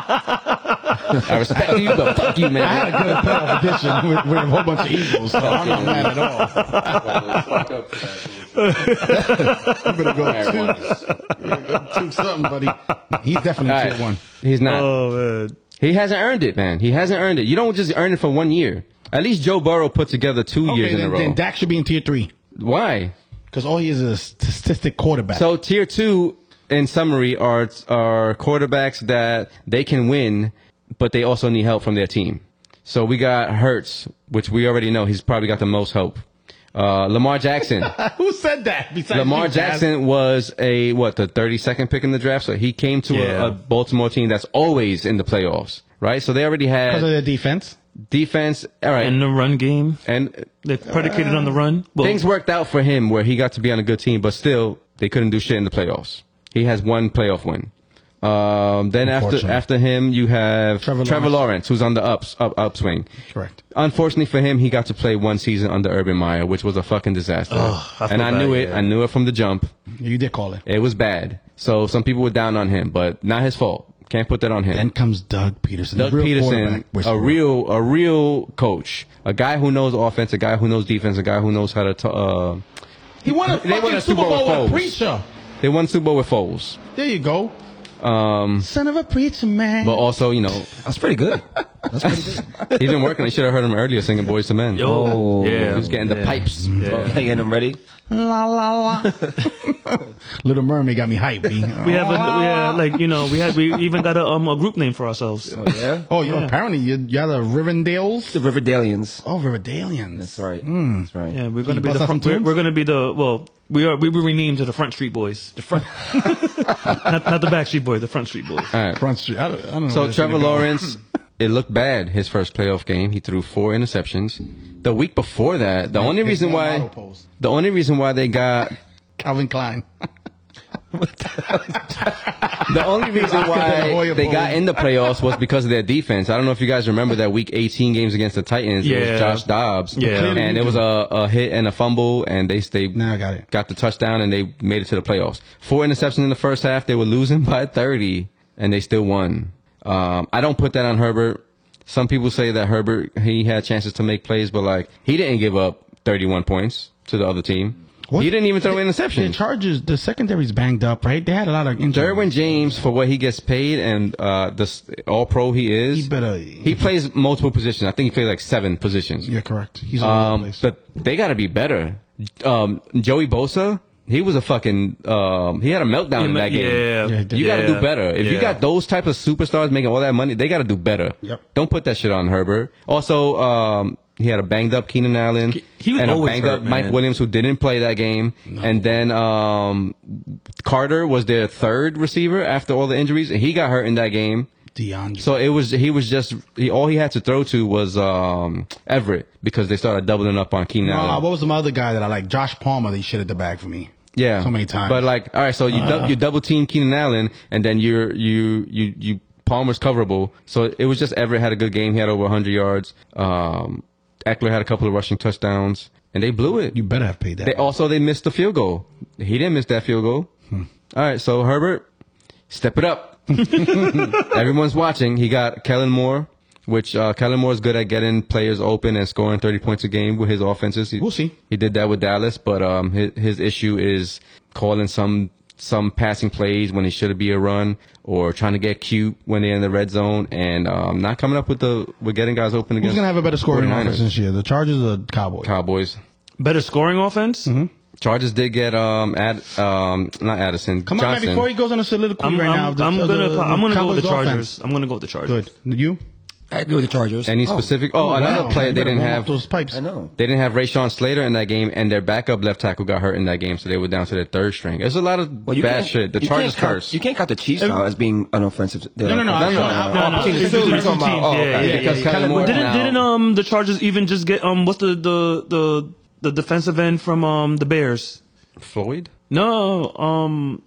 Speaker 2: I respect you, but fuck you,
Speaker 3: I had
Speaker 2: man.
Speaker 3: a good playoff edition with, with a whole bunch of Eagles, so I'm not mad at all. You better go two, something, buddy. He's definitely
Speaker 2: All
Speaker 3: tier
Speaker 2: right.
Speaker 3: one.
Speaker 2: He's not.
Speaker 4: Oh man.
Speaker 2: He hasn't earned it, man. He hasn't earned it. You don't just earn it for one year. At least Joe Burrow put together two years in
Speaker 3: Okay,
Speaker 2: a
Speaker 3: then,
Speaker 2: row.
Speaker 3: then Dak should be in tier three
Speaker 2: Why?
Speaker 3: because all he is is a statistic quarterback.
Speaker 2: So tier two, in summary, are are quarterbacks that they can win, but they also need help from their team. So we got Hurts, which we already know he's probably got the most help. Uh, Lamar Jackson.
Speaker 3: who said that? Besides
Speaker 2: Lamar
Speaker 3: you, Taz?
Speaker 2: Jackson was a what the 32nd pick in the draft, so he came to
Speaker 4: Yeah.
Speaker 2: a, a Baltimore team that's always in the playoffs, right? So they already
Speaker 3: because
Speaker 2: had
Speaker 3: of their defense.
Speaker 2: defense. All right,
Speaker 4: And the run game,
Speaker 2: and
Speaker 4: they predicated on the run. Well,
Speaker 2: things worked out for him where he got to be on a good team, but still they couldn't do shit in the playoffs. He has one playoff win. Um, then after
Speaker 3: Unfortunate.
Speaker 2: after him, you have Trevor
Speaker 3: Trevor
Speaker 2: Lawrence,
Speaker 3: Lawrence.
Speaker 2: who's on the ups up upswing.
Speaker 3: Correct.
Speaker 2: Unfortunately for him, he got to play one season under Urban Meyer, which was a fucking disaster.
Speaker 4: I feel
Speaker 2: and I
Speaker 4: bad,
Speaker 2: knew it.
Speaker 4: yeah.
Speaker 2: I knew it from the jump.
Speaker 3: You did call it.
Speaker 2: It was bad. So some people were down on him, but not his fault. Can't put that on him.
Speaker 3: Then comes Doug Peterson.
Speaker 2: Doug
Speaker 3: a real
Speaker 2: Peterson,
Speaker 3: quarterback, which-
Speaker 2: a real a real coach, a guy who knows offense, a guy who knows defense, a guy who knows how to. T- uh,
Speaker 3: He won a
Speaker 2: They won
Speaker 3: fucking
Speaker 2: a
Speaker 3: Super
Speaker 2: Super
Speaker 3: Bowl
Speaker 2: Bowl
Speaker 3: with a
Speaker 2: with
Speaker 3: preacher.
Speaker 2: they won Super Bowl with Foles,
Speaker 3: There you go.
Speaker 2: um,
Speaker 3: Son of a preacher man.
Speaker 2: but also you know
Speaker 6: That's pretty good.
Speaker 3: That's pretty good.
Speaker 2: He's been working. I should have heard him earlier singing "Boys to Men."
Speaker 4: Yo,
Speaker 6: Oh.
Speaker 4: yeah,
Speaker 2: he was getting the
Speaker 4: yeah.
Speaker 2: pipes.
Speaker 4: Yeah.
Speaker 6: Getting them ready.
Speaker 3: la la la. Little Mermaid got me hyped. B.
Speaker 4: We have a, yeah, like you know, we had we even got a um a group name for ourselves.
Speaker 6: Oh, yeah.
Speaker 3: oh, you know, apparently you, y'all the Rivendales.
Speaker 6: The Riverdalians.
Speaker 3: Oh, Riverdalians.
Speaker 6: That's right. That's right.
Speaker 4: Yeah, we're gonna be
Speaker 3: bust
Speaker 4: the
Speaker 3: out
Speaker 4: front,
Speaker 3: some
Speaker 4: we're,
Speaker 3: tunes?
Speaker 4: we're gonna be the well, we are we were renamed to the Front Street Boys. The front, not, not the Back Street Boys, the Front Street Boys.
Speaker 2: All right.
Speaker 3: Front Street. I don't, I don't know. where
Speaker 2: So
Speaker 3: this
Speaker 2: Trevor
Speaker 3: nigga go.
Speaker 2: Lawrence, it looked bad his first playoff game. He threw four interceptions. The week before that, the only
Speaker 3: his
Speaker 2: reason
Speaker 3: one
Speaker 2: why
Speaker 3: auto pose.
Speaker 2: the only reason why they got
Speaker 3: Calvin Klein.
Speaker 2: the only reason why they got in the playoffs was because of their defense. I don't know if you guys remember that week 18 games against the Titans. It
Speaker 4: Yeah.
Speaker 2: was Josh Dobbs.
Speaker 4: Yeah.
Speaker 2: And it was a, a hit and a fumble, and they stayed.
Speaker 3: Now I got it.
Speaker 2: got the touchdown and they made it to the playoffs. Four interceptions in the first half. They were losing by 30 and they still won. Um, I don't put that on Herbert. Some people say that Herbert, he had chances to make plays, but like he didn't give up 31 points to the other team.
Speaker 3: What?
Speaker 2: He didn't even throw an
Speaker 3: The
Speaker 2: interception.
Speaker 3: Chargers, the secondary's banged up, right? They had a lot of injuries.
Speaker 2: Derwin James, for what he gets paid and uh, the all pro he is,
Speaker 3: He better-
Speaker 2: he plays multiple positions. I think he plays like seven positions.
Speaker 3: You're correct. He's all over
Speaker 2: Um,
Speaker 3: the place.
Speaker 2: but they got to be better. Um, Joey Bosa, he was a fucking. Um, he had a meltdown in that game.
Speaker 4: Yeah,
Speaker 3: Yeah, he did.
Speaker 2: You got to
Speaker 4: Yeah.
Speaker 2: do better. If you
Speaker 4: Yeah.
Speaker 2: got those type of superstars making all that money, they got to do better.
Speaker 3: Yep.
Speaker 2: Don't put that shit on Herbert. Also, um, he had a banged up Keenan Allen
Speaker 4: he was
Speaker 2: and a
Speaker 4: always
Speaker 2: banged
Speaker 4: hurt,
Speaker 2: up Mike
Speaker 4: man.
Speaker 2: Williams who didn't play that game. And then um, Carter was their third receiver after all the injuries, and he got hurt in that game.
Speaker 3: DeAndre.
Speaker 2: So it was he was just he, all he had to throw to was um, Everett because they started doubling up on Keenan
Speaker 3: Uh,
Speaker 2: Allen.
Speaker 3: what was the other guy that I like? Josh Palmer. They shit at the bag for me.
Speaker 2: yeah,
Speaker 3: So many times. Uh.
Speaker 2: But like, all right, so you dou- you double team Keenan Allen, and then you're you you you Palmer's coverable. So it was just Everett had a good game. He had over 100 yards. Um, Eckler had a couple of rushing touchdowns, and they blew it.
Speaker 3: you better have paid that.
Speaker 2: They also they missed the field goal. He didn't miss that field goal.
Speaker 3: Hmm.
Speaker 2: All right, so Herbert, step it up. Everyone's watching. He got Kellen Moore, which uh, Kellen Moore is good at getting players open and scoring thirty points a game with his offenses. He,
Speaker 3: We'll see.
Speaker 2: He did that with Dallas, but um, his, his issue is calling some some passing plays when it should be a run or trying to get cute when they're in the red zone and um, not coming up with the with getting guys open against
Speaker 3: Who's gonna have a better scoring
Speaker 2: 49ers.
Speaker 3: offense this year? The Chargers or the Cowboys?
Speaker 2: Cowboys.
Speaker 4: better scoring offense.
Speaker 2: Mm-hmm. Chargers did get um ad um not Addison
Speaker 3: Come on, man!
Speaker 2: Johnson.
Speaker 3: Before he goes on a soliloquy
Speaker 4: I'm,
Speaker 3: right
Speaker 4: I'm,
Speaker 3: now, of the-
Speaker 4: I'm
Speaker 3: of
Speaker 4: gonna
Speaker 3: the-
Speaker 4: I'm gonna go with the
Speaker 3: Cowboys'
Speaker 4: Chargers.
Speaker 3: offense.
Speaker 4: I'm gonna go with the Chargers.
Speaker 3: Good. You?
Speaker 6: I agree with the Chargers.
Speaker 2: Any
Speaker 6: Oh.
Speaker 2: specific? Oh, another
Speaker 3: Wow,
Speaker 2: player
Speaker 3: you
Speaker 2: they
Speaker 3: better
Speaker 2: didn't
Speaker 3: warm up
Speaker 2: have.
Speaker 3: those pipes.
Speaker 6: I know.
Speaker 2: They didn't have Rayshon Slater in that game, and their backup left tackle got hurt in that game, so they were down to their third string. It's a lot of
Speaker 6: Well, you
Speaker 2: bad
Speaker 6: can't-
Speaker 2: shit. The
Speaker 6: you can't
Speaker 2: Chargers
Speaker 6: count-
Speaker 2: curse.
Speaker 6: You can't count the Chiefs now as being unoffensive.
Speaker 3: No, no, no.
Speaker 2: No,
Speaker 3: I'm
Speaker 2: no,
Speaker 3: sorn-
Speaker 2: no,
Speaker 3: I'm-
Speaker 2: no,
Speaker 3: I'm-
Speaker 2: no.
Speaker 3: I'm-
Speaker 4: It's
Speaker 3: I'm-
Speaker 4: the
Speaker 3: I'm
Speaker 4: two
Speaker 3: talking
Speaker 4: teams,
Speaker 3: about-
Speaker 4: yeah,
Speaker 3: okay.
Speaker 4: yeah,
Speaker 2: Oh, because
Speaker 4: yeah,
Speaker 2: Kellen
Speaker 6: yeah.
Speaker 2: Moore
Speaker 4: Didn't
Speaker 2: now-
Speaker 4: didn't um the Chargers even just get um what's the the the the defensive end from um the Bears?
Speaker 2: Floyd.
Speaker 4: No, um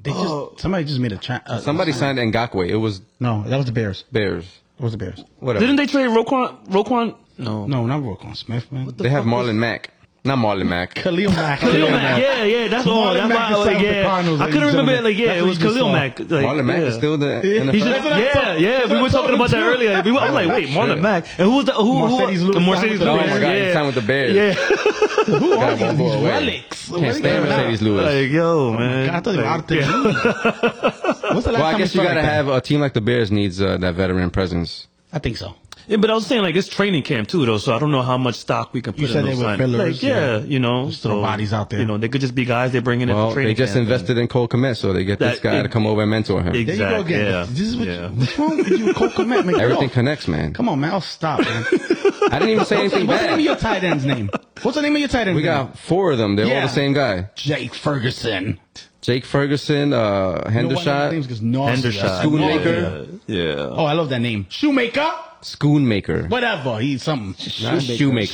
Speaker 3: They
Speaker 4: Oh.
Speaker 3: just somebody just made a chat. Uh,
Speaker 2: Somebody signed Ngakwe. It was
Speaker 3: No, that was the Bears.
Speaker 2: Bears.
Speaker 3: It was the Bears.
Speaker 2: Whatever.
Speaker 4: didn't they trade Roquan Roquan? No,
Speaker 3: No, not Roquan Smith, man.
Speaker 2: They have Marlon Mack. Not Marlon Mack.
Speaker 3: Khalil Mack.
Speaker 4: Khalil Mack. Yeah, yeah, that's all.
Speaker 3: Marlon
Speaker 4: That's
Speaker 3: Mack
Speaker 4: why,
Speaker 3: is
Speaker 4: like,
Speaker 3: signed with the
Speaker 4: yeah,
Speaker 3: Cardinals,
Speaker 4: I
Speaker 3: ladies
Speaker 4: couldn't
Speaker 3: and
Speaker 4: remember. it,
Speaker 3: gentlemen.
Speaker 4: Like, yeah,
Speaker 3: That's
Speaker 4: it
Speaker 3: what
Speaker 4: was
Speaker 3: you just
Speaker 4: Khalil
Speaker 3: saw.
Speaker 4: Mack. Like,
Speaker 2: Marlon Mack
Speaker 4: yeah.
Speaker 2: is still the NFL.
Speaker 3: He's just-
Speaker 2: That's
Speaker 3: what I
Speaker 4: Yeah,
Speaker 3: thought. That's
Speaker 4: yeah, we
Speaker 3: what
Speaker 4: were
Speaker 3: I
Speaker 4: talking
Speaker 3: thought
Speaker 4: about that
Speaker 3: too.
Speaker 4: earlier. We were, I'm like, wait, Marlon Mack, and who was the who? who-
Speaker 3: Mercedes Lewis.
Speaker 4: the Mercedes
Speaker 3: Oh
Speaker 4: Lewis.
Speaker 3: my
Speaker 2: Oh my god, he
Speaker 4: yeah.
Speaker 2: signed with the Bears.
Speaker 4: Yeah.
Speaker 3: Who are
Speaker 2: Got
Speaker 3: these
Speaker 2: one ball away.
Speaker 3: relics?
Speaker 2: Can't stand Mercedes Lewis.
Speaker 4: Like, yo, man.
Speaker 3: God, I thought they were
Speaker 4: Like,
Speaker 3: out there. What's the last
Speaker 2: well, I guess
Speaker 3: time we
Speaker 2: you
Speaker 3: saw
Speaker 2: gotta
Speaker 3: that guy?
Speaker 2: have uh, a team like the Bears needs uh, that veteran presence.
Speaker 3: I think so.
Speaker 4: Yeah, but I was saying like it's training camp too, though. So I don't know how much stock we can put
Speaker 3: You
Speaker 4: in
Speaker 3: said
Speaker 4: those
Speaker 3: they were
Speaker 4: sign-
Speaker 3: fillers,
Speaker 4: Like, yeah,
Speaker 3: yeah.
Speaker 4: you know,
Speaker 3: Just throw
Speaker 4: so,
Speaker 3: bodies out there.
Speaker 4: You know, they could just be guys they bring in
Speaker 2: Well,
Speaker 4: for training.
Speaker 2: they just
Speaker 4: camp.
Speaker 2: invested in Cole Komet, so they get this
Speaker 4: That-
Speaker 2: guy to
Speaker 4: it-
Speaker 2: come over and mentor him.
Speaker 4: Ex-
Speaker 3: There you go
Speaker 4: Exactly,
Speaker 3: again.
Speaker 4: yeah.
Speaker 3: This is what you-
Speaker 4: Yeah.
Speaker 3: what's wrong with you, Cole Komet? man? Get
Speaker 2: Everything
Speaker 3: off.
Speaker 2: connects, man.
Speaker 3: Come on, man. I'll stop, man.
Speaker 2: I didn't even say anything
Speaker 3: What's the name of your
Speaker 2: bad.
Speaker 3: tight end's name? What's the name of your tight end?
Speaker 2: We got four of them. They're all
Speaker 3: Yeah.
Speaker 2: the same guy.
Speaker 3: Jake Ferguson.
Speaker 2: Jake Ferguson, uh, Hendershot,
Speaker 4: Hendershot,
Speaker 2: Schoonmaker.
Speaker 4: Yeah. yeah.
Speaker 3: Oh, I love that name. Shoemaker.
Speaker 2: Schoonmaker.
Speaker 3: Whatever. He's something.
Speaker 2: Not Shoemaker.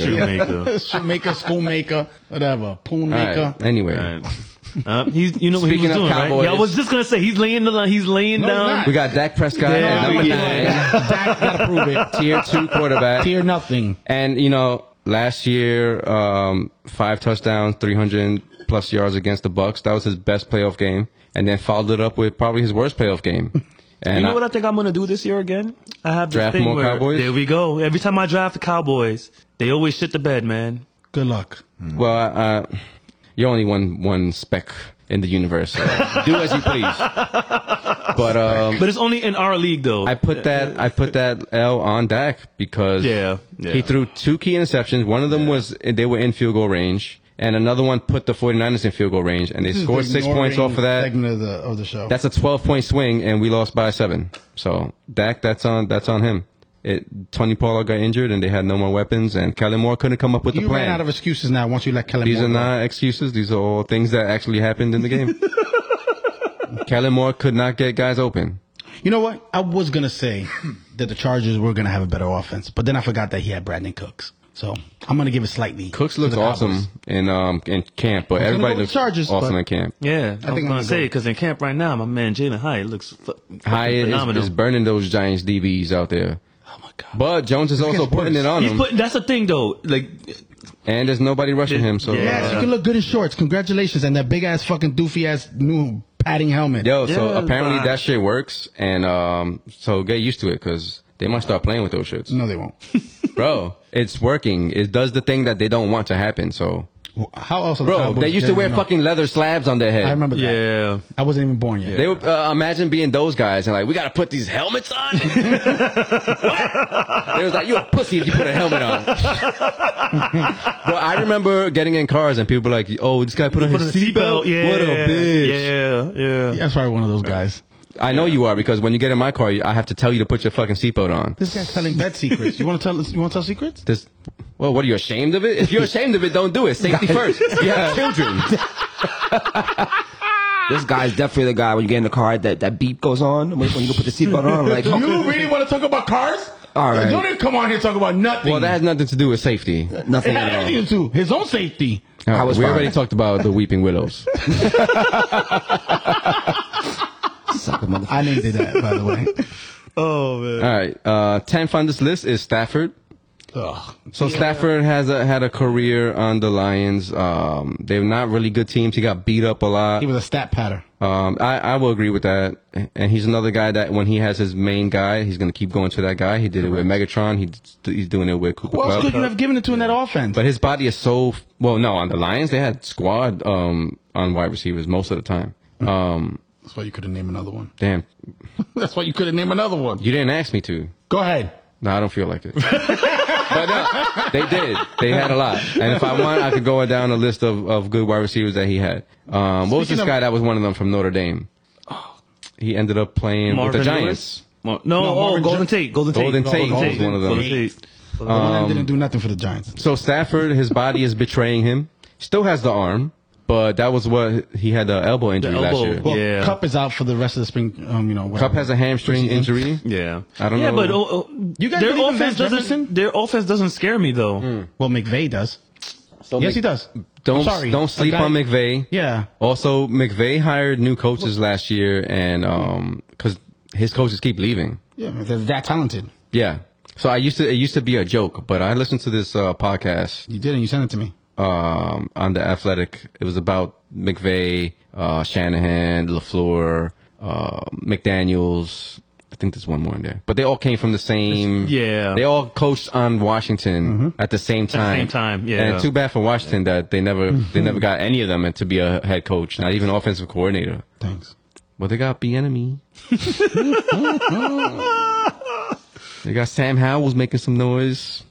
Speaker 4: Shoemaker.
Speaker 3: Shoemaker, schoolmaker, whatever. Poon
Speaker 2: All right.
Speaker 3: maker.
Speaker 2: Anyway,
Speaker 4: Right. Uh, he's, you know what he
Speaker 2: Speaking
Speaker 4: was
Speaker 2: of
Speaker 4: doing, right?
Speaker 2: Cowboys-
Speaker 4: Yeah, I was just gonna say he's laying the line. He's laying
Speaker 3: No,
Speaker 4: down.
Speaker 3: he's not.
Speaker 2: we got Dak Prescott,
Speaker 4: Yeah,
Speaker 2: at
Speaker 3: No,
Speaker 2: number
Speaker 3: we
Speaker 2: nine,
Speaker 3: got- Dak gotta prove it.
Speaker 2: tier two quarterback.
Speaker 3: Tear nothing.
Speaker 2: And you know, last year, um, five touchdowns, three hundred plus yards against the Bucks. That was his best playoff game, and then followed it up with probably his worst playoff game. And
Speaker 4: You know
Speaker 2: I-
Speaker 4: what I think I'm gonna do this year again? I have this
Speaker 2: Draft
Speaker 4: thing
Speaker 2: more
Speaker 4: where
Speaker 2: Cowboys?
Speaker 4: there we go. Every time I draft the Cowboys, they always shit the bed, man.
Speaker 3: Good luck.
Speaker 2: Well, uh, you only won one spec. in the universe. So do as you please. But um,
Speaker 4: But it's only in our league, though.
Speaker 2: I put that I put that L on Dak because
Speaker 4: Yeah, yeah.
Speaker 2: he threw two key interceptions. One of them was they were in field goal range, and another one put the 49ers in field goal range, and they
Speaker 3: This is
Speaker 2: scored
Speaker 3: the
Speaker 2: six points
Speaker 3: Hmm. ignoring
Speaker 2: off of that.
Speaker 3: segment of the of the show.
Speaker 2: That's a 12 point swing, and we lost by seven. So Dak, that's on that's on him. It, Tony Pollard got injured, and they had no more weapons, and Kellen Moore couldn't come up with
Speaker 3: you
Speaker 2: the plan.
Speaker 3: ran out of excuses now. Once you let Kellen,
Speaker 2: These
Speaker 3: Moore
Speaker 2: are
Speaker 3: go.
Speaker 2: not excuses. These are all things that actually happened in the game. Kellen Moore could not get guys open.
Speaker 3: You know what? I was gonna say that the Chargers were gonna have a better offense, but then I forgot that he had Brandon Cooks. So I'm gonna give it slightly.
Speaker 2: Cooks
Speaker 3: to
Speaker 2: looks
Speaker 3: the Cowboys.
Speaker 2: awesome in um in camp, but
Speaker 3: gonna
Speaker 2: everybody
Speaker 3: go
Speaker 2: looks
Speaker 3: with the Chargers,
Speaker 2: awesome
Speaker 3: but-
Speaker 2: in camp.
Speaker 4: yeah, I,
Speaker 3: I'm
Speaker 4: was
Speaker 3: gonna
Speaker 4: gonna say
Speaker 3: go.
Speaker 4: because in camp right now, my man Jalen Hyatt looks fu- fucking
Speaker 2: Hyatt
Speaker 4: phenomenal.
Speaker 2: is, is burning those Giants DBs out there.
Speaker 3: Oh my god!
Speaker 2: But Jones is also
Speaker 3: gets
Speaker 2: putting
Speaker 3: worse.
Speaker 2: it on
Speaker 4: He's
Speaker 2: him,
Speaker 4: put, that's the thing though. Like,
Speaker 2: and there's nobody rushing him. So uh,
Speaker 4: Yes,
Speaker 3: yes, you can look good in shorts. Congratulations, and that big ass fucking doofy ass new padding helmet.
Speaker 2: Yo, so
Speaker 4: Yeah,
Speaker 2: apparently
Speaker 4: but-
Speaker 2: that shit works, and um, so get used to it because they might start playing with those shits,
Speaker 3: No, they won't.
Speaker 2: bro. It's working. It does the thing that they don't want to happen. So,
Speaker 3: How else? are the
Speaker 2: bro,
Speaker 3: Cowboys
Speaker 2: they used to
Speaker 3: getting-
Speaker 2: wear
Speaker 3: no.
Speaker 2: fucking leather slabs on their head.
Speaker 3: I remember that.
Speaker 4: yeah,
Speaker 3: I wasn't even born yet.
Speaker 2: They would uh, imagine being those guys and like, we gotta put these helmets on. what? They was like, you a pussy if you put a helmet on. but I remember getting in cars and people were like, oh, this guy put on
Speaker 4: put
Speaker 2: his
Speaker 4: a seatbelt.
Speaker 2: seatbelt.
Speaker 4: Yeah,
Speaker 2: What a bitch.
Speaker 4: Yeah, yeah.
Speaker 3: That's probably one of those guys.
Speaker 2: I know you are because when you get in my car, you- I have to tell you to put your fucking seatbelt on.
Speaker 3: This guy's telling bad secrets. You want to tell? You want to tell secrets?
Speaker 2: This, well, what are you ashamed of it? If you're ashamed of it, don't do it. Safety first. You have children.
Speaker 6: This guy's definitely the guy when you get in the car that that beep goes on when, when you put the seatbelt on. Like,
Speaker 3: You really want to talk about cars?
Speaker 6: All right.
Speaker 3: Don't even come on here and talk about nothing.
Speaker 2: Well, that has nothing to do with safety.
Speaker 3: it
Speaker 6: nothing
Speaker 3: had
Speaker 6: at all.
Speaker 3: everything to do his own safety.
Speaker 2: All right,
Speaker 6: I was
Speaker 2: we
Speaker 6: fine.
Speaker 2: already talked about the weeping willows.
Speaker 6: Suck a motherfucker.
Speaker 3: I needed that, by the way.
Speaker 4: Oh man.
Speaker 2: All right, uh, tenth on this list is Stafford.
Speaker 3: Ugh.
Speaker 2: So Stafford has a, had a career on the Lions. Um, they're not really good teams. He got beat up a lot.
Speaker 3: He was a stat patter.
Speaker 2: Um, I, I will agree with that. And he's another guy that when he has his main guy, he's going to keep going to that guy. He did it with Megatron. He, he's doing it with Cooper
Speaker 3: Who else
Speaker 2: Cup.
Speaker 3: could you have given it to in that offense?
Speaker 2: But his body is so well. No, on the Lions they had squad um, on wide receivers most of the time.
Speaker 3: Hmm.
Speaker 2: Um,
Speaker 3: That's why you couldn't name another one.
Speaker 2: damn,
Speaker 3: That's why you couldn't name another one.
Speaker 2: you didn't ask me to.
Speaker 3: Go ahead.
Speaker 2: No, I don't feel like it. but no, they did. They had a lot. And if I want, I could go down a list of, of good wide receivers that he had. Um, what was
Speaker 3: Speaking
Speaker 2: this
Speaker 3: of-
Speaker 2: guy that was one of them from Notre Dame? He ended up playing
Speaker 4: Marvin
Speaker 2: with the
Speaker 4: Lewis?
Speaker 2: Giants.
Speaker 4: Mar- no,
Speaker 3: No,
Speaker 4: oh,
Speaker 3: Marvin
Speaker 4: Golden
Speaker 3: Jones-
Speaker 4: Tate. Golden Tate.
Speaker 2: Golden Tate was one of them.
Speaker 4: Golden Tate.
Speaker 2: Um,
Speaker 3: Golden didn't do nothing for the Giants.
Speaker 2: So Stafford, his body is betraying him. Still has the arm, but that was what he had the elbow injury last
Speaker 4: elbow,
Speaker 2: year.
Speaker 3: Well,
Speaker 4: Yeah.
Speaker 3: Cup is out for the rest of the spring. Um, you know, whatever.
Speaker 2: Cup has a hamstring injury.
Speaker 4: Yeah,
Speaker 2: I don't
Speaker 4: yeah,
Speaker 2: know.
Speaker 4: but oh, oh,
Speaker 3: You guys
Speaker 4: their
Speaker 3: believe in
Speaker 4: offense
Speaker 3: Van Jefferson? Mm.
Speaker 4: doesn't. Their offense doesn't scare me though.
Speaker 3: Well, McVay does. yes, he does.
Speaker 2: Don't
Speaker 3: I'm sorry.
Speaker 2: don't sleep
Speaker 3: A guy-
Speaker 2: on McVay.
Speaker 3: Yeah.
Speaker 2: Also, McVay hired new coaches last year, and um, because his coaches keep leaving.
Speaker 3: Yeah, they're that talented.
Speaker 2: Yeah. So I used to it used to be a joke, but I listened to this uh, podcast
Speaker 3: You did, and you sent it to me.
Speaker 2: um, on the Athletic. It was about McVay, uh, Shanahan, Lafleur, uh, McDaniel's. I think there's one more in there, but they all came from the same.
Speaker 4: Yeah. Mm-hmm.
Speaker 2: They all coached on Washington at the same
Speaker 4: the
Speaker 2: time.
Speaker 4: same time, yeah. Mm-hmm.
Speaker 2: And too bad for Washington that they never they never got any of them to be a head coach, not even offensive coordinator.
Speaker 3: Thanks.
Speaker 2: Well, they got B enemy. they got Sam Howell's making some noise.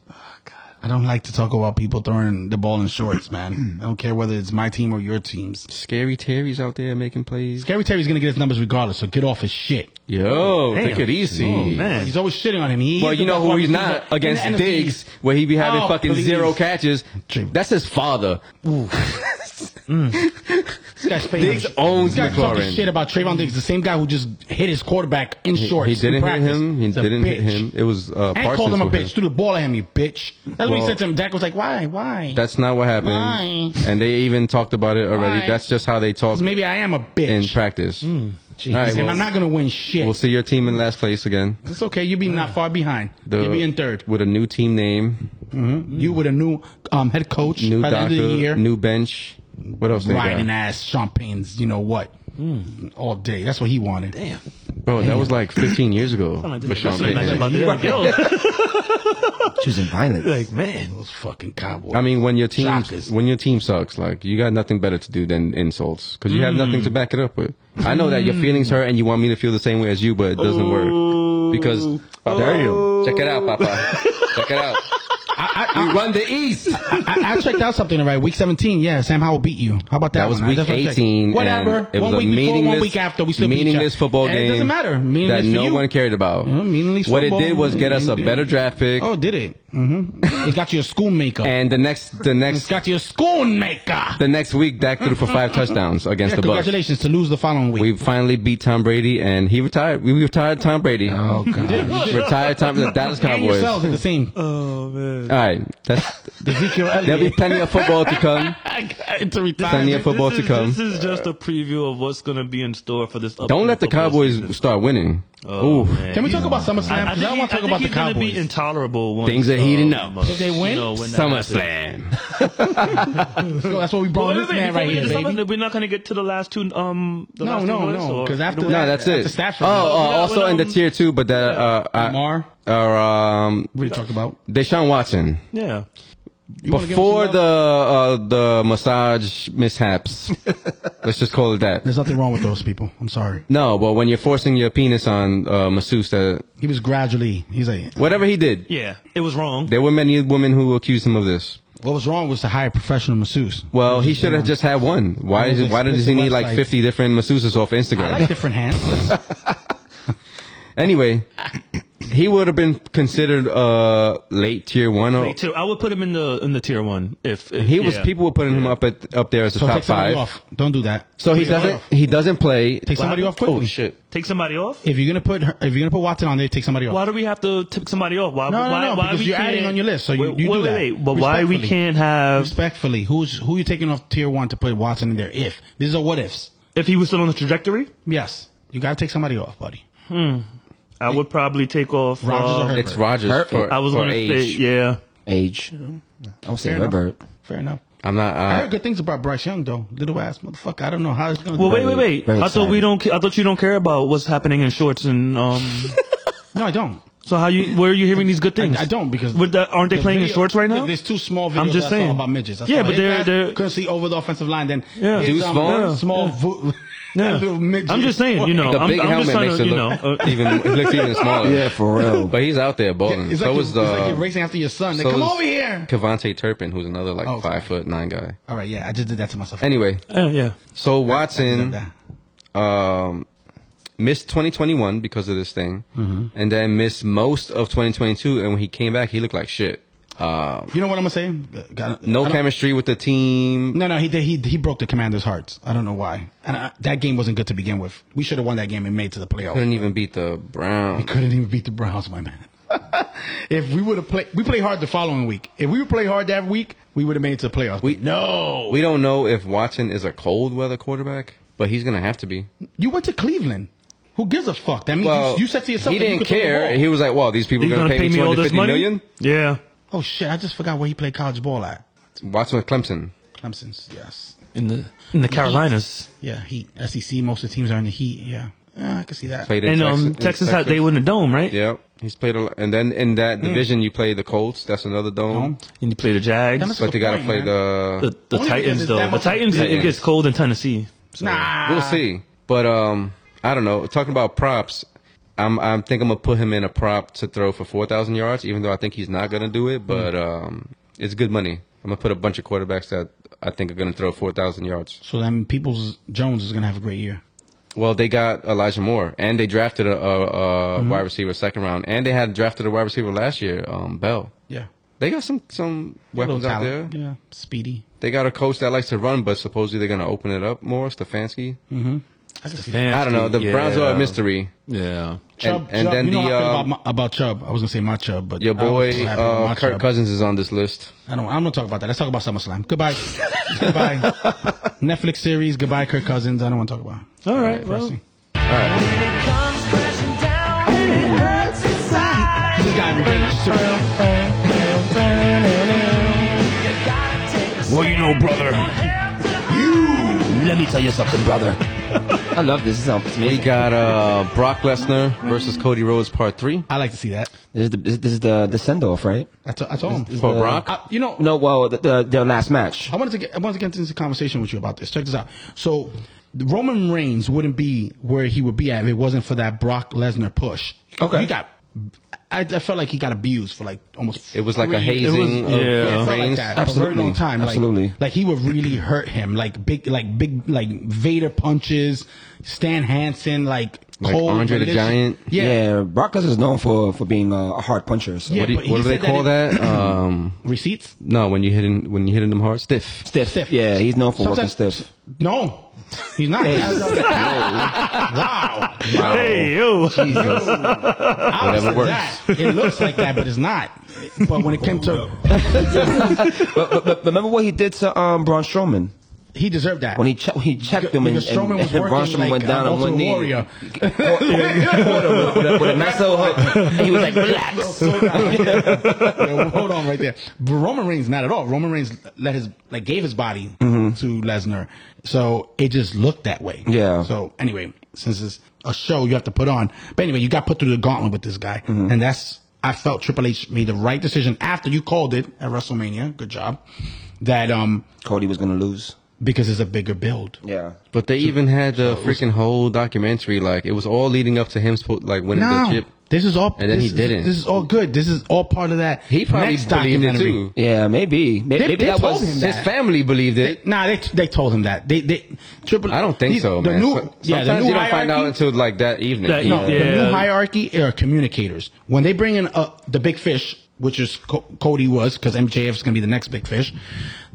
Speaker 3: I don't like to talk about people throwing the ball in shorts, man. I don't care whether it's my team or your teams.
Speaker 2: Scary Terry's out there making plays.
Speaker 3: Gary Terry's gonna get his numbers regardless, so get off his shit.
Speaker 2: Yo, take it easy.
Speaker 4: Oh man,
Speaker 3: He's always shitting on him. He
Speaker 2: Well,
Speaker 3: is
Speaker 2: you
Speaker 3: the
Speaker 2: know
Speaker 3: best
Speaker 2: who
Speaker 3: wide
Speaker 2: he's
Speaker 3: receiver
Speaker 2: not
Speaker 3: in
Speaker 2: against
Speaker 3: the NFC.
Speaker 2: Diggs, where he be having
Speaker 3: Oh,
Speaker 2: fucking
Speaker 3: please.
Speaker 2: zero catches.
Speaker 3: True.
Speaker 2: That's his father.
Speaker 3: This guy's paying
Speaker 2: Diggs
Speaker 3: him.
Speaker 2: owns
Speaker 3: This guy's talking
Speaker 2: McLaurin.
Speaker 3: shit about Trayvon Diggs, the same guy who just hit his quarterback in shorts.
Speaker 2: He
Speaker 3: in
Speaker 2: didn't hit
Speaker 3: practice.
Speaker 2: him. He
Speaker 3: He's a
Speaker 2: didn't hit
Speaker 3: bitch.
Speaker 2: him. It was uh,
Speaker 3: And
Speaker 2: Parsons
Speaker 3: called him a
Speaker 2: who hit
Speaker 3: bitch. Threw the ball at him, you bitch. That's what he
Speaker 2: Well-
Speaker 3: said to him. Dak was like, "Why? Why?"
Speaker 2: That's not what happened.
Speaker 3: Why?
Speaker 2: And they even talked about it already.
Speaker 3: Why?
Speaker 2: That's just how they talk
Speaker 3: 'Cause maybe I am a
Speaker 2: in
Speaker 3: bitch. Hmm.
Speaker 2: practice.
Speaker 3: Jeez.
Speaker 2: All right,
Speaker 3: and
Speaker 2: well-
Speaker 3: I'm not gonna win shit.
Speaker 2: We'll see your team in last place again.
Speaker 3: It's okay. You'll be not far behind.
Speaker 2: The-
Speaker 3: You'll be in third.
Speaker 2: With a new team name,
Speaker 3: You with a new um, head coach
Speaker 2: new
Speaker 3: by the end of the
Speaker 2: doctor,
Speaker 3: year.
Speaker 2: new bench. What else they
Speaker 3: riding
Speaker 2: got? Hmm.
Speaker 3: ass champagnes, you know what? All day. That's what he wanted. Damn.
Speaker 2: Bro, that was like 15 years ago.
Speaker 4: I'm like,
Speaker 2: for
Speaker 4: this
Speaker 2: Sean
Speaker 4: is like,
Speaker 2: Payton.
Speaker 4: about to go.
Speaker 6: Choosing violence.
Speaker 4: like man,
Speaker 3: Those fucking cowboys.
Speaker 2: I mean, when your team
Speaker 3: Shockers.
Speaker 2: when your team sucks, like you got nothing better to do than insults because you
Speaker 3: Mm.
Speaker 2: have nothing to back it up with. I know that your feelings hurt and you want me to feel the same way as you, but it doesn't work because Papa,
Speaker 6: Damn.
Speaker 2: check it out, Papa. check it out. we run the East.
Speaker 3: I, I checked out something right. Week 17, yeah, Sam Howell beat you. How about that?
Speaker 2: That was
Speaker 3: one? I
Speaker 2: week
Speaker 3: definitely checked.
Speaker 2: 18. and
Speaker 3: Whatever.
Speaker 2: It was
Speaker 3: one
Speaker 2: a
Speaker 3: week before, one
Speaker 2: meaningless-
Speaker 3: week after, we still beat each
Speaker 2: meaningless
Speaker 3: other.
Speaker 2: football
Speaker 3: And
Speaker 2: game.
Speaker 3: It doesn't matter. Meaningless
Speaker 2: that
Speaker 3: for
Speaker 2: no
Speaker 3: you.
Speaker 2: one cared about.
Speaker 3: Yeah, meaningless
Speaker 2: what it
Speaker 3: football.
Speaker 2: did was get us a better draft pick,
Speaker 3: Oh, did it? Mm-hmm. it got you a school maker.
Speaker 2: and the next the
Speaker 3: it's
Speaker 2: next
Speaker 3: got you a school maker.
Speaker 2: the next week, Dak threw for five touchdowns against the
Speaker 3: Yeah,
Speaker 2: Bucks.
Speaker 3: congratulations to lose the following week.
Speaker 2: We finally beat Tom Brady, and he retired. We retired Tom Brady. Oh god, retired Tom the Dallas
Speaker 3: and
Speaker 2: Cowboys.
Speaker 3: yourselves
Speaker 2: All
Speaker 3: at the same.
Speaker 4: oh man.
Speaker 2: right, that's
Speaker 3: Ezekiel
Speaker 2: there'll be
Speaker 3: Elliott.
Speaker 2: plenty of football to come.
Speaker 3: Into
Speaker 2: Plenty of
Speaker 3: retirement.
Speaker 2: football
Speaker 4: this
Speaker 2: to
Speaker 4: is,
Speaker 2: come.
Speaker 4: This is just a preview of what's going to be in store for this.
Speaker 2: Don't
Speaker 4: upcoming
Speaker 2: let the
Speaker 4: football season.
Speaker 2: Cowboys start winning.
Speaker 4: Oh,
Speaker 2: Ooh.
Speaker 4: man.
Speaker 3: Can we talk about SummerSlam?
Speaker 4: I, I
Speaker 3: 'Cause
Speaker 4: think,
Speaker 3: I want to
Speaker 4: he-
Speaker 3: talk
Speaker 4: I
Speaker 3: about the
Speaker 4: think he's going to be
Speaker 3: Cowboys.
Speaker 4: intolerable. Once,
Speaker 2: Things are heating up.
Speaker 4: months,
Speaker 3: If they win,
Speaker 4: you know, when that happens.
Speaker 2: SummerSlam.
Speaker 3: So that's what we brought
Speaker 4: Well,
Speaker 3: Oh, this
Speaker 4: wait,
Speaker 3: man
Speaker 4: before
Speaker 3: right
Speaker 4: we get
Speaker 3: here,
Speaker 4: to
Speaker 3: baby.
Speaker 4: SummerSlam, We're not going to get to the last two. Um, the
Speaker 3: No,
Speaker 4: last
Speaker 3: no,
Speaker 4: two lists,
Speaker 3: no,
Speaker 4: or-
Speaker 3: 'cause after
Speaker 2: No,
Speaker 3: that-
Speaker 2: that's
Speaker 3: that's
Speaker 2: it.
Speaker 3: a staff
Speaker 2: oh, oh,
Speaker 3: review.
Speaker 4: Yeah,
Speaker 2: also
Speaker 4: when,
Speaker 2: in the
Speaker 4: um,
Speaker 2: tier two, but that uh, uh,
Speaker 3: Lamar,
Speaker 2: or um,
Speaker 3: what are you talking about?
Speaker 2: Deshaun Watson.
Speaker 4: yeah.
Speaker 3: You wanna give him
Speaker 2: Before
Speaker 3: some
Speaker 2: the
Speaker 3: love?
Speaker 2: uh, the massage mishaps, let's just call it that.
Speaker 3: There's nothing wrong with those people. I'm sorry.
Speaker 2: No, but when you're forcing your penis on uh, masseuse, that
Speaker 3: He was gradually. He's like,
Speaker 2: whatever he did,
Speaker 4: Yeah, it was wrong.
Speaker 2: there were many women who accused him of this.
Speaker 3: what was wrong was to hire a professional masseuse.
Speaker 2: Well, he should have just had one. Why?
Speaker 3: Those
Speaker 2: Why does he
Speaker 3: expensive
Speaker 2: need like
Speaker 3: websites.
Speaker 2: 50 different masseuses off
Speaker 3: I
Speaker 2: Instagram?
Speaker 3: like different hands.
Speaker 2: Anyway, he would have been considered uh late tier one. Or,
Speaker 4: Like, tier- I would put him in the in the tier one if, if
Speaker 2: he was.
Speaker 4: yeah.
Speaker 2: People were putting him up at up there as the
Speaker 3: So
Speaker 2: top
Speaker 3: take somebody
Speaker 2: five.
Speaker 3: off. Don't do that.
Speaker 2: So he
Speaker 3: Take somebody
Speaker 2: doesn't.
Speaker 3: off.
Speaker 2: He doesn't play.
Speaker 3: Take somebody off quickly.
Speaker 2: Oh shit!
Speaker 4: Take somebody off.
Speaker 3: If you're gonna put her, if you're gonna put Watson on there, take somebody off.
Speaker 4: Why do we have to tip somebody off? Why?
Speaker 3: No, no,
Speaker 4: why,
Speaker 3: no,
Speaker 4: why
Speaker 3: because
Speaker 4: we
Speaker 3: you're adding
Speaker 4: can't-
Speaker 3: on your list, so you-
Speaker 4: wait,
Speaker 3: you do
Speaker 4: wait,
Speaker 3: that.
Speaker 4: wait, But why we
Speaker 3: Respectfully.
Speaker 4: can't have
Speaker 3: Respectfully, who's who you taking off tier one to put Watson in there? If these are what ifs.
Speaker 4: if he was still on the trajectory?
Speaker 3: Yes, you gotta take somebody off, buddy.
Speaker 4: I would probably take off.
Speaker 3: Rogers or
Speaker 4: uh,
Speaker 3: Herbert?
Speaker 2: It's Rogers. For,
Speaker 4: I was
Speaker 2: for
Speaker 4: going to say,
Speaker 2: age.
Speaker 4: yeah.
Speaker 6: Age. I would say
Speaker 3: Fair enough.
Speaker 6: Herbert.
Speaker 3: Fair enough.
Speaker 2: I'm not.
Speaker 3: I
Speaker 2: Uh,
Speaker 3: heard good things about Bryce Young though. Little ass motherfucker. I don't know how it's gonna.
Speaker 4: Well,
Speaker 3: do.
Speaker 4: wait, wait, wait.
Speaker 6: very
Speaker 4: I thought we
Speaker 6: exciting.
Speaker 4: don't. ca- I thought you don't care about what's happening in shorts and um.
Speaker 3: No, I don't.
Speaker 4: so how you? Where are you hearing these good things?
Speaker 3: I, I don't because
Speaker 4: With the, aren't they
Speaker 3: the
Speaker 4: playing in
Speaker 3: video-
Speaker 4: shorts right now?
Speaker 3: There's two small videos
Speaker 4: I'm just
Speaker 3: that I saw
Speaker 4: saying.
Speaker 3: about midgets. I
Speaker 4: Yeah,
Speaker 3: saw
Speaker 4: but
Speaker 3: his
Speaker 4: they're-
Speaker 3: ass,
Speaker 4: they're-
Speaker 3: couldn't see over the offensive line. Then
Speaker 4: Yeah.
Speaker 3: his,
Speaker 2: Deuce Vaughn?
Speaker 3: yeah. small vo-
Speaker 4: Yeah.
Speaker 3: little midget.
Speaker 4: I'm just saying, you know,
Speaker 2: the
Speaker 4: I'm,
Speaker 2: big
Speaker 4: I'm just
Speaker 2: helmet
Speaker 4: trying
Speaker 2: makes
Speaker 4: to,
Speaker 2: it
Speaker 4: you know,
Speaker 2: look
Speaker 4: uh,
Speaker 2: even it looks even smaller.
Speaker 6: Yeah, for real.
Speaker 2: But he's out there balling.
Speaker 3: It's
Speaker 2: so
Speaker 3: like, you,
Speaker 2: was the
Speaker 3: it's like you're racing after your son. Like,
Speaker 2: so
Speaker 3: Come
Speaker 2: is
Speaker 3: over here.
Speaker 2: Cavante Turpin, who's another like
Speaker 3: Oh,
Speaker 2: five foot nine guy.
Speaker 3: All right, yeah, I just did that to myself.
Speaker 2: Anyway,
Speaker 4: uh, yeah.
Speaker 2: so
Speaker 3: Did
Speaker 2: Watson
Speaker 3: that.
Speaker 2: um, missed 2021 because of this thing,
Speaker 3: Mm-hmm.
Speaker 2: and then missed most of 2022. And when he came back, he looked like shit. Um,
Speaker 3: You know what I'm gonna say? Uh, Got- I
Speaker 2: no
Speaker 3: don't-
Speaker 2: chemistry with the team.
Speaker 3: No, no, he did. He he broke the commander's hearts. I don't know why. And I, that game wasn't good to begin with. We should have won that game and made it to the playoffs.
Speaker 2: Couldn't even beat the Browns.
Speaker 3: Couldn't even beat the Browns, my man. if we would have played, we played hard the following week. If we would play hard that week, we would have made it to the playoffs.
Speaker 2: We-
Speaker 3: no,
Speaker 2: We don't know if Watson is a cold weather quarterback, but he's gonna have to be.
Speaker 3: you went to Cleveland. Who gives a fuck? That means
Speaker 2: Well,
Speaker 3: you, you said to yourself,
Speaker 2: he
Speaker 3: that you
Speaker 2: didn't
Speaker 3: could throw the
Speaker 2: care.
Speaker 3: ball.
Speaker 2: He was like, "Well, these people
Speaker 4: You
Speaker 2: are
Speaker 4: gonna
Speaker 2: gonna
Speaker 4: pay me all this
Speaker 2: 250
Speaker 4: money?
Speaker 2: million?
Speaker 4: Yeah.
Speaker 3: oh shit! I just forgot where he played college ball at.
Speaker 2: Watson with Clemson.
Speaker 3: Clemson's, yes,
Speaker 4: In the in the Carolinas.
Speaker 3: yeah, Heat, SEC. Most of the teams are in the Heat. Yeah, yeah I can see that.
Speaker 2: Played in
Speaker 4: And
Speaker 2: Texas,
Speaker 4: um
Speaker 2: in
Speaker 4: Texas had they Hmm. win the dome, right?
Speaker 2: Yep, he's played a lot. And then in that division, you play the Colts. That's another dome.
Speaker 4: And you play the Jags.
Speaker 3: That's a
Speaker 2: But they gotta
Speaker 3: point,
Speaker 2: play
Speaker 3: man.
Speaker 4: The,
Speaker 2: the.
Speaker 4: the
Speaker 3: Only because
Speaker 4: Titans
Speaker 3: it's
Speaker 4: though.
Speaker 3: that
Speaker 4: The
Speaker 3: much of a
Speaker 4: Titans it- it
Speaker 2: difference.
Speaker 4: gets cold in Tennessee. So
Speaker 3: Nah,
Speaker 2: We'll see. But um, I don't know. Talking about props, I'm I'm think I'm gonna put him in a prop to throw for four thousand yards, even though I think he's not gonna do it.
Speaker 4: Hmm.
Speaker 2: But um, it's good money. I'm gonna put a bunch of quarterbacks that I think are gonna throw four thousand yards.
Speaker 3: So then, Peoples Jones is gonna have a great year.
Speaker 2: Well, they got Elijah Moore, and they drafted a, a, a
Speaker 4: Mm-hmm.
Speaker 2: wide receiver second round, and they had drafted a wide receiver last year, um, Bell.
Speaker 3: Yeah,
Speaker 2: They got some some weapons out there.
Speaker 3: Yeah, speedy.
Speaker 2: They got a coach that likes to run, but supposedly they're gonna open it up more. Stefanski.
Speaker 3: I can see that.
Speaker 4: man,
Speaker 2: I don't know. The
Speaker 4: yeah.
Speaker 2: Browns are a mystery.
Speaker 4: Yeah.
Speaker 3: Chubb,
Speaker 2: and
Speaker 3: Chubb,
Speaker 2: then
Speaker 3: you know
Speaker 2: the,
Speaker 3: how I feel
Speaker 2: um,
Speaker 3: about, my, about Chubb. I was gonna say my Chubb, but
Speaker 2: Your
Speaker 3: I don't
Speaker 2: boy
Speaker 3: feel happy about
Speaker 2: uh,
Speaker 3: my
Speaker 2: Kirk
Speaker 3: Chubb.
Speaker 2: Cousins is on this list.
Speaker 3: I don't. I'm gonna talk about that. Let's talk about SummerSlam. Goodbye. goodbye. Netflix series. Goodbye, Kirk Cousins. I don't want to talk about. it.
Speaker 4: All right. Well,
Speaker 3: Depressing.
Speaker 7: comes crashing down and it hurts inside.
Speaker 3: This guy revenge tour.
Speaker 7: Gotta take a
Speaker 6: Well, you know, brother.
Speaker 7: step to
Speaker 6: Let me tell you something, brother. I love this. This sounds
Speaker 2: We
Speaker 6: amazing.
Speaker 2: got uh, Brock Lesnar versus Cody Rhodes Part Three
Speaker 3: I like to see that.
Speaker 6: This is the, this is the, the send off, right?
Speaker 3: That's all- that's all. I'm-
Speaker 2: for Brock.
Speaker 3: I- you know,
Speaker 6: No, well, the, the, their last match.
Speaker 3: I wanted to get I wanted to get into a conversation with you about this. Check this out. So Roman Reigns wouldn't be where he would be at if it wasn't for that Brock Lesnar push.
Speaker 6: Okay.
Speaker 3: he got. I, I felt like he got abused for like almost.
Speaker 2: It was like a
Speaker 3: three-
Speaker 2: hazing of
Speaker 4: yeah.
Speaker 3: it felt like
Speaker 2: Reigns.
Speaker 3: that for a very long
Speaker 6: Absolutely.
Speaker 3: time. Like-
Speaker 6: Absolutely.
Speaker 3: Like, he would really hurt him. Like big, like big, like Vader punches, Stan Hansen, like,
Speaker 2: Like
Speaker 3: cold
Speaker 2: Andre the
Speaker 3: malicious-
Speaker 2: Giant?
Speaker 3: Yeah.
Speaker 6: Brock Lesnar is known for, for being uh, a hard puncher. So.
Speaker 3: Yeah.
Speaker 2: What do,
Speaker 3: but
Speaker 2: you, what
Speaker 3: he
Speaker 2: do they
Speaker 3: said that
Speaker 2: call
Speaker 3: it-
Speaker 2: that? um,
Speaker 3: Receipts.
Speaker 2: no, when you hitting when you hitting them hard, stiff.
Speaker 6: Stiff.
Speaker 3: Stiff.
Speaker 6: Yeah, he's known for
Speaker 3: Sometimes-
Speaker 6: working stiff.
Speaker 3: No, he's not. wow.
Speaker 2: Oh.
Speaker 4: Hey, yo.
Speaker 3: Whatever
Speaker 2: Whatever works.
Speaker 3: That. It looks like that, but it's not. But when it came to,
Speaker 6: but, but, but remember what he did to um, Braun Strowman?
Speaker 3: he deserved that.
Speaker 6: When he, che- he checked him and,
Speaker 3: Because
Speaker 6: and,
Speaker 3: Strowman
Speaker 6: and,
Speaker 3: was working
Speaker 6: Braun Strowman
Speaker 3: like
Speaker 6: went down
Speaker 3: an
Speaker 6: on one
Speaker 3: Ultimate
Speaker 6: knee.
Speaker 3: Warrior.
Speaker 6: Caught him, caught him with, a, with a nice little hook. And he was like, relax.
Speaker 3: Yeah, hold on right there. But Roman Reigns, not at all. Roman Reigns let his like gave his body
Speaker 2: Mm-hmm.
Speaker 3: to Lesnar, so it just looked that way.
Speaker 6: Yeah.
Speaker 3: So anyway, since it's a show you have to put on, but anyway, you got put through the gauntlet with this guy,
Speaker 2: Mm-hmm.
Speaker 3: and that's I felt Triple H made the right decision after you called it at WrestleMania. Good job. That um
Speaker 6: Cody was going to lose.
Speaker 3: because it's a bigger build.
Speaker 6: Yeah.
Speaker 2: But they even had the freaking whole documentary. Like it was all leading up to him spo- like winning
Speaker 3: No,
Speaker 2: the chip.
Speaker 3: this is all.
Speaker 2: And then he
Speaker 3: this is-
Speaker 2: didn't.
Speaker 3: This is all good. This is all part of that.
Speaker 2: He probably
Speaker 3: next
Speaker 2: believed it
Speaker 3: documentary.
Speaker 2: too.
Speaker 6: Yeah, maybe. May- Maybe,
Speaker 3: They- they
Speaker 6: that
Speaker 3: told
Speaker 6: was
Speaker 3: him
Speaker 2: His
Speaker 3: that.
Speaker 2: family believed it.
Speaker 3: Nah, they they told him that. They they triple.
Speaker 2: I don't think
Speaker 3: these-
Speaker 2: so,
Speaker 3: the
Speaker 2: man.
Speaker 3: New,
Speaker 2: So-
Speaker 3: yeah, the
Speaker 2: Sometimes
Speaker 3: new
Speaker 2: you don't find out
Speaker 3: hierarchy-
Speaker 2: until like that evening.
Speaker 4: That-
Speaker 3: No, the
Speaker 4: Yeah.
Speaker 3: new hierarchy are communicators. When they bring in uh, the big fish, which is Co- Cody was, because MJF is going to be the next big fish.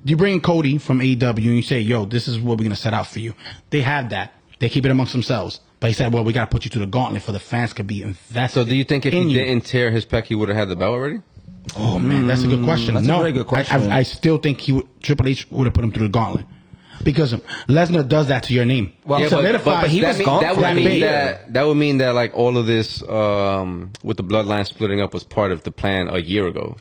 Speaker 3: You bring in Cody from AEW and you say, "Yo, this is what we're going to set out for you." They have that. They keep it amongst themselves. But he said, "Well, we got to put you through the gauntlet for the fans could be invested."
Speaker 2: So do you think if
Speaker 3: in
Speaker 2: he
Speaker 3: you.
Speaker 2: didn't tear his pec, he would have had the belt already?
Speaker 3: Oh man, that's a good question.
Speaker 6: that's a
Speaker 3: no,
Speaker 6: very good
Speaker 3: I-
Speaker 6: question.
Speaker 3: I, I still think he would, Triple H would have put him through the gauntlet because Lesnar does that to your name. Well,
Speaker 2: Yeah, but- but- but
Speaker 6: he
Speaker 2: that
Speaker 6: was
Speaker 2: mean-
Speaker 6: gone
Speaker 2: That
Speaker 6: for
Speaker 2: would
Speaker 3: that
Speaker 2: mean
Speaker 3: big.
Speaker 2: that that would mean that like all of this um, with the bloodline splitting up was part of the plan a year ago.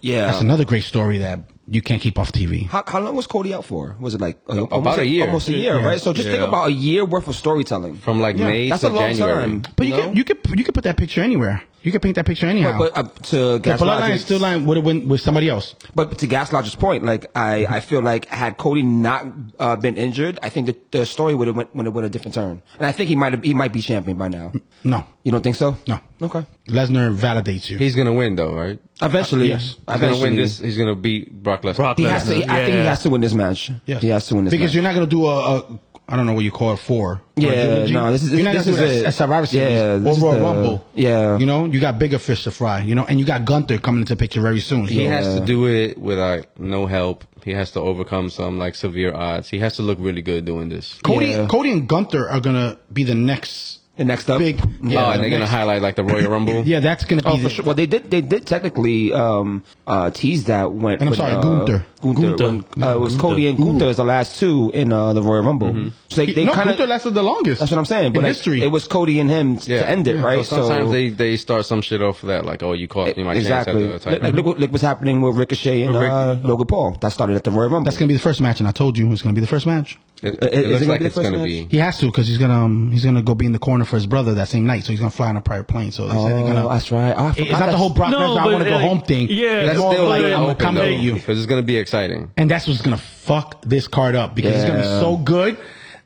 Speaker 6: Yeah.
Speaker 3: That's another great story that you can't keep off TV.
Speaker 6: How, how long was Cody out for? Was it like uh, almost
Speaker 2: About a year.
Speaker 6: Almost a year,
Speaker 3: Yeah.
Speaker 6: right? So just think
Speaker 2: Yeah.
Speaker 6: about a year worth of storytelling.
Speaker 2: From like May
Speaker 6: that's
Speaker 2: to
Speaker 6: a long
Speaker 2: January.
Speaker 6: time.
Speaker 3: But you
Speaker 6: know?
Speaker 3: can you can you can put that picture anywhere. You can paint that picture anyhow.
Speaker 6: But, but uh, to
Speaker 3: the
Speaker 6: Gas
Speaker 3: bloodline
Speaker 6: Logic's,
Speaker 3: is still line would have went with somebody else.
Speaker 6: but to Gas Logic's point, like I, I feel like had Cody not uh, been injured, I think the, the story would have went would have went a different turn. And I think he might have he might be champion by now.
Speaker 3: No,
Speaker 6: You don't think so?
Speaker 3: No.
Speaker 6: Okay.
Speaker 3: Lesnar validates you.
Speaker 2: He's gonna win though, right?
Speaker 6: Eventually,
Speaker 3: yes.
Speaker 2: He's gonna
Speaker 6: eventually.
Speaker 2: win this. He's gonna beat Brock Lesnar.
Speaker 4: Brock
Speaker 6: He has to.
Speaker 4: Lesnar.
Speaker 6: I think he
Speaker 4: Yeah.
Speaker 6: has to win this match.
Speaker 3: Yes.
Speaker 6: He has to win this
Speaker 3: because
Speaker 6: match.
Speaker 3: you're not gonna do a. a I don't know what you call it for.
Speaker 6: Yeah, no, this is-
Speaker 3: you're not
Speaker 6: this
Speaker 3: gonna do a-
Speaker 6: is it.
Speaker 3: a Survivor Series
Speaker 6: Yeah, this
Speaker 3: or
Speaker 6: is
Speaker 3: Royal
Speaker 6: the-
Speaker 3: Rumble.
Speaker 6: yeah.
Speaker 3: you know, you got bigger fish to fry. You know, and you got Gunther coming into the picture very soon.
Speaker 2: He
Speaker 3: so-
Speaker 2: has to do it with like no help. He has to overcome some like severe odds. He has to look really good doing this.
Speaker 3: Cody,
Speaker 6: Yeah.
Speaker 3: Cody, and Gunther are gonna be the next
Speaker 6: The next up.
Speaker 3: big.
Speaker 2: Yeah, Oh, and
Speaker 3: the
Speaker 2: they're gonna
Speaker 3: next-
Speaker 2: highlight like the Royal Rumble.
Speaker 3: Yeah, that's gonna be.
Speaker 6: Oh,
Speaker 3: the,
Speaker 6: for sure. Well, they did. They did technically um, uh, tease that when.
Speaker 3: And I'm
Speaker 6: when,
Speaker 3: sorry,
Speaker 6: uh,
Speaker 3: Gunther.
Speaker 6: Gunther.
Speaker 4: Gunther.
Speaker 6: when, uh, it was Cody and Gunther as the last two in uh, the Royal Rumble.
Speaker 2: Mm-hmm.
Speaker 6: So they, they
Speaker 3: no,
Speaker 6: kind
Speaker 3: Gunther
Speaker 6: of.
Speaker 3: lasted the longest.
Speaker 6: That's what I'm saying. But
Speaker 3: in
Speaker 6: like,
Speaker 3: history,
Speaker 6: it was Cody and him t-
Speaker 2: Yeah.
Speaker 6: to end it, right?
Speaker 2: So sometimes they, they start some shit off of that, like oh you caught me my
Speaker 6: exactly.
Speaker 2: chance at the
Speaker 6: Like, like,
Speaker 2: title.
Speaker 6: look, what- look what's happening with Ricochet and
Speaker 2: With Ric-
Speaker 6: uh, Logan Paul. That started at the Royal Rumble.
Speaker 3: That's gonna be the first match, and I told you it's gonna be the first match.
Speaker 2: It, it
Speaker 6: Uh, is it
Speaker 2: looks
Speaker 6: gonna
Speaker 2: like
Speaker 6: be the
Speaker 2: it's
Speaker 6: first
Speaker 2: gonna
Speaker 6: match?
Speaker 2: be.
Speaker 3: He has to because he's gonna um, he's gonna go be in the corner for his brother that same night, so he's gonna fly on a private plane. So they said they're
Speaker 6: Oh,
Speaker 3: gonna.
Speaker 6: that's right. Oh, I
Speaker 3: It's
Speaker 6: forgot
Speaker 3: not the
Speaker 6: that's-
Speaker 3: whole Brock
Speaker 4: No,
Speaker 3: Lesnar I
Speaker 4: but,
Speaker 3: want to go
Speaker 4: like,
Speaker 3: home thing.
Speaker 4: yeah,
Speaker 3: it's
Speaker 2: That's
Speaker 3: more
Speaker 2: still
Speaker 3: like
Speaker 2: like
Speaker 4: I'm
Speaker 3: I'll
Speaker 2: open though,
Speaker 3: accommodate you,
Speaker 2: because it's gonna be exciting.
Speaker 3: and that's what's gonna fuck this card up because it's gonna be
Speaker 6: Yeah.
Speaker 3: so good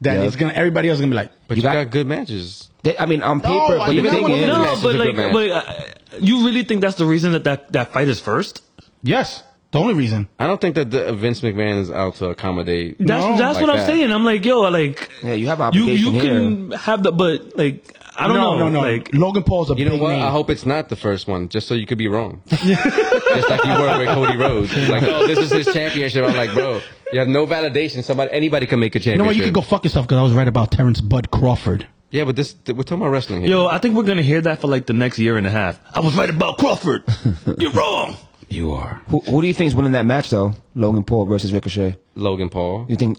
Speaker 3: that
Speaker 6: Yeah.
Speaker 3: it's gonna everybody else is gonna be like.
Speaker 2: But you, got, good matches.
Speaker 6: They, I mean, on paper,
Speaker 3: No, I
Speaker 6: but
Speaker 3: did
Speaker 6: even
Speaker 3: not wanna
Speaker 6: thinking,
Speaker 3: do
Speaker 4: No,
Speaker 2: That's
Speaker 4: but
Speaker 2: a good
Speaker 4: like,
Speaker 2: man.
Speaker 4: but uh, you really think that's the reason that that, that fight is first?
Speaker 3: Yes, the only reason.
Speaker 2: I don't think that the, uh, Vince McMahon is out to accommodate.
Speaker 4: That's
Speaker 3: No.
Speaker 4: that's
Speaker 2: Like
Speaker 4: what I'm
Speaker 2: that.
Speaker 4: saying. I'm like, yo, I like
Speaker 6: Yeah, you have an
Speaker 4: you you
Speaker 6: obligation
Speaker 4: can have the but like I don't
Speaker 3: no,
Speaker 4: know.
Speaker 3: no, no.
Speaker 4: Like
Speaker 3: Logan Paul's a
Speaker 2: You know
Speaker 3: big
Speaker 2: what?
Speaker 3: name.
Speaker 2: I hope it's not the first one, just so you could be wrong. just like you were with Cody Rhodes. Like, oh, this is his championship. I'm like, bro, you have no validation. Somebody, anybody can make a
Speaker 3: you
Speaker 2: championship.
Speaker 3: know what? You can go fuck yourself because I was right about Terrence Bud Crawford.
Speaker 2: Yeah, but this we're talking about wrestling here.
Speaker 4: yo, I think we're gonna hear that for like the next year and a half. I was right about Crawford. You're wrong.
Speaker 3: You are.
Speaker 6: Who, who do you think is winning that match though? Logan Paul versus Ricochet.
Speaker 2: Logan Paul.
Speaker 6: You think?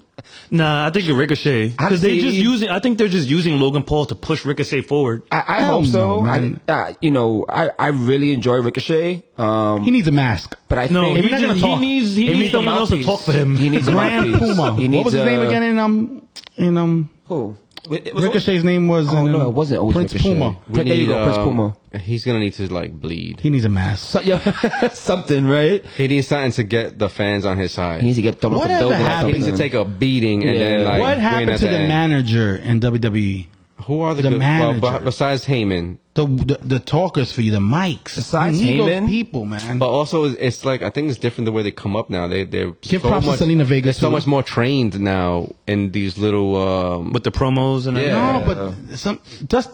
Speaker 4: Nah, I think you're Ricochet because they're just
Speaker 6: Actually-
Speaker 4: using. I think they're just using Logan Paul to push Ricochet forward.
Speaker 6: I, I
Speaker 3: Hell
Speaker 6: hope so.
Speaker 3: no,
Speaker 6: I,
Speaker 3: man.
Speaker 6: uh, you know, I, I really enjoy Ricochet. Um,
Speaker 3: He needs a mask.
Speaker 6: but I
Speaker 4: No,
Speaker 6: think
Speaker 4: he,
Speaker 3: you're not gonna
Speaker 4: just, he
Speaker 3: talk.
Speaker 4: needs he
Speaker 3: He
Speaker 4: needs
Speaker 3: needs a
Speaker 4: someone else to
Speaker 6: mouthpiece.
Speaker 4: talk for him.
Speaker 6: he needs a
Speaker 3: Grand
Speaker 6: mouthpiece.
Speaker 3: Puma.
Speaker 6: He
Speaker 3: what
Speaker 6: needs
Speaker 3: was his name
Speaker 6: a-
Speaker 3: again in um in um
Speaker 6: Who? It was-
Speaker 3: Ricochet's name was
Speaker 6: Oh
Speaker 3: in,
Speaker 6: no,
Speaker 3: um,
Speaker 6: it wasn't always
Speaker 3: Prince
Speaker 6: Ricochet.
Speaker 3: Puma.
Speaker 2: We
Speaker 6: there you
Speaker 2: need,
Speaker 6: go, Prince
Speaker 2: um,
Speaker 6: Puma.
Speaker 2: He's gonna need to like bleed.
Speaker 3: He needs a mask.
Speaker 6: So, yeah, something, right?
Speaker 2: He needs something to get the fans on his side.
Speaker 6: He needs to get thrown up
Speaker 3: What
Speaker 6: the
Speaker 3: happened?
Speaker 6: building. or
Speaker 2: he
Speaker 3: happened?
Speaker 2: needs to
Speaker 6: something.
Speaker 2: take a beating and then
Speaker 6: Yeah.
Speaker 2: like.
Speaker 3: What happened to the manager in E? WWE?
Speaker 2: Who are the,
Speaker 3: the
Speaker 2: good? Well,
Speaker 3: manager?
Speaker 2: be- besides Heyman,
Speaker 3: The, the the talkers for you, the mics.
Speaker 6: Besides
Speaker 3: you need those
Speaker 6: Heyman?
Speaker 3: people, man.
Speaker 2: But also, it's- it's like I think it's different the way they come up now. They they're
Speaker 3: Give props to Selena Vega,
Speaker 2: They're so
Speaker 3: too.
Speaker 2: much more trained now in these little. Um,
Speaker 4: with the promos and
Speaker 2: Yeah.
Speaker 3: no, but some Dust,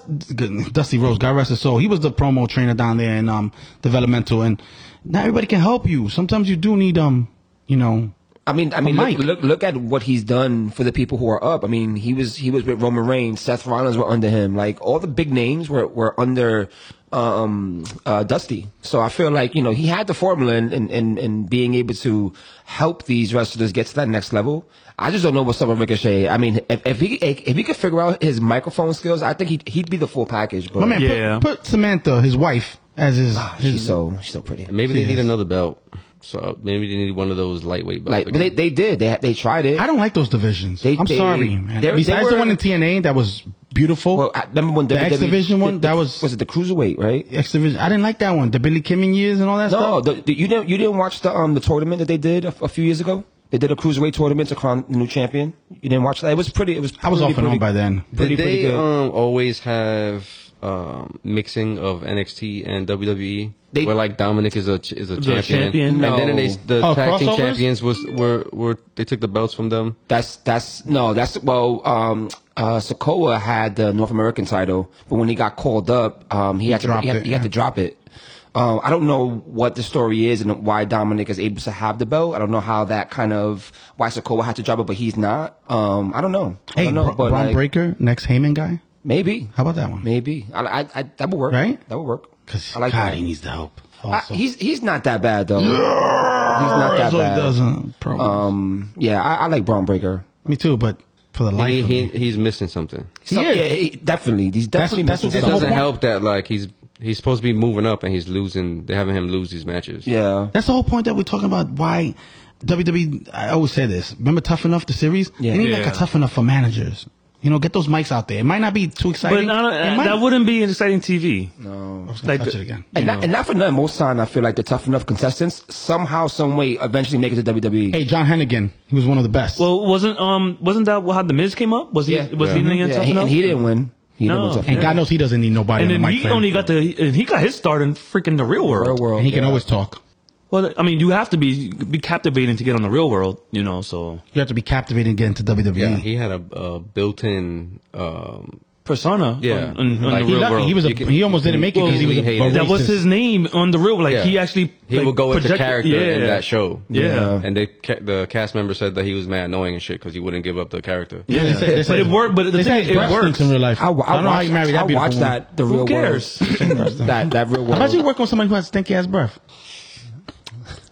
Speaker 3: Dusty Rose, God rest his soul. He was the promo trainer down there in um developmental, and not everybody can help you. Sometimes you do need um, you know,
Speaker 6: I mean, I mean,
Speaker 3: Mike.
Speaker 6: look, look, look at what he's done for the people who are up. I mean, he was he was with Roman Reigns, Seth Rollins were under him. Like all the big names were were under um, uh, Dusty. So I feel like you know he had the formula and and and, and being able to help these wrestlers get to that next level. I just don't know what's up with Ricochet. I mean, if, if he if he could figure out his microphone skills, I think he'd he'd be the full package. But
Speaker 3: my man. put-
Speaker 4: Yeah.
Speaker 3: Put, Samantha, his wife, as his.
Speaker 6: Ah, she's
Speaker 3: his
Speaker 6: so she's so pretty.
Speaker 2: maybe they need another belt. So maybe they need one of those lightweight belts.
Speaker 6: Like but they they did they they tried it.
Speaker 3: I don't like those divisions.
Speaker 6: They-
Speaker 3: I'm
Speaker 6: they-
Speaker 3: sorry, man.
Speaker 6: they- they
Speaker 3: Besides the
Speaker 6: were-
Speaker 3: one in TNA that was beautiful.
Speaker 6: Well, I remember when
Speaker 3: the X Division one that was
Speaker 6: E was it the cruiserweight right?
Speaker 3: X Division. I didn't like that one. The Billy Kimmon years and all that stuff.
Speaker 6: No, the, the- you didn't. You didn't watch the um the tournament that they did a, a few years ago. They did a cruiserweight tournament to crown the new champion. You didn't watch that. It was pretty. It was.
Speaker 3: I was
Speaker 6: pretty,
Speaker 3: off and on
Speaker 6: pretty-
Speaker 3: by then.
Speaker 6: Pretty,
Speaker 2: Did
Speaker 6: pretty
Speaker 2: they
Speaker 6: good.
Speaker 2: um, always have um, mixing of NXT and WWE?
Speaker 6: They-
Speaker 2: where like Dominic is a ch- is a champion,
Speaker 4: champion?
Speaker 2: and then
Speaker 6: No.
Speaker 2: they, the
Speaker 3: Oh,
Speaker 2: tag team
Speaker 3: crossovers?
Speaker 2: champions was were were they took the belts from them.
Speaker 6: That's that's no. That's well. Um, uh, Sokoa had the North American title, but when he got called up, um, he, had to
Speaker 3: dropped
Speaker 6: he had,
Speaker 3: it,
Speaker 6: he had to
Speaker 3: yeah.
Speaker 6: drop it. Um, I don't know what the story is and why Dominic is able to have the belt. I don't know how that kind of why Sokoa had to drop it, but he's not. Um, I don't know. I
Speaker 3: Hey,
Speaker 6: don't know,
Speaker 3: Bra- Braun
Speaker 6: like,
Speaker 3: Breaker, next Heyman guy.
Speaker 6: maybe.
Speaker 3: How about that one?
Speaker 6: Maybe. I, I, I that would work.
Speaker 3: Right?
Speaker 6: That would work.
Speaker 3: Because
Speaker 6: I like
Speaker 3: God,
Speaker 6: that.
Speaker 3: he needs the help.
Speaker 6: I-
Speaker 3: Also.
Speaker 6: he's he's not that bad though. He's not that
Speaker 3: That's what he
Speaker 6: bad.
Speaker 3: does in promos.
Speaker 6: Um, yeah, I, I like Braun Breaker.
Speaker 3: Me too, but for the life
Speaker 2: He,
Speaker 3: of
Speaker 2: he
Speaker 3: me,
Speaker 2: he's missing something.
Speaker 6: So-
Speaker 3: is.
Speaker 6: yeah, he, definitely. He's
Speaker 3: That's-
Speaker 6: definitely
Speaker 3: that's
Speaker 6: missing
Speaker 2: It
Speaker 3: what the whole
Speaker 2: doesn't
Speaker 6: something.
Speaker 3: point-
Speaker 2: help that like he's he's supposed to be moving up and he's losing. They're having him lose these matches.
Speaker 6: Yeah,
Speaker 3: that's the whole point that we're talking about. Why WWE? I always say this. Remember Tough Enough, the series?
Speaker 6: Yeah.
Speaker 3: They need like
Speaker 4: Yeah.
Speaker 3: a Tough Enough for managers. You know, get those mics out there. It might not be too
Speaker 4: But
Speaker 3: exciting.
Speaker 4: no,
Speaker 3: It
Speaker 4: uh,
Speaker 3: might-
Speaker 4: that wouldn't be exciting TV. No,
Speaker 3: I was gonna
Speaker 4: like
Speaker 3: touch
Speaker 4: the-
Speaker 3: it again.
Speaker 6: and not, and not for nothing. Most time, I feel like the tough enough contestants somehow, some way, eventually make it to E. WWE.
Speaker 3: Hey, John Hennigan, he was one of the best.
Speaker 4: well, wasn't um wasn't that how the Miz came up? Was he
Speaker 6: Yeah.
Speaker 4: was
Speaker 2: Yeah.
Speaker 4: he in
Speaker 6: yeah,
Speaker 4: tough
Speaker 6: he,
Speaker 4: enough?
Speaker 6: and he didn't win. He
Speaker 4: No.
Speaker 6: didn't win tough
Speaker 3: and
Speaker 6: enough.
Speaker 3: God knows he doesn't need nobody.
Speaker 4: And
Speaker 3: on
Speaker 4: then
Speaker 3: the mic
Speaker 4: he
Speaker 3: for him.
Speaker 4: only got the and he got his start in freaking the real world.
Speaker 6: Real world.
Speaker 3: And he can
Speaker 6: yeah.
Speaker 3: always talk.
Speaker 4: Well, I mean, you have to be be captivating to get on the real world, you know. So
Speaker 3: You have to be captivating to E. get into WWE.
Speaker 2: Yeah, he had a, a built-in. Um,
Speaker 4: persona,
Speaker 2: Yeah.
Speaker 4: on, on,
Speaker 2: Like,
Speaker 4: on the
Speaker 3: He
Speaker 4: real
Speaker 3: lucky.
Speaker 4: world.
Speaker 3: He was a,
Speaker 2: You can-
Speaker 3: he almost didn't make it because he was a,
Speaker 2: Easily
Speaker 3: a
Speaker 2: hated.
Speaker 4: that was
Speaker 3: racist.
Speaker 4: his name on the real. Like
Speaker 2: yeah.
Speaker 4: he actually
Speaker 2: he
Speaker 4: like,
Speaker 2: would go with the
Speaker 4: projected-
Speaker 2: character
Speaker 4: yeah.
Speaker 2: in that show.
Speaker 4: Yeah.
Speaker 2: and they ca- the cast member said that he was mad annoying and shit because he wouldn't give up the character.
Speaker 3: Yeah, they said- they
Speaker 4: But
Speaker 3: said-
Speaker 4: it worked. But the
Speaker 3: They
Speaker 4: thing
Speaker 3: said
Speaker 4: is,
Speaker 3: his
Speaker 4: it
Speaker 3: breast
Speaker 4: works.
Speaker 3: stinks in real life.
Speaker 6: I,
Speaker 3: I
Speaker 6: I,
Speaker 3: don't know how
Speaker 6: watched,
Speaker 3: you married that
Speaker 6: I
Speaker 3: beautiful
Speaker 6: watched
Speaker 3: woman.
Speaker 6: that the real
Speaker 4: cares?
Speaker 6: world. that that real world.
Speaker 3: Imagine working with somebody who has stinky ass breath.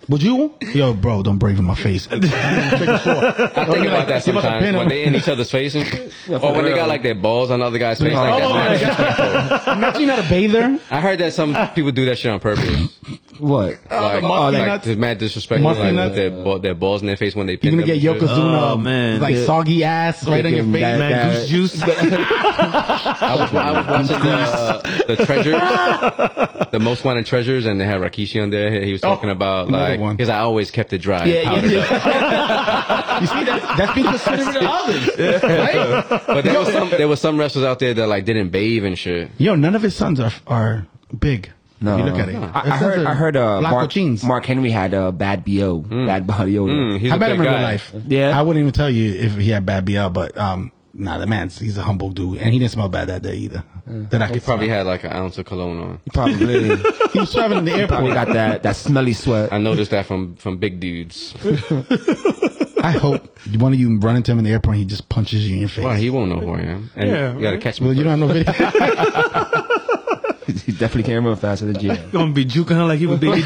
Speaker 3: Would you? Yo, bro, don't breathe in my face.
Speaker 2: I think about that
Speaker 3: Give us a pin
Speaker 2: sometimes when
Speaker 3: and-
Speaker 2: they in each other's face and shit. or when they got
Speaker 6: real.
Speaker 2: like their balls on the other guy's face. Like,
Speaker 3: Oh,
Speaker 2: that's
Speaker 3: my
Speaker 2: not disrespectful.
Speaker 3: Imagine you're not a bather.
Speaker 2: I heard that some people do that shit on purpose.
Speaker 6: what?
Speaker 2: Like,
Speaker 3: muffin
Speaker 2: like,
Speaker 3: nuts.
Speaker 2: the mad disrespect,
Speaker 3: Muffin
Speaker 2: like
Speaker 3: nuts.
Speaker 2: with their, ball, their balls in their face when they pin
Speaker 3: You're gonna
Speaker 2: them
Speaker 3: get
Speaker 2: and shit.
Speaker 3: Yokozuna,
Speaker 4: Oh, man.
Speaker 3: like
Speaker 4: Yeah.
Speaker 3: soggy ass right on your
Speaker 6: Freaking
Speaker 3: face.
Speaker 6: bad
Speaker 3: Man,
Speaker 6: guy.
Speaker 3: goose juice.
Speaker 2: I was, I was watching the, uh, the treasures, the most wanted treasures, and they had Rakishi on there. He was talking about
Speaker 3: Oh, another
Speaker 2: like
Speaker 3: one.
Speaker 2: because I always kept it dry.
Speaker 6: Yeah,
Speaker 2: powdered
Speaker 6: yeah.
Speaker 2: up.
Speaker 3: You see, that's, that's being considerate of others. Right?
Speaker 2: But there was some there was some wrestlers out there that like didn't bathe and shit.
Speaker 3: Yo, none of his sons are are big.
Speaker 6: No,
Speaker 3: if you look at it.
Speaker 6: I,
Speaker 3: His sons
Speaker 6: I heard.
Speaker 3: are
Speaker 6: I heard. Uh,
Speaker 3: black with
Speaker 6: Mark,
Speaker 3: jeans.
Speaker 6: Mark Henry had a uh, bad bo, bad body odor.
Speaker 2: Mm, he's
Speaker 3: I
Speaker 2: a
Speaker 3: met
Speaker 2: good
Speaker 3: him in
Speaker 2: guy.
Speaker 3: real life.
Speaker 6: Yeah?
Speaker 3: I wouldn't even tell you if he had bad BL, but um, nah, the man's he's a humble dude, and he didn't smell bad that day either. That I could
Speaker 2: Probably had like an ounce of cologne on.
Speaker 6: Probably.
Speaker 3: smell. He was traveling to the
Speaker 6: Probably
Speaker 3: airport.
Speaker 6: got that that smelly sweat.
Speaker 2: I noticed that from from big dudes.
Speaker 3: I hope one of you run into him in the airport, and he just punches you in your face.
Speaker 2: Well, he won't know who I am. And
Speaker 4: Yeah,
Speaker 2: you gotta
Speaker 4: right.
Speaker 2: catch me.
Speaker 3: well, you
Speaker 2: first.
Speaker 3: don't have no video.
Speaker 6: he definitely can't run faster than Gio.
Speaker 4: Gonna be juking her like he was baby D.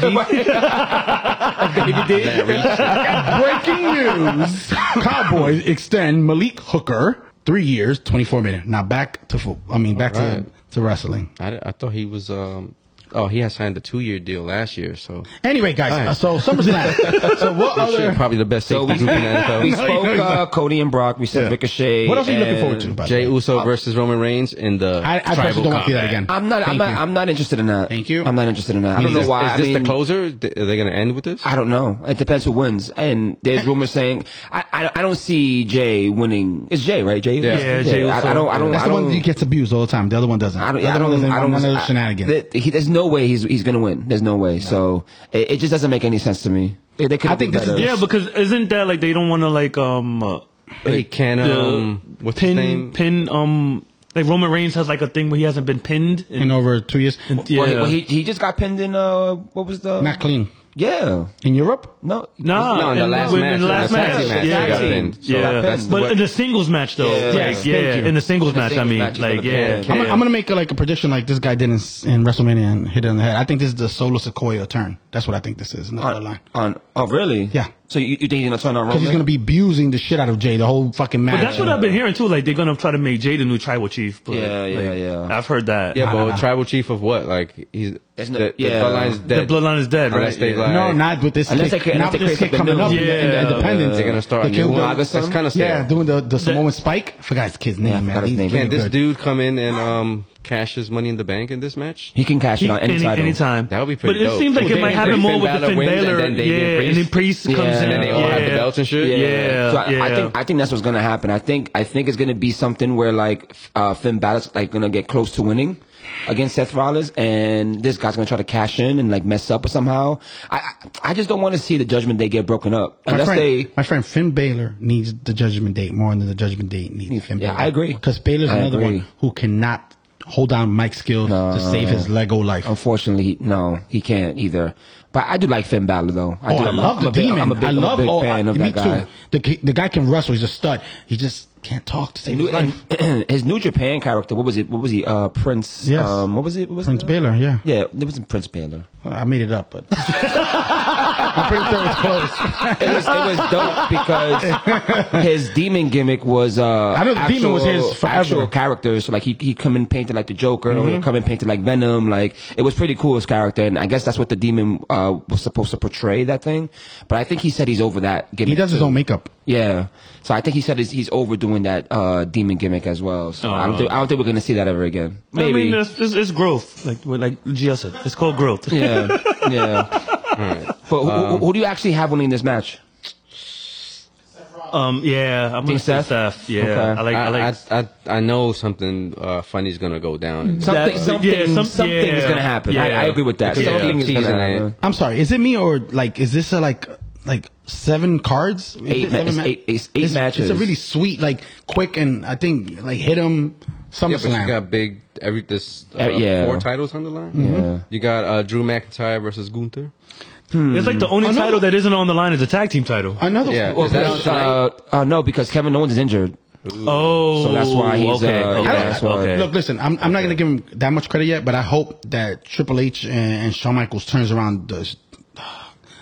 Speaker 3: Breaking news: Cowboys extend Malik Hooker three years, twenty-four million. Now back to football. I mean, back to
Speaker 2: Alright.
Speaker 3: to wrestling.
Speaker 2: I, I thought he was um Oh, he had signed a two-year deal last year, so
Speaker 3: Anyway, guys,
Speaker 2: All right.
Speaker 3: uh, so SummerSlam. so what
Speaker 2: Shit,
Speaker 3: other?
Speaker 2: probably the best
Speaker 6: So
Speaker 2: safety
Speaker 6: we,
Speaker 2: group in the
Speaker 6: we
Speaker 2: NFL.
Speaker 6: spoke uh, Cody and Brock. We said
Speaker 3: Yeah.
Speaker 6: Ricochet.
Speaker 3: What else are you looking
Speaker 6: and-
Speaker 3: forward to? By
Speaker 2: Jay
Speaker 3: the way?
Speaker 2: Uso versus Roman Reigns in the
Speaker 3: I, I
Speaker 2: tribal
Speaker 3: personally don't want to see that
Speaker 2: combat.
Speaker 3: again.
Speaker 6: I'm not. I'm
Speaker 3: Thank
Speaker 6: not.
Speaker 3: you.
Speaker 6: I'm not interested in that.
Speaker 3: Thank you.
Speaker 6: I'm not interested in that. I
Speaker 2: Is
Speaker 6: don't know
Speaker 2: this,
Speaker 6: why.
Speaker 2: is
Speaker 6: I
Speaker 2: this
Speaker 6: mean,
Speaker 2: the closer? Th- Are they going to end with this?
Speaker 6: I don't know. It depends who wins. And there's rumors saying I, I I don't see Jay winning. It's Jay, right? Jay.
Speaker 2: Yeah. Yeah,
Speaker 4: Jay
Speaker 6: I,
Speaker 4: Uso.
Speaker 6: I don't. I don't.
Speaker 3: That's
Speaker 6: I
Speaker 3: the
Speaker 6: don't,
Speaker 3: one that gets abused all the time. The other one doesn't.
Speaker 6: I don't.
Speaker 3: the
Speaker 6: I
Speaker 3: other
Speaker 6: don't.
Speaker 3: one
Speaker 6: I don't.
Speaker 3: None of those
Speaker 6: I-
Speaker 3: shenanigans.
Speaker 6: that- he, there's no way he's he's gonna win. There's no way. So it, it just doesn't make any sense to me. They, they could.
Speaker 3: I think this is-
Speaker 4: Yeah, because isn't that like they don't want to like um uh,
Speaker 2: They can
Speaker 4: the
Speaker 2: um what's
Speaker 4: pin
Speaker 2: his name?
Speaker 4: pin um like Roman Reigns has like a thing where he hasn't been pinned and,
Speaker 3: in over two years.
Speaker 4: yeah.
Speaker 6: Well, he, well, he, he just got pinned in. Uh, what was the?
Speaker 3: Not clean
Speaker 6: yeah.
Speaker 3: in Europe.
Speaker 6: No.
Speaker 4: Nah,
Speaker 2: No, in the
Speaker 4: and-
Speaker 2: last
Speaker 4: when-
Speaker 2: match,
Speaker 4: in the last match,
Speaker 2: yeah,
Speaker 4: yeah,
Speaker 2: he got
Speaker 6: yeah.
Speaker 2: pinned. So
Speaker 4: yeah.
Speaker 2: that's
Speaker 4: but
Speaker 2: what-
Speaker 4: in the singles match though,
Speaker 6: Yeah,
Speaker 4: like,
Speaker 6: thank
Speaker 4: yeah,
Speaker 6: you.
Speaker 4: in the singles
Speaker 6: The
Speaker 4: match, I
Speaker 6: singles
Speaker 4: mean,
Speaker 6: match is
Speaker 4: like,
Speaker 6: gonna-
Speaker 4: yeah,
Speaker 6: yeah.
Speaker 3: I'm,
Speaker 4: yeah.
Speaker 3: I'm gonna make uh, like a prediction, like this guy did in, in WrestleMania and hit it on the head. I think this is the solo Sequoia turn. That's what I think this is. Not the line.
Speaker 6: On, on. Oh, really?
Speaker 3: Yeah.
Speaker 6: So you, you think he's gonna turn on
Speaker 3: Because
Speaker 6: Roman?
Speaker 3: he's gonna be abusing the shit out of Jay the whole fucking match.
Speaker 4: But that's what I've been hearing too. Like they're gonna try to make Jay the new tribal chief. But,
Speaker 6: Yeah, yeah,
Speaker 4: like,
Speaker 6: yeah.
Speaker 4: I've heard that.
Speaker 2: yeah, but tribal chief of what? Like he's
Speaker 6: There's no-
Speaker 2: the, the
Speaker 6: yeah.
Speaker 2: bloodline's dead.
Speaker 4: The bloodline is dead,
Speaker 2: Unless
Speaker 4: right?
Speaker 2: they
Speaker 4: Yeah.
Speaker 2: like
Speaker 3: No, not with this.
Speaker 6: Unless
Speaker 3: kid,
Speaker 6: they cre-
Speaker 3: not
Speaker 6: unless
Speaker 3: with
Speaker 6: they
Speaker 3: this
Speaker 6: create
Speaker 3: kid coming up
Speaker 6: something
Speaker 3: in
Speaker 4: new.
Speaker 3: the- in the
Speaker 4: Yeah.
Speaker 3: independence.
Speaker 2: Uh, They're gonna start a
Speaker 3: They killed
Speaker 2: new one.
Speaker 3: the-
Speaker 2: That's kind of
Speaker 3: Yeah,
Speaker 2: sad.
Speaker 3: doing the the Samoan spike. I forgot his kid's name,
Speaker 6: Yeah, I
Speaker 3: man.
Speaker 6: forgot his
Speaker 3: He's
Speaker 6: name.
Speaker 3: really
Speaker 2: Can this
Speaker 3: good.
Speaker 2: dude come in and um cash his money in the bank in this match?
Speaker 6: He can cash it on any, title.
Speaker 4: anytime.
Speaker 2: That would be pretty
Speaker 4: But it
Speaker 2: dope.
Speaker 4: seems like
Speaker 2: Well,
Speaker 4: it might
Speaker 2: Damian
Speaker 4: happen
Speaker 2: Priest,
Speaker 4: more
Speaker 2: Finn
Speaker 4: with the
Speaker 2: Balor
Speaker 4: Finn
Speaker 2: wins, and
Speaker 4: Balor.
Speaker 2: then
Speaker 4: yeah,
Speaker 2: Damian
Speaker 4: and then
Speaker 2: Priest.
Speaker 4: Priest comes
Speaker 6: Yeah.
Speaker 4: in.
Speaker 6: And then
Speaker 2: they all
Speaker 4: yeah.
Speaker 2: have the belts and shit?
Speaker 4: Yeah,
Speaker 6: So I,
Speaker 4: yeah.
Speaker 6: I think I think that's what's gonna happen. I think I think it's gonna be something where like f- uh, Finn Balor's like gonna get close to winning against Seth Rollins, and this guy's gonna try to cash in and like mess up or somehow. I I I just don't want to see the Judgment Day get broken up
Speaker 3: My
Speaker 6: unless
Speaker 3: friend,
Speaker 6: they.
Speaker 3: my friend Finn Balor needs the judgment date more than the judgment date needs Finn
Speaker 6: Yeah,
Speaker 3: Balor.
Speaker 6: I agree.
Speaker 3: Because Balor's
Speaker 6: I
Speaker 3: another
Speaker 6: agree.
Speaker 3: one who cannot hold down Mike's skill to save his Lego life.
Speaker 6: Unfortunately, he, no, he can't either. But I do like Finn Balor though. I
Speaker 3: oh,
Speaker 6: do.
Speaker 3: I
Speaker 6: I'm a-
Speaker 3: love
Speaker 6: I'm
Speaker 3: the
Speaker 6: a big-
Speaker 3: demon.
Speaker 6: I'm a big,
Speaker 3: I
Speaker 6: I'm a
Speaker 3: love.
Speaker 6: big
Speaker 3: oh,
Speaker 6: fan
Speaker 3: I,
Speaker 6: of
Speaker 3: me
Speaker 6: that guy.
Speaker 3: too. The ki- the guy can wrestle. He's a stud. He just can't talk to save
Speaker 6: New,
Speaker 3: his life.
Speaker 6: and his New Japan character, what was it? What was he? Uh, Prince.
Speaker 3: Yes.
Speaker 6: Um, what was it? What was
Speaker 3: Prince
Speaker 6: it?
Speaker 3: Balor, yeah.
Speaker 6: Yeah, it wasn't Prince Baylor.
Speaker 3: I made it up, but I'm pretty sure it was close.
Speaker 6: It was, it was dope because his demon gimmick was uh
Speaker 3: I know the demon was his forever. Mm-hmm.
Speaker 6: actual character. So like he he come in painted like the Joker, or he'd come in painted like Venom. Like it was pretty cool his character, and I guess that's what the demon uh was supposed to portray that thing. But I think he said he's over that gimmick.
Speaker 3: He does his
Speaker 6: too.
Speaker 3: own makeup.
Speaker 6: Yeah, so I think he said he's, he's overdoing that uh demon gimmick as well. So I don't think I don't think we're gonna see that ever again. Maybe.
Speaker 4: Oh. I mean, it's, it's, it's growth. Like what- like Gia said, it's called growth.
Speaker 6: yeah, yeah. But who, who, who do you actually have winning this match?
Speaker 4: Um, yeah, I'm gonna
Speaker 6: Think
Speaker 4: say
Speaker 6: Seth?
Speaker 4: Seth. Yeah,
Speaker 6: Okay.
Speaker 4: I like. I,
Speaker 2: I,
Speaker 4: like.
Speaker 2: I, I, I know something uh, funny's gonna go down.
Speaker 6: Something,
Speaker 4: That-
Speaker 6: something,
Speaker 4: yeah, some-
Speaker 6: something is
Speaker 4: yeah,
Speaker 6: gonna happen. I,
Speaker 4: yeah.
Speaker 6: I agree with that.
Speaker 4: Because
Speaker 2: they
Speaker 6: Something
Speaker 2: keep
Speaker 6: is gonna
Speaker 2: teasing
Speaker 6: happen.
Speaker 2: it.
Speaker 3: I'm sorry. Is it me or like is this a like like seven cards?
Speaker 6: Eight ma-
Speaker 3: Seven
Speaker 6: it's
Speaker 3: ma-
Speaker 6: eight- it's eight
Speaker 3: it's,
Speaker 6: matches.
Speaker 3: It's a really sweet, like quick, and I think like hit him.
Speaker 2: Yeah, but you
Speaker 3: SummerSlam.
Speaker 2: got big every this uh,
Speaker 6: Uh, yeah.
Speaker 2: four titles on the line.
Speaker 6: Yeah.
Speaker 2: You got uh, Drew McIntyre versus Gunther.
Speaker 4: It's like the only
Speaker 3: Another-
Speaker 4: title that isn't on the line is a tag team title.
Speaker 3: Another
Speaker 2: Yeah,
Speaker 3: one.
Speaker 2: is that
Speaker 6: Because, uh, uh, no, because Kevin Owens is injured.
Speaker 4: oh,
Speaker 6: So that's why he's,
Speaker 4: okay.
Speaker 6: uh,
Speaker 4: okay.
Speaker 3: I don't-
Speaker 6: yeah, that's why-
Speaker 4: okay.
Speaker 3: Look, listen, I'm, I'm not going to give him that much credit yet, but I hope that Triple H and, and Shawn Michaels turns around the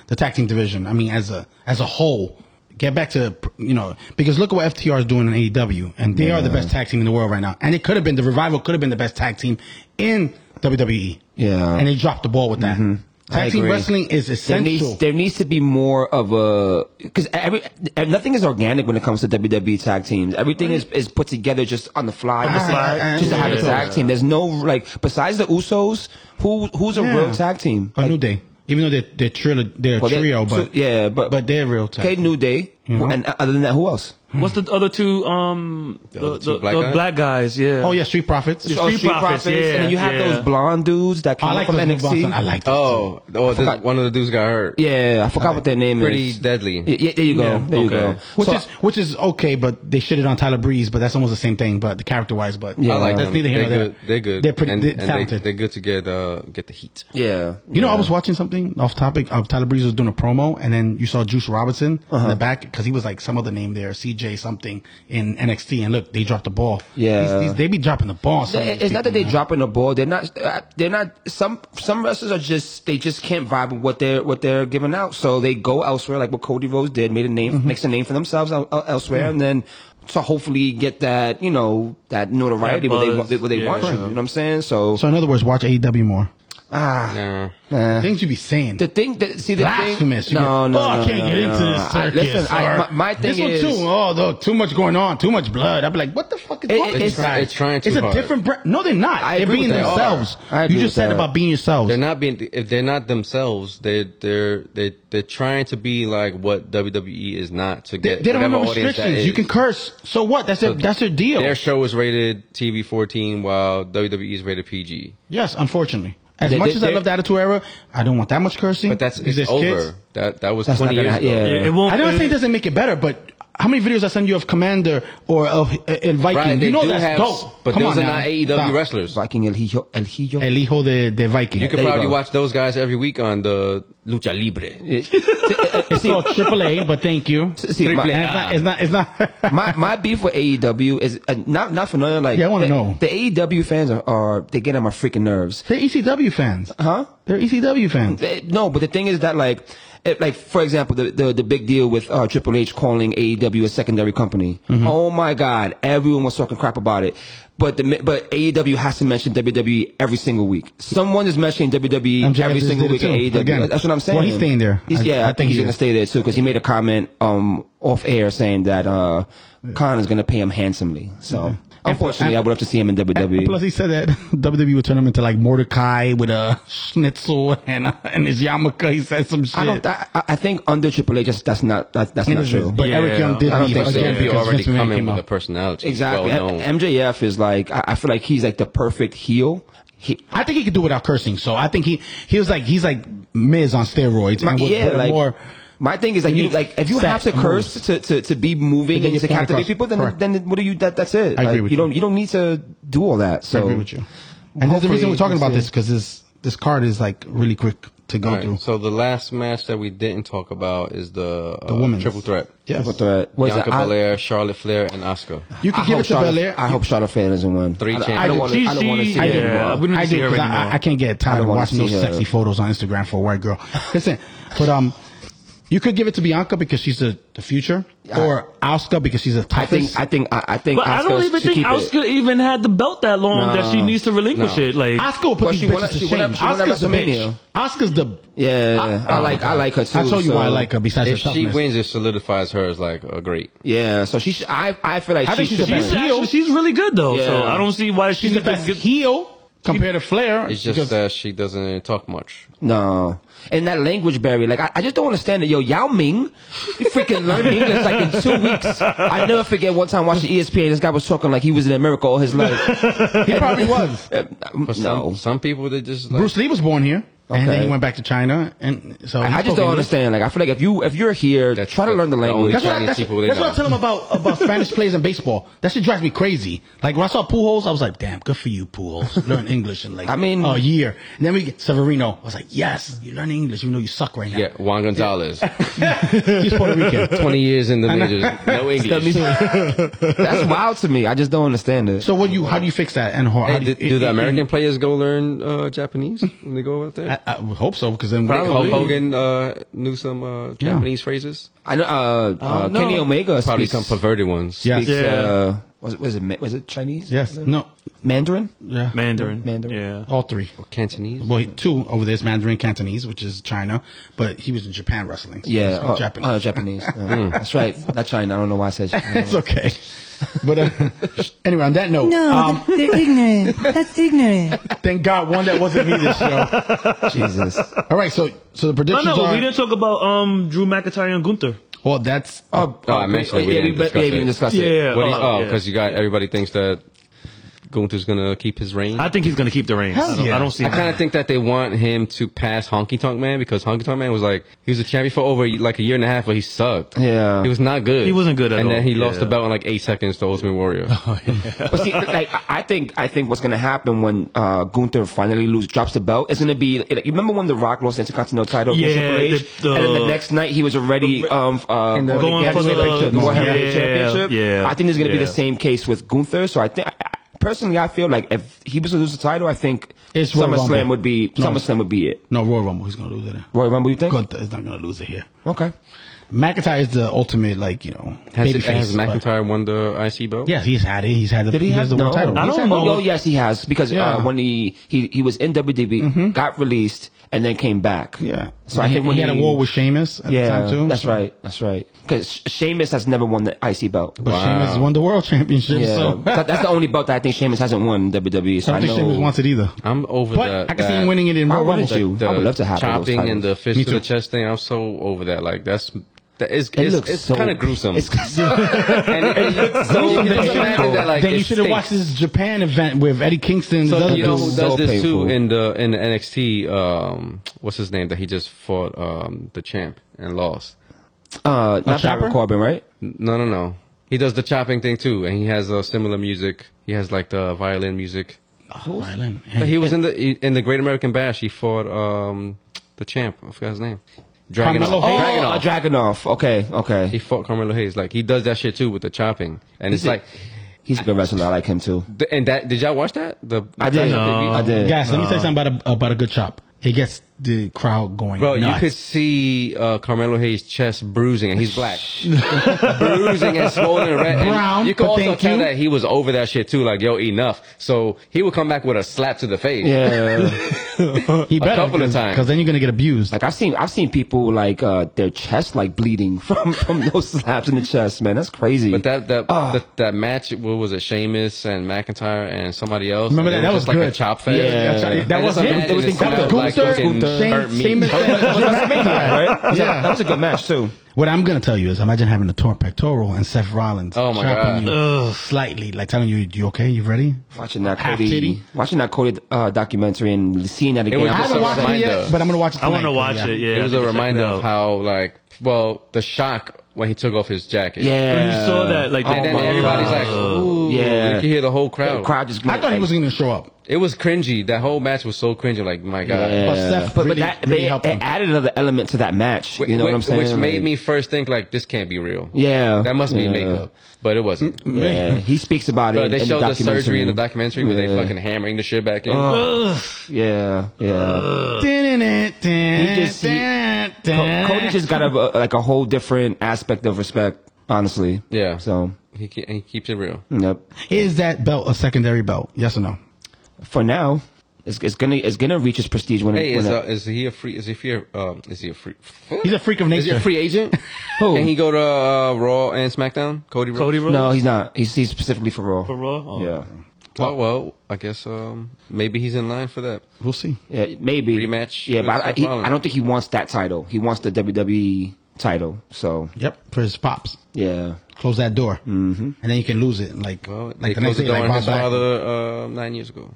Speaker 3: the tag team division. I mean, as a as a whole, get back to you know because look at what FTR is doing in AEW, and they are the best tag team in the world right now. And it could have been the revival could have been the best tag team in WWE.
Speaker 6: Yeah. Mm-hmm.
Speaker 3: and they dropped the ball with that.
Speaker 6: I
Speaker 3: Tag team
Speaker 6: agree.
Speaker 3: wrestling is
Speaker 6: There
Speaker 3: essential.
Speaker 6: needs, there needs to be more of a because every and nothing is organic when it comes to WWE tag teams. Everything is, is put together just on the fly, just,
Speaker 3: fly,
Speaker 6: to- just to have a
Speaker 3: yeah.
Speaker 6: tag team. There's no like besides the Usos, who who's a
Speaker 3: Yeah.
Speaker 6: real tag team?
Speaker 3: A New Day, even though they're they're, trio, they're a
Speaker 6: Well, they-
Speaker 3: trio,
Speaker 6: so-
Speaker 3: but
Speaker 6: yeah, but
Speaker 3: but they're real tag.
Speaker 6: okay,
Speaker 3: team.
Speaker 6: New Day, who- and other than that, who else?
Speaker 4: What's the other two? Um, the,
Speaker 2: other
Speaker 4: the,
Speaker 2: two
Speaker 4: the
Speaker 2: black
Speaker 4: black,
Speaker 2: guys?
Speaker 4: guys? Yeah.
Speaker 3: Oh yeah, Street Profits.
Speaker 4: Yeah.
Speaker 6: Oh,
Speaker 4: Street Profits, yeah,
Speaker 6: and then you have
Speaker 4: yeah.
Speaker 6: those blonde dudes that came
Speaker 3: I like
Speaker 6: from
Speaker 3: those new
Speaker 6: NXT.
Speaker 3: Boston. I like those.
Speaker 2: Oh, oh, this,
Speaker 6: forgot.
Speaker 2: one of the dudes got hurt.
Speaker 6: Yeah, I forgot what their name
Speaker 2: Pretty
Speaker 6: is.
Speaker 2: deadly.
Speaker 6: Y- Yeah, there you go. there you go.
Speaker 4: okay.
Speaker 3: Which
Speaker 6: So-
Speaker 3: is which is okay, but they shit it on Tyler Breeze, but that's almost the same thing. But the character wise, but
Speaker 6: Yeah. I like
Speaker 3: that's
Speaker 2: them.
Speaker 3: neither
Speaker 2: they're
Speaker 3: here nor there.
Speaker 2: good. They're good.
Speaker 3: They're pretty
Speaker 2: and,
Speaker 3: they're
Speaker 2: and
Speaker 3: talented.
Speaker 2: They, are good to get uh, get the heat.
Speaker 6: yeah.
Speaker 3: you know, I was watching something off topic. Of Tyler Breeze was doing a promo, and then you saw Juice Robinson in the back because he was like some other name there, CJ something in NXT. And look, they dropped the ball.
Speaker 6: Yeah.
Speaker 3: These- these- they be dropping the ball. some of
Speaker 6: It-
Speaker 3: these
Speaker 6: It's not that
Speaker 3: people,
Speaker 6: they're
Speaker 3: man.
Speaker 6: dropping the ball. They're not. uh, They're not. Some some wrestlers are just. They just can't vibe with what they're what they're giving out. So they go elsewhere, like what Cody Rhodes did, made a name,
Speaker 3: Mm-hmm.
Speaker 6: makes a name for themselves el- el- elsewhere, and then to hopefully get that you know that notoriety
Speaker 4: That
Speaker 6: where they
Speaker 4: buzz,
Speaker 6: want- where they
Speaker 4: yeah.
Speaker 6: want you. You know what I'm saying? So
Speaker 3: So in other words, watch AEW E more.
Speaker 6: Ah,
Speaker 3: Uh,
Speaker 2: Yeah.
Speaker 3: Things you be saying.
Speaker 6: The thing that see the
Speaker 3: Blasphemous.
Speaker 6: thing.
Speaker 3: You
Speaker 6: No,
Speaker 3: get,
Speaker 6: no,
Speaker 3: oh,
Speaker 6: no,
Speaker 3: I can't
Speaker 6: no,
Speaker 3: get
Speaker 6: no.
Speaker 3: into this
Speaker 6: I-
Speaker 3: circus.
Speaker 6: listen, I-
Speaker 3: or
Speaker 6: my, my thing
Speaker 3: this one
Speaker 6: is,
Speaker 3: too. Oh, look, too much going on. Too much blood. I'd be like, what the fuck is
Speaker 6: It-
Speaker 3: wrong with
Speaker 6: it's-
Speaker 3: these guys?
Speaker 2: it's trying too
Speaker 3: It's a
Speaker 2: hard.
Speaker 3: different brand. No, they're not.
Speaker 6: I
Speaker 3: they're
Speaker 6: agree
Speaker 3: being
Speaker 6: with that.
Speaker 3: themselves.
Speaker 6: I agree
Speaker 3: You
Speaker 6: with
Speaker 3: just said
Speaker 6: that.
Speaker 3: about being yourselves.
Speaker 2: They're not being if they're not themselves. They they're they they're trying to be like what WWE is not to
Speaker 3: They,
Speaker 2: get.
Speaker 3: they don't have
Speaker 2: whatever
Speaker 3: no
Speaker 2: audience that
Speaker 3: restrictions. You
Speaker 2: is.
Speaker 3: can curse. So what? That's their, that's their deal.
Speaker 2: Their show is rated TV fourteen, while WWE is rated PG.
Speaker 3: Yes, unfortunately. As
Speaker 6: They-
Speaker 3: much
Speaker 6: they-
Speaker 3: as I
Speaker 6: they-
Speaker 3: love the Attitude Era, I don't want that much cursing.
Speaker 2: But that's
Speaker 3: because
Speaker 2: it's
Speaker 3: there's
Speaker 2: over.
Speaker 3: kids.
Speaker 2: That that was
Speaker 6: That's not
Speaker 2: twenty
Speaker 6: gonna
Speaker 2: years
Speaker 6: ha-
Speaker 2: ago.
Speaker 6: yeah.
Speaker 4: It won't.
Speaker 3: I don't think it
Speaker 4: it-
Speaker 3: doesn't make it better, but how many videos I send you of Commander or of uh, El Viking?
Speaker 2: Right, they
Speaker 3: you know
Speaker 2: do
Speaker 3: that's
Speaker 2: have,
Speaker 3: dope.
Speaker 2: but
Speaker 3: Come
Speaker 2: those
Speaker 3: on
Speaker 2: are
Speaker 3: now.
Speaker 2: not
Speaker 6: E
Speaker 2: AEW
Speaker 3: Stop.
Speaker 2: wrestlers.
Speaker 6: Viking El Hijo, El Hijo.
Speaker 3: El hijo de, de Viking.
Speaker 2: You could
Speaker 6: There you
Speaker 2: probably
Speaker 6: go.
Speaker 2: watch those guys every week on the Lucha Libre.
Speaker 3: it's called AAA, but thank you.
Speaker 6: See, my-
Speaker 3: And it's not. It's not. It's not
Speaker 6: my my beef with AEW is uh, not not for nothing. Like
Speaker 3: Yeah, I wanna
Speaker 6: the-
Speaker 3: know.
Speaker 6: The AEW fans are, are they get on my freaking nerves.
Speaker 3: they're ECW fans.
Speaker 6: Huh?
Speaker 3: They're ECW fans.
Speaker 6: They- no, but the thing is that like. It, like for example, the, the the big deal with uh, Triple H calling AEW a secondary company.
Speaker 3: Mm-hmm.
Speaker 6: Oh my God, everyone was talking crap about it, but the but AEW has to mention WWE every single week. Soone is mentioning WWE
Speaker 3: MJF
Speaker 6: every
Speaker 3: just
Speaker 6: single
Speaker 3: did it
Speaker 6: week. At
Speaker 3: too.
Speaker 6: AEW.
Speaker 3: Again.
Speaker 6: That's what I'm saying.
Speaker 3: Well, he's staying there.
Speaker 6: He's-
Speaker 3: I-
Speaker 6: yeah, I,
Speaker 3: I
Speaker 6: think,
Speaker 3: think
Speaker 6: he's
Speaker 3: he
Speaker 6: gonna
Speaker 3: is.
Speaker 6: stay there too because he made a comment um off air saying that uh Khan is gonna pay him handsomely. So unfortunately,
Speaker 3: and-
Speaker 6: I would have to see him in E. WWE.
Speaker 3: Plus, he said that WWE would turn him into like Mordecai with a schnitzel and and his yarmulke. He said some shit.
Speaker 6: I don't. I, I- I think under Triple H, that's, that's not that, that's not true.
Speaker 3: But Eric Young did
Speaker 6: I don't
Speaker 3: leave
Speaker 6: think so.
Speaker 3: again
Speaker 6: Yeah,
Speaker 2: They're
Speaker 3: because
Speaker 2: already
Speaker 3: Vince McMahon
Speaker 2: coming
Speaker 3: came
Speaker 2: with a
Speaker 3: out.
Speaker 2: personality.
Speaker 6: exactly.
Speaker 2: Well known.
Speaker 6: M- MJF is like I, I feel like he's like the perfect heel. He,
Speaker 3: I think he could do without cursing. So I think he he was like he's like Miz on steroids and with,
Speaker 6: yeah,
Speaker 3: with a
Speaker 6: like
Speaker 3: more.
Speaker 6: my thing is like
Speaker 3: you
Speaker 6: you
Speaker 3: need
Speaker 6: like if you have
Speaker 3: stats
Speaker 6: to
Speaker 3: and
Speaker 6: curse
Speaker 3: moves.
Speaker 6: to, to, to be moving
Speaker 3: get
Speaker 6: and
Speaker 3: your
Speaker 6: to
Speaker 3: point
Speaker 6: captivate
Speaker 3: across.
Speaker 6: people, then
Speaker 3: Correct.
Speaker 6: then what do you that that's it.
Speaker 3: I agree
Speaker 6: Like,
Speaker 3: with you.
Speaker 6: you don't you don't need to do all that. So
Speaker 3: I agree with you. And there's a
Speaker 6: Hopefully
Speaker 3: reason we're talking
Speaker 6: it's,
Speaker 3: about
Speaker 6: uh,
Speaker 3: this because this this card is like really quick to go
Speaker 2: All right,
Speaker 3: through.
Speaker 2: So the last match that we didn't talk about is the, uh,
Speaker 3: The women's.
Speaker 2: triple threat.
Speaker 3: Yes.
Speaker 6: But, uh, what is
Speaker 2: Bianca
Speaker 6: it? I-
Speaker 2: Belair, Charlotte Flair, and Oscar.
Speaker 3: You can
Speaker 6: I
Speaker 3: give
Speaker 6: hope
Speaker 3: it to
Speaker 6: Charlotte-
Speaker 3: Belair.
Speaker 6: I hope Charlotte Flair doesn't win.
Speaker 2: Three
Speaker 6: I- I,
Speaker 2: champions.
Speaker 6: don't want to. I don't want to see
Speaker 4: Yeah,
Speaker 3: I
Speaker 6: it
Speaker 3: do.
Speaker 6: anymore.
Speaker 4: we don't
Speaker 3: I
Speaker 4: see
Speaker 3: do.
Speaker 4: her
Speaker 3: 'cause I,
Speaker 4: anymore.
Speaker 3: I- I can't get
Speaker 6: I
Speaker 3: tired
Speaker 6: don't
Speaker 3: of
Speaker 6: wanna
Speaker 3: watching those
Speaker 6: see her.
Speaker 3: sexy photos on Instagram for a white girl. Listen, but um, you could give it to Bianca because she's the, the future, or Oscar because she's the
Speaker 6: I think
Speaker 3: toughest.
Speaker 6: I think I, I think
Speaker 4: But I don't
Speaker 6: Asuka
Speaker 4: even
Speaker 6: should
Speaker 4: think
Speaker 6: keep it.
Speaker 4: Oscar even had the belt that long
Speaker 6: No,
Speaker 4: that she needs to relinquish
Speaker 6: no.
Speaker 4: it. Like
Speaker 3: Oscar will put
Speaker 6: Well,
Speaker 3: these
Speaker 6: she
Speaker 3: bitches
Speaker 6: won-
Speaker 3: to
Speaker 6: she won-
Speaker 3: shame.
Speaker 6: she won at
Speaker 3: Oscar's the
Speaker 6: WrestleMania.
Speaker 3: bitch. Oscar's the.
Speaker 6: Yeah, I,
Speaker 3: oh,
Speaker 6: like I
Speaker 3: God.
Speaker 6: like her too.
Speaker 3: I'll tell you
Speaker 6: so-
Speaker 3: why I like her. Besides her
Speaker 2: If she
Speaker 3: toughness,
Speaker 2: wins, it solidifies her as like a great.
Speaker 6: Yeah, so she. Should, I I feel like
Speaker 3: I
Speaker 6: she
Speaker 3: think she's
Speaker 6: should
Speaker 3: the
Speaker 6: be-
Speaker 4: she's,
Speaker 3: best.
Speaker 4: actually, she's really good though. So
Speaker 6: Yeah.
Speaker 4: I don't see why she
Speaker 3: she's the
Speaker 4: needs
Speaker 3: best
Speaker 4: to get-
Speaker 3: heel compared to Flair.
Speaker 2: It's just
Speaker 3: because-
Speaker 2: that she doesn't talk much.
Speaker 6: No. And that language barrier, like, I, I just don't understand it. Yo, Yao Ming, you freaking learned English like in two weeks. I never forget one time watching E ESPN, this guy was talking like he was in America all his life.
Speaker 3: he probably was.
Speaker 6: Uh,
Speaker 2: For some,
Speaker 6: no.
Speaker 2: some people, they just like,
Speaker 3: Bruce Lee was born here, and then
Speaker 6: Okay.
Speaker 3: he went back to China, and so he
Speaker 6: I
Speaker 3: spoke
Speaker 6: just don't
Speaker 3: English.
Speaker 6: understand. Like, I feel like if you if you're here,
Speaker 2: That's
Speaker 6: try to
Speaker 2: the-
Speaker 6: learn the
Speaker 2: the
Speaker 6: language.
Speaker 2: only-
Speaker 3: That's what, I,
Speaker 2: Chinese
Speaker 3: that's,
Speaker 2: people, they
Speaker 3: that's what
Speaker 2: know.
Speaker 3: I tell him about about Spanish players in baseball. That shit drives me crazy. Like when I saw Pujols, I was like, "Damn, good for you, Pujols. Learn English in like
Speaker 6: I mean-
Speaker 3: a year." And then we get Severino. I was like, "Yes, you learn English. You know you suck right now.
Speaker 2: yeah, Juan Gonzalez,
Speaker 3: He's Puerto Rican."
Speaker 2: twenty years in the majors, no English.
Speaker 6: That's wild to me. I just don't understand it.
Speaker 3: So what do you? How do you fix that? And how, how
Speaker 2: Hey,
Speaker 3: do,
Speaker 2: do,
Speaker 3: you,
Speaker 2: do
Speaker 3: it-
Speaker 2: the
Speaker 3: it-
Speaker 2: American players go learn uh, Japanese when they go out there?
Speaker 3: I, I would hope so because then
Speaker 2: Probably.
Speaker 3: Hulk Hogan-
Speaker 2: Hogan uh, knew some uh, Japanese phrases.
Speaker 6: I know uh, uh,
Speaker 4: no.
Speaker 6: Kenny Omega
Speaker 2: Probably
Speaker 6: speaks,
Speaker 2: some perverted ones.
Speaker 3: Yes.
Speaker 6: speaks,
Speaker 4: Yeah.
Speaker 6: uh, was, was it Ma- was it Chinese?
Speaker 3: Yes. No.
Speaker 6: Mandarin.
Speaker 3: Yeah.
Speaker 4: Mandarin.
Speaker 6: Mandarin.
Speaker 4: Yeah.
Speaker 3: All three.
Speaker 2: Cantonese.
Speaker 3: Well, he- two over there is Mandarin Cantonese, which is China, but he was in Japan wrestling. so
Speaker 6: Yeah,
Speaker 3: it's
Speaker 6: uh,
Speaker 3: Japanese.
Speaker 6: uh, Japanese. Uh, That's right. Not China. I don't know why I said. China.
Speaker 3: it's okay. But uh, anyway, on that note,
Speaker 5: No,
Speaker 3: um,
Speaker 5: they're ignorant. That's ignorant.
Speaker 3: thank God one that wasn't me this show.
Speaker 6: Jesus.
Speaker 3: All right, so so the
Speaker 4: No,
Speaker 3: predictions
Speaker 4: no, but
Speaker 3: are
Speaker 4: we didn't talk about um Drew McIntyre and Gunther.
Speaker 3: well. That's
Speaker 6: Oh,
Speaker 2: Oh, I mentioned it. We
Speaker 6: yeah,
Speaker 2: didn't
Speaker 6: we,
Speaker 2: discuss
Speaker 6: yeah, we
Speaker 2: it.
Speaker 6: didn't discuss it.
Speaker 4: Yeah.
Speaker 2: What do you,
Speaker 4: Oh,
Speaker 2: oh,
Speaker 4: yeah.
Speaker 2: because you got everybody thinks that Gunther's gonna keep his reign.
Speaker 4: I
Speaker 2: I,
Speaker 4: think he's gonna keep the reigns.
Speaker 3: Hell
Speaker 4: I, don't,
Speaker 3: yeah.
Speaker 4: I don't see.
Speaker 2: kind of think that they want him to pass Honky Tonk Man because Honky Tonk Man was like he was a champion for over like a year and a half, but he sucked.
Speaker 6: Yeah.
Speaker 2: he was not good.
Speaker 4: He wasn't good at
Speaker 2: and then
Speaker 4: all.
Speaker 2: he lost
Speaker 4: Yeah.
Speaker 2: the belt in like eight seconds to Ultimate Warrior.
Speaker 6: But see, like I think I think what's gonna happen when uh, Gunther finally lose drops the belt, it's gonna be like, you remember when The Rock lost the Intercontinental title? against
Speaker 4: Yeah,
Speaker 6: Triple H?
Speaker 4: the- the-
Speaker 6: and then the next night he was already um uh
Speaker 3: the-
Speaker 4: Going
Speaker 6: the
Speaker 4: for the-
Speaker 6: Heavyweight World
Speaker 4: yeah,
Speaker 6: Heavyweight championship.
Speaker 4: yeah,
Speaker 6: I think there's gonna be the
Speaker 4: yeah.
Speaker 6: same case with Gunther. So I think. I, I- Personally, I feel like if he was to lose the title, I think
Speaker 3: It's Royal
Speaker 6: SummerSlam
Speaker 3: Rumble.
Speaker 6: would be
Speaker 3: No.
Speaker 6: SummerSlam would be it.
Speaker 3: no Royal Rumble. He's gonna lose it.
Speaker 6: Royal Rumble, you think?
Speaker 3: Gunther is not gonna lose it here.
Speaker 6: Okay.
Speaker 3: McIntyre is the ultimate, like you know,
Speaker 2: Has,
Speaker 3: babyface,
Speaker 2: has
Speaker 3: but-
Speaker 2: McIntyre won the IC belt?
Speaker 3: Yes, he's had it. He's had the.
Speaker 6: Did he, have
Speaker 3: has the world title?
Speaker 4: I
Speaker 3: He's
Speaker 4: don't
Speaker 3: had-
Speaker 4: know.
Speaker 6: Oh, yes, he has because
Speaker 3: Yeah.
Speaker 6: uh, when he, he he was in WWE, got released, and then came back.
Speaker 3: Yeah.
Speaker 6: So I think
Speaker 3: he,
Speaker 6: when
Speaker 3: he had a war with Sheamus at
Speaker 6: yeah,
Speaker 3: the time too.
Speaker 6: that's
Speaker 3: so-
Speaker 6: right, that's right. Because Sheamus has never won the IC belt.
Speaker 3: But Sheamus won the world championship,
Speaker 6: Yeah,
Speaker 3: so
Speaker 6: That- that's the only belt that I think Sheamus hasn't won in WWE.
Speaker 3: I
Speaker 6: So I,
Speaker 3: don't think
Speaker 6: know.
Speaker 3: Sheamus wants it either.
Speaker 2: I'm over
Speaker 3: But
Speaker 2: that.
Speaker 3: I can see
Speaker 2: that-
Speaker 3: him winning it in
Speaker 6: I
Speaker 3: Royal
Speaker 6: wanted
Speaker 3: Rumble.
Speaker 6: you.
Speaker 2: The
Speaker 6: I would love to have those
Speaker 2: chopping
Speaker 6: titles.
Speaker 2: and the fist
Speaker 3: Me
Speaker 2: to the
Speaker 3: too.
Speaker 2: chest thing. I'm so over that. Like that's that is
Speaker 6: It
Speaker 2: it's,
Speaker 6: looks
Speaker 2: it's
Speaker 6: so-
Speaker 2: kind of gruesome.
Speaker 6: It's-
Speaker 2: and it, it looks
Speaker 3: Then
Speaker 2: so
Speaker 3: you
Speaker 2: you
Speaker 3: should've-
Speaker 2: can imagine that, like,
Speaker 3: then
Speaker 2: it
Speaker 3: you should have
Speaker 2: stinks.
Speaker 3: watched this Japan event with Eddie Kingston.
Speaker 2: So
Speaker 3: the other
Speaker 2: you know who
Speaker 3: dudes.
Speaker 2: does
Speaker 6: So
Speaker 2: this
Speaker 6: painful.
Speaker 2: too in the in the NXT? Um, what's his name that he just fought um, the champ and lost?
Speaker 6: uh, not
Speaker 3: Chopper?
Speaker 6: Baron Corbin, right?
Speaker 2: No, no, no. He does the chopping thing too, and he has uh, similar music. He has like the violin music.
Speaker 3: Oh, Rylan.
Speaker 2: But he was in the in the Great American Bash. He fought um, the champ. I forgot his name. Dragon.
Speaker 3: Carmelo
Speaker 2: Oh,
Speaker 3: Hayes?
Speaker 6: Oh, Dragunov. Okay, okay.
Speaker 2: He fought Carmelo Hayes. Like he does that shit too with the chopping, and it's
Speaker 6: a-
Speaker 2: like,
Speaker 6: He's a good wrestler. I like him too.
Speaker 2: th- and that did y'all watch that? The
Speaker 6: I did.
Speaker 4: No.
Speaker 6: I did.
Speaker 3: Guys, let me tell you something about a, about a good chop. It gets the crowd going.
Speaker 2: Bro, you
Speaker 3: nuts.
Speaker 2: could see uh, Carmelo Hayes' chest bruising, and he's black, bruising and swollen and red. and
Speaker 3: Brown,
Speaker 2: you could
Speaker 3: but
Speaker 2: also
Speaker 3: thank
Speaker 2: tell
Speaker 3: you.
Speaker 2: that he was over that shit too. Like, yo, enough. So he would come back with a slap to the face.
Speaker 6: Yeah.
Speaker 3: he better,
Speaker 2: couple of times.
Speaker 3: because then you're gonna get abused.
Speaker 6: Like I've seen, I've seen people like uh, their chest like bleeding from from those slaps in the chest, man. That's crazy.
Speaker 2: But that that,
Speaker 6: Ah.
Speaker 2: that that match, what was it, Sheamus and McIntyre and somebody else?
Speaker 3: Remember
Speaker 2: and
Speaker 3: that?
Speaker 2: it
Speaker 3: That was
Speaker 2: just like a
Speaker 3: good.
Speaker 2: chop fest.
Speaker 6: Yeah. That's
Speaker 3: right. That
Speaker 2: I
Speaker 3: was
Speaker 2: just
Speaker 3: him.
Speaker 2: imagine
Speaker 6: It was
Speaker 2: it
Speaker 6: in
Speaker 2: sounded
Speaker 6: Gunther.
Speaker 2: like
Speaker 6: Gunther.
Speaker 2: fucking
Speaker 6: Gunther.
Speaker 2: burnt meat.
Speaker 3: Shame,
Speaker 6: right?
Speaker 3: Yeah.
Speaker 6: that was a good match too.
Speaker 3: What I'm gonna tell you is, imagine having a torn pectoral and Seth Rollins
Speaker 2: Oh my
Speaker 3: chopping
Speaker 2: God.
Speaker 3: you slightly, like telling you, "You okay? You ready?"
Speaker 6: Watching that
Speaker 3: Half
Speaker 6: Cody,
Speaker 3: titty.
Speaker 6: watching that Cody uh, documentary and seeing that again.
Speaker 2: was
Speaker 6: I'm
Speaker 3: I
Speaker 2: just
Speaker 6: so
Speaker 2: a
Speaker 3: haven't watched
Speaker 6: excited.
Speaker 3: it
Speaker 2: reminder.
Speaker 3: yet, but I'm gonna watch it.
Speaker 4: I want to
Speaker 3: tonight,
Speaker 4: watch
Speaker 3: yeah.
Speaker 4: it. Yeah,
Speaker 2: it was
Speaker 4: I
Speaker 2: a
Speaker 4: need to check
Speaker 2: reminder
Speaker 4: it
Speaker 2: of
Speaker 4: out.
Speaker 2: how like well the shock when he took off his jacket.
Speaker 6: Yeah.
Speaker 4: When you saw that, like,
Speaker 2: And
Speaker 4: oh
Speaker 2: then
Speaker 4: my
Speaker 2: everybody's
Speaker 4: God.
Speaker 2: like, ooh,
Speaker 6: Yeah.
Speaker 2: You can hear the whole
Speaker 6: The
Speaker 2: crowd.
Speaker 6: crowd just.
Speaker 3: I thought he was gonna show up.
Speaker 2: It was cringy. That whole match was so cringy. Like, my God.
Speaker 6: Yeah.
Speaker 3: But Seth
Speaker 6: but,
Speaker 3: really-
Speaker 6: but that,
Speaker 3: really
Speaker 6: they-
Speaker 3: helped
Speaker 6: it
Speaker 3: him.
Speaker 6: added another element to that match.
Speaker 2: Wh-
Speaker 6: you know
Speaker 2: wh-
Speaker 6: what I'm saying?
Speaker 2: Which made
Speaker 6: Like-
Speaker 2: me first think like this can't be real.
Speaker 6: Yeah.
Speaker 2: that must be
Speaker 6: Yeah.
Speaker 2: makeup, but it wasn't.
Speaker 6: Yeah, he speaks about
Speaker 2: But
Speaker 6: it.
Speaker 2: they
Speaker 6: in
Speaker 2: showed
Speaker 6: the
Speaker 2: the surgery in the
Speaker 6: documentary.
Speaker 2: documentary where they
Speaker 6: Yeah. Uh.
Speaker 2: fucking hammering the shit back in.
Speaker 6: Yeah, yeah.
Speaker 3: He
Speaker 6: just- he-
Speaker 3: Uh,
Speaker 6: Co- Cody just got a, a- like a whole different aspect of respect, honestly.
Speaker 2: yeah,
Speaker 6: So,
Speaker 2: he, ke- he keeps it real.
Speaker 6: yep.
Speaker 3: Is that belt a secondary belt? Yes or no?
Speaker 6: For now, it's, it's gonna it's gonna reach its prestige when
Speaker 2: Hey,
Speaker 6: it. When
Speaker 2: is
Speaker 6: it
Speaker 2: uh, is he a free? Is he free? Um, is he a free?
Speaker 3: He's a freak of
Speaker 2: Is he
Speaker 3: nature.
Speaker 2: a free agent?
Speaker 6: Who?
Speaker 2: Can he go to uh, Raw and SmackDown? Cody. Rhodes?
Speaker 4: Cody Rhodes.
Speaker 6: no, he's not. He's, he's specifically for Raw.
Speaker 4: For Raw? Oh.
Speaker 6: Yeah.
Speaker 2: Oh well, I guess um, maybe he's in line for that.
Speaker 3: We'll see.
Speaker 6: yeah, maybe
Speaker 2: Rematch
Speaker 6: Yeah,
Speaker 2: with
Speaker 6: but I, I-
Speaker 2: Seth
Speaker 6: he,
Speaker 2: Rollins.
Speaker 6: I don't think he wants that title. He wants the WWE title. So,
Speaker 3: Yep, for his pops.
Speaker 6: yeah.
Speaker 3: Close that door, mm-hmm. and then you can lose it. Like,
Speaker 2: Well, they
Speaker 3: like the
Speaker 2: closed
Speaker 3: next
Speaker 2: the
Speaker 3: day,
Speaker 2: door
Speaker 3: like
Speaker 2: on his
Speaker 3: Bob Black.
Speaker 2: father uh, nine years ago.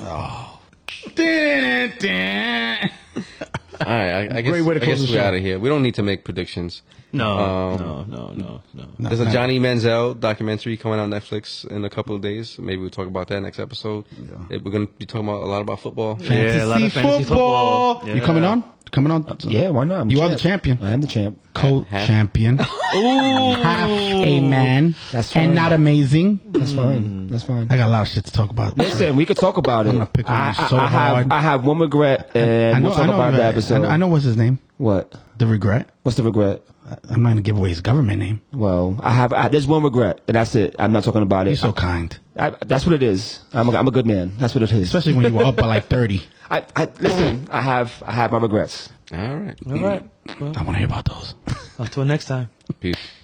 Speaker 2: All right, I, I guess,
Speaker 3: Great way to
Speaker 2: I
Speaker 3: close
Speaker 2: guess
Speaker 3: the
Speaker 2: we're
Speaker 3: show.
Speaker 2: out of here. We don't need to make predictions.
Speaker 4: No,
Speaker 2: Um,
Speaker 4: no, no, no, no.
Speaker 3: No,
Speaker 2: There's a
Speaker 3: no.
Speaker 2: Johnny Manziel documentary coming out on Netflix in a couple of days. Maybe we'll talk about that next episode. Eh, We're going to be talking about a lot about football.
Speaker 4: Yeah, a lot of
Speaker 3: Fantasy
Speaker 4: fantasy football.
Speaker 3: You coming
Speaker 4: Yeah.
Speaker 3: on? Coming on?
Speaker 6: Yeah, why not? I'm
Speaker 3: You are the champion.
Speaker 6: I am the champ.
Speaker 3: Co-champion. Half a man.
Speaker 6: That's
Speaker 3: and
Speaker 6: fine.
Speaker 3: not amazing.
Speaker 6: That's fine. That's fine.
Speaker 3: I got a lot of shit to talk about.
Speaker 6: Listen, we could talk about it.
Speaker 3: gonna pick on
Speaker 6: I,
Speaker 3: you so
Speaker 6: I, I
Speaker 3: hard.
Speaker 6: have I have one regret, and
Speaker 3: I know,
Speaker 6: we'll talk
Speaker 3: I know,
Speaker 6: about
Speaker 3: I
Speaker 6: that
Speaker 3: know- I
Speaker 6: episode.
Speaker 3: know, I know what's his name.
Speaker 6: What?
Speaker 3: The regret.
Speaker 6: What's the regret?
Speaker 3: I'm not gonna give away his government name.
Speaker 6: Well, I have I, there's one regret, and that's it. I'm not talking about
Speaker 3: You're
Speaker 6: it.
Speaker 3: so kind,
Speaker 6: I, that's what it is. I'm a, I'm a good man. That's what it is.
Speaker 3: especially when you were up by like 30.
Speaker 6: I, I listen. I have I have my regrets.
Speaker 2: All right.
Speaker 4: All right.
Speaker 3: I want to hear about those.
Speaker 4: Until next time.
Speaker 2: Peace.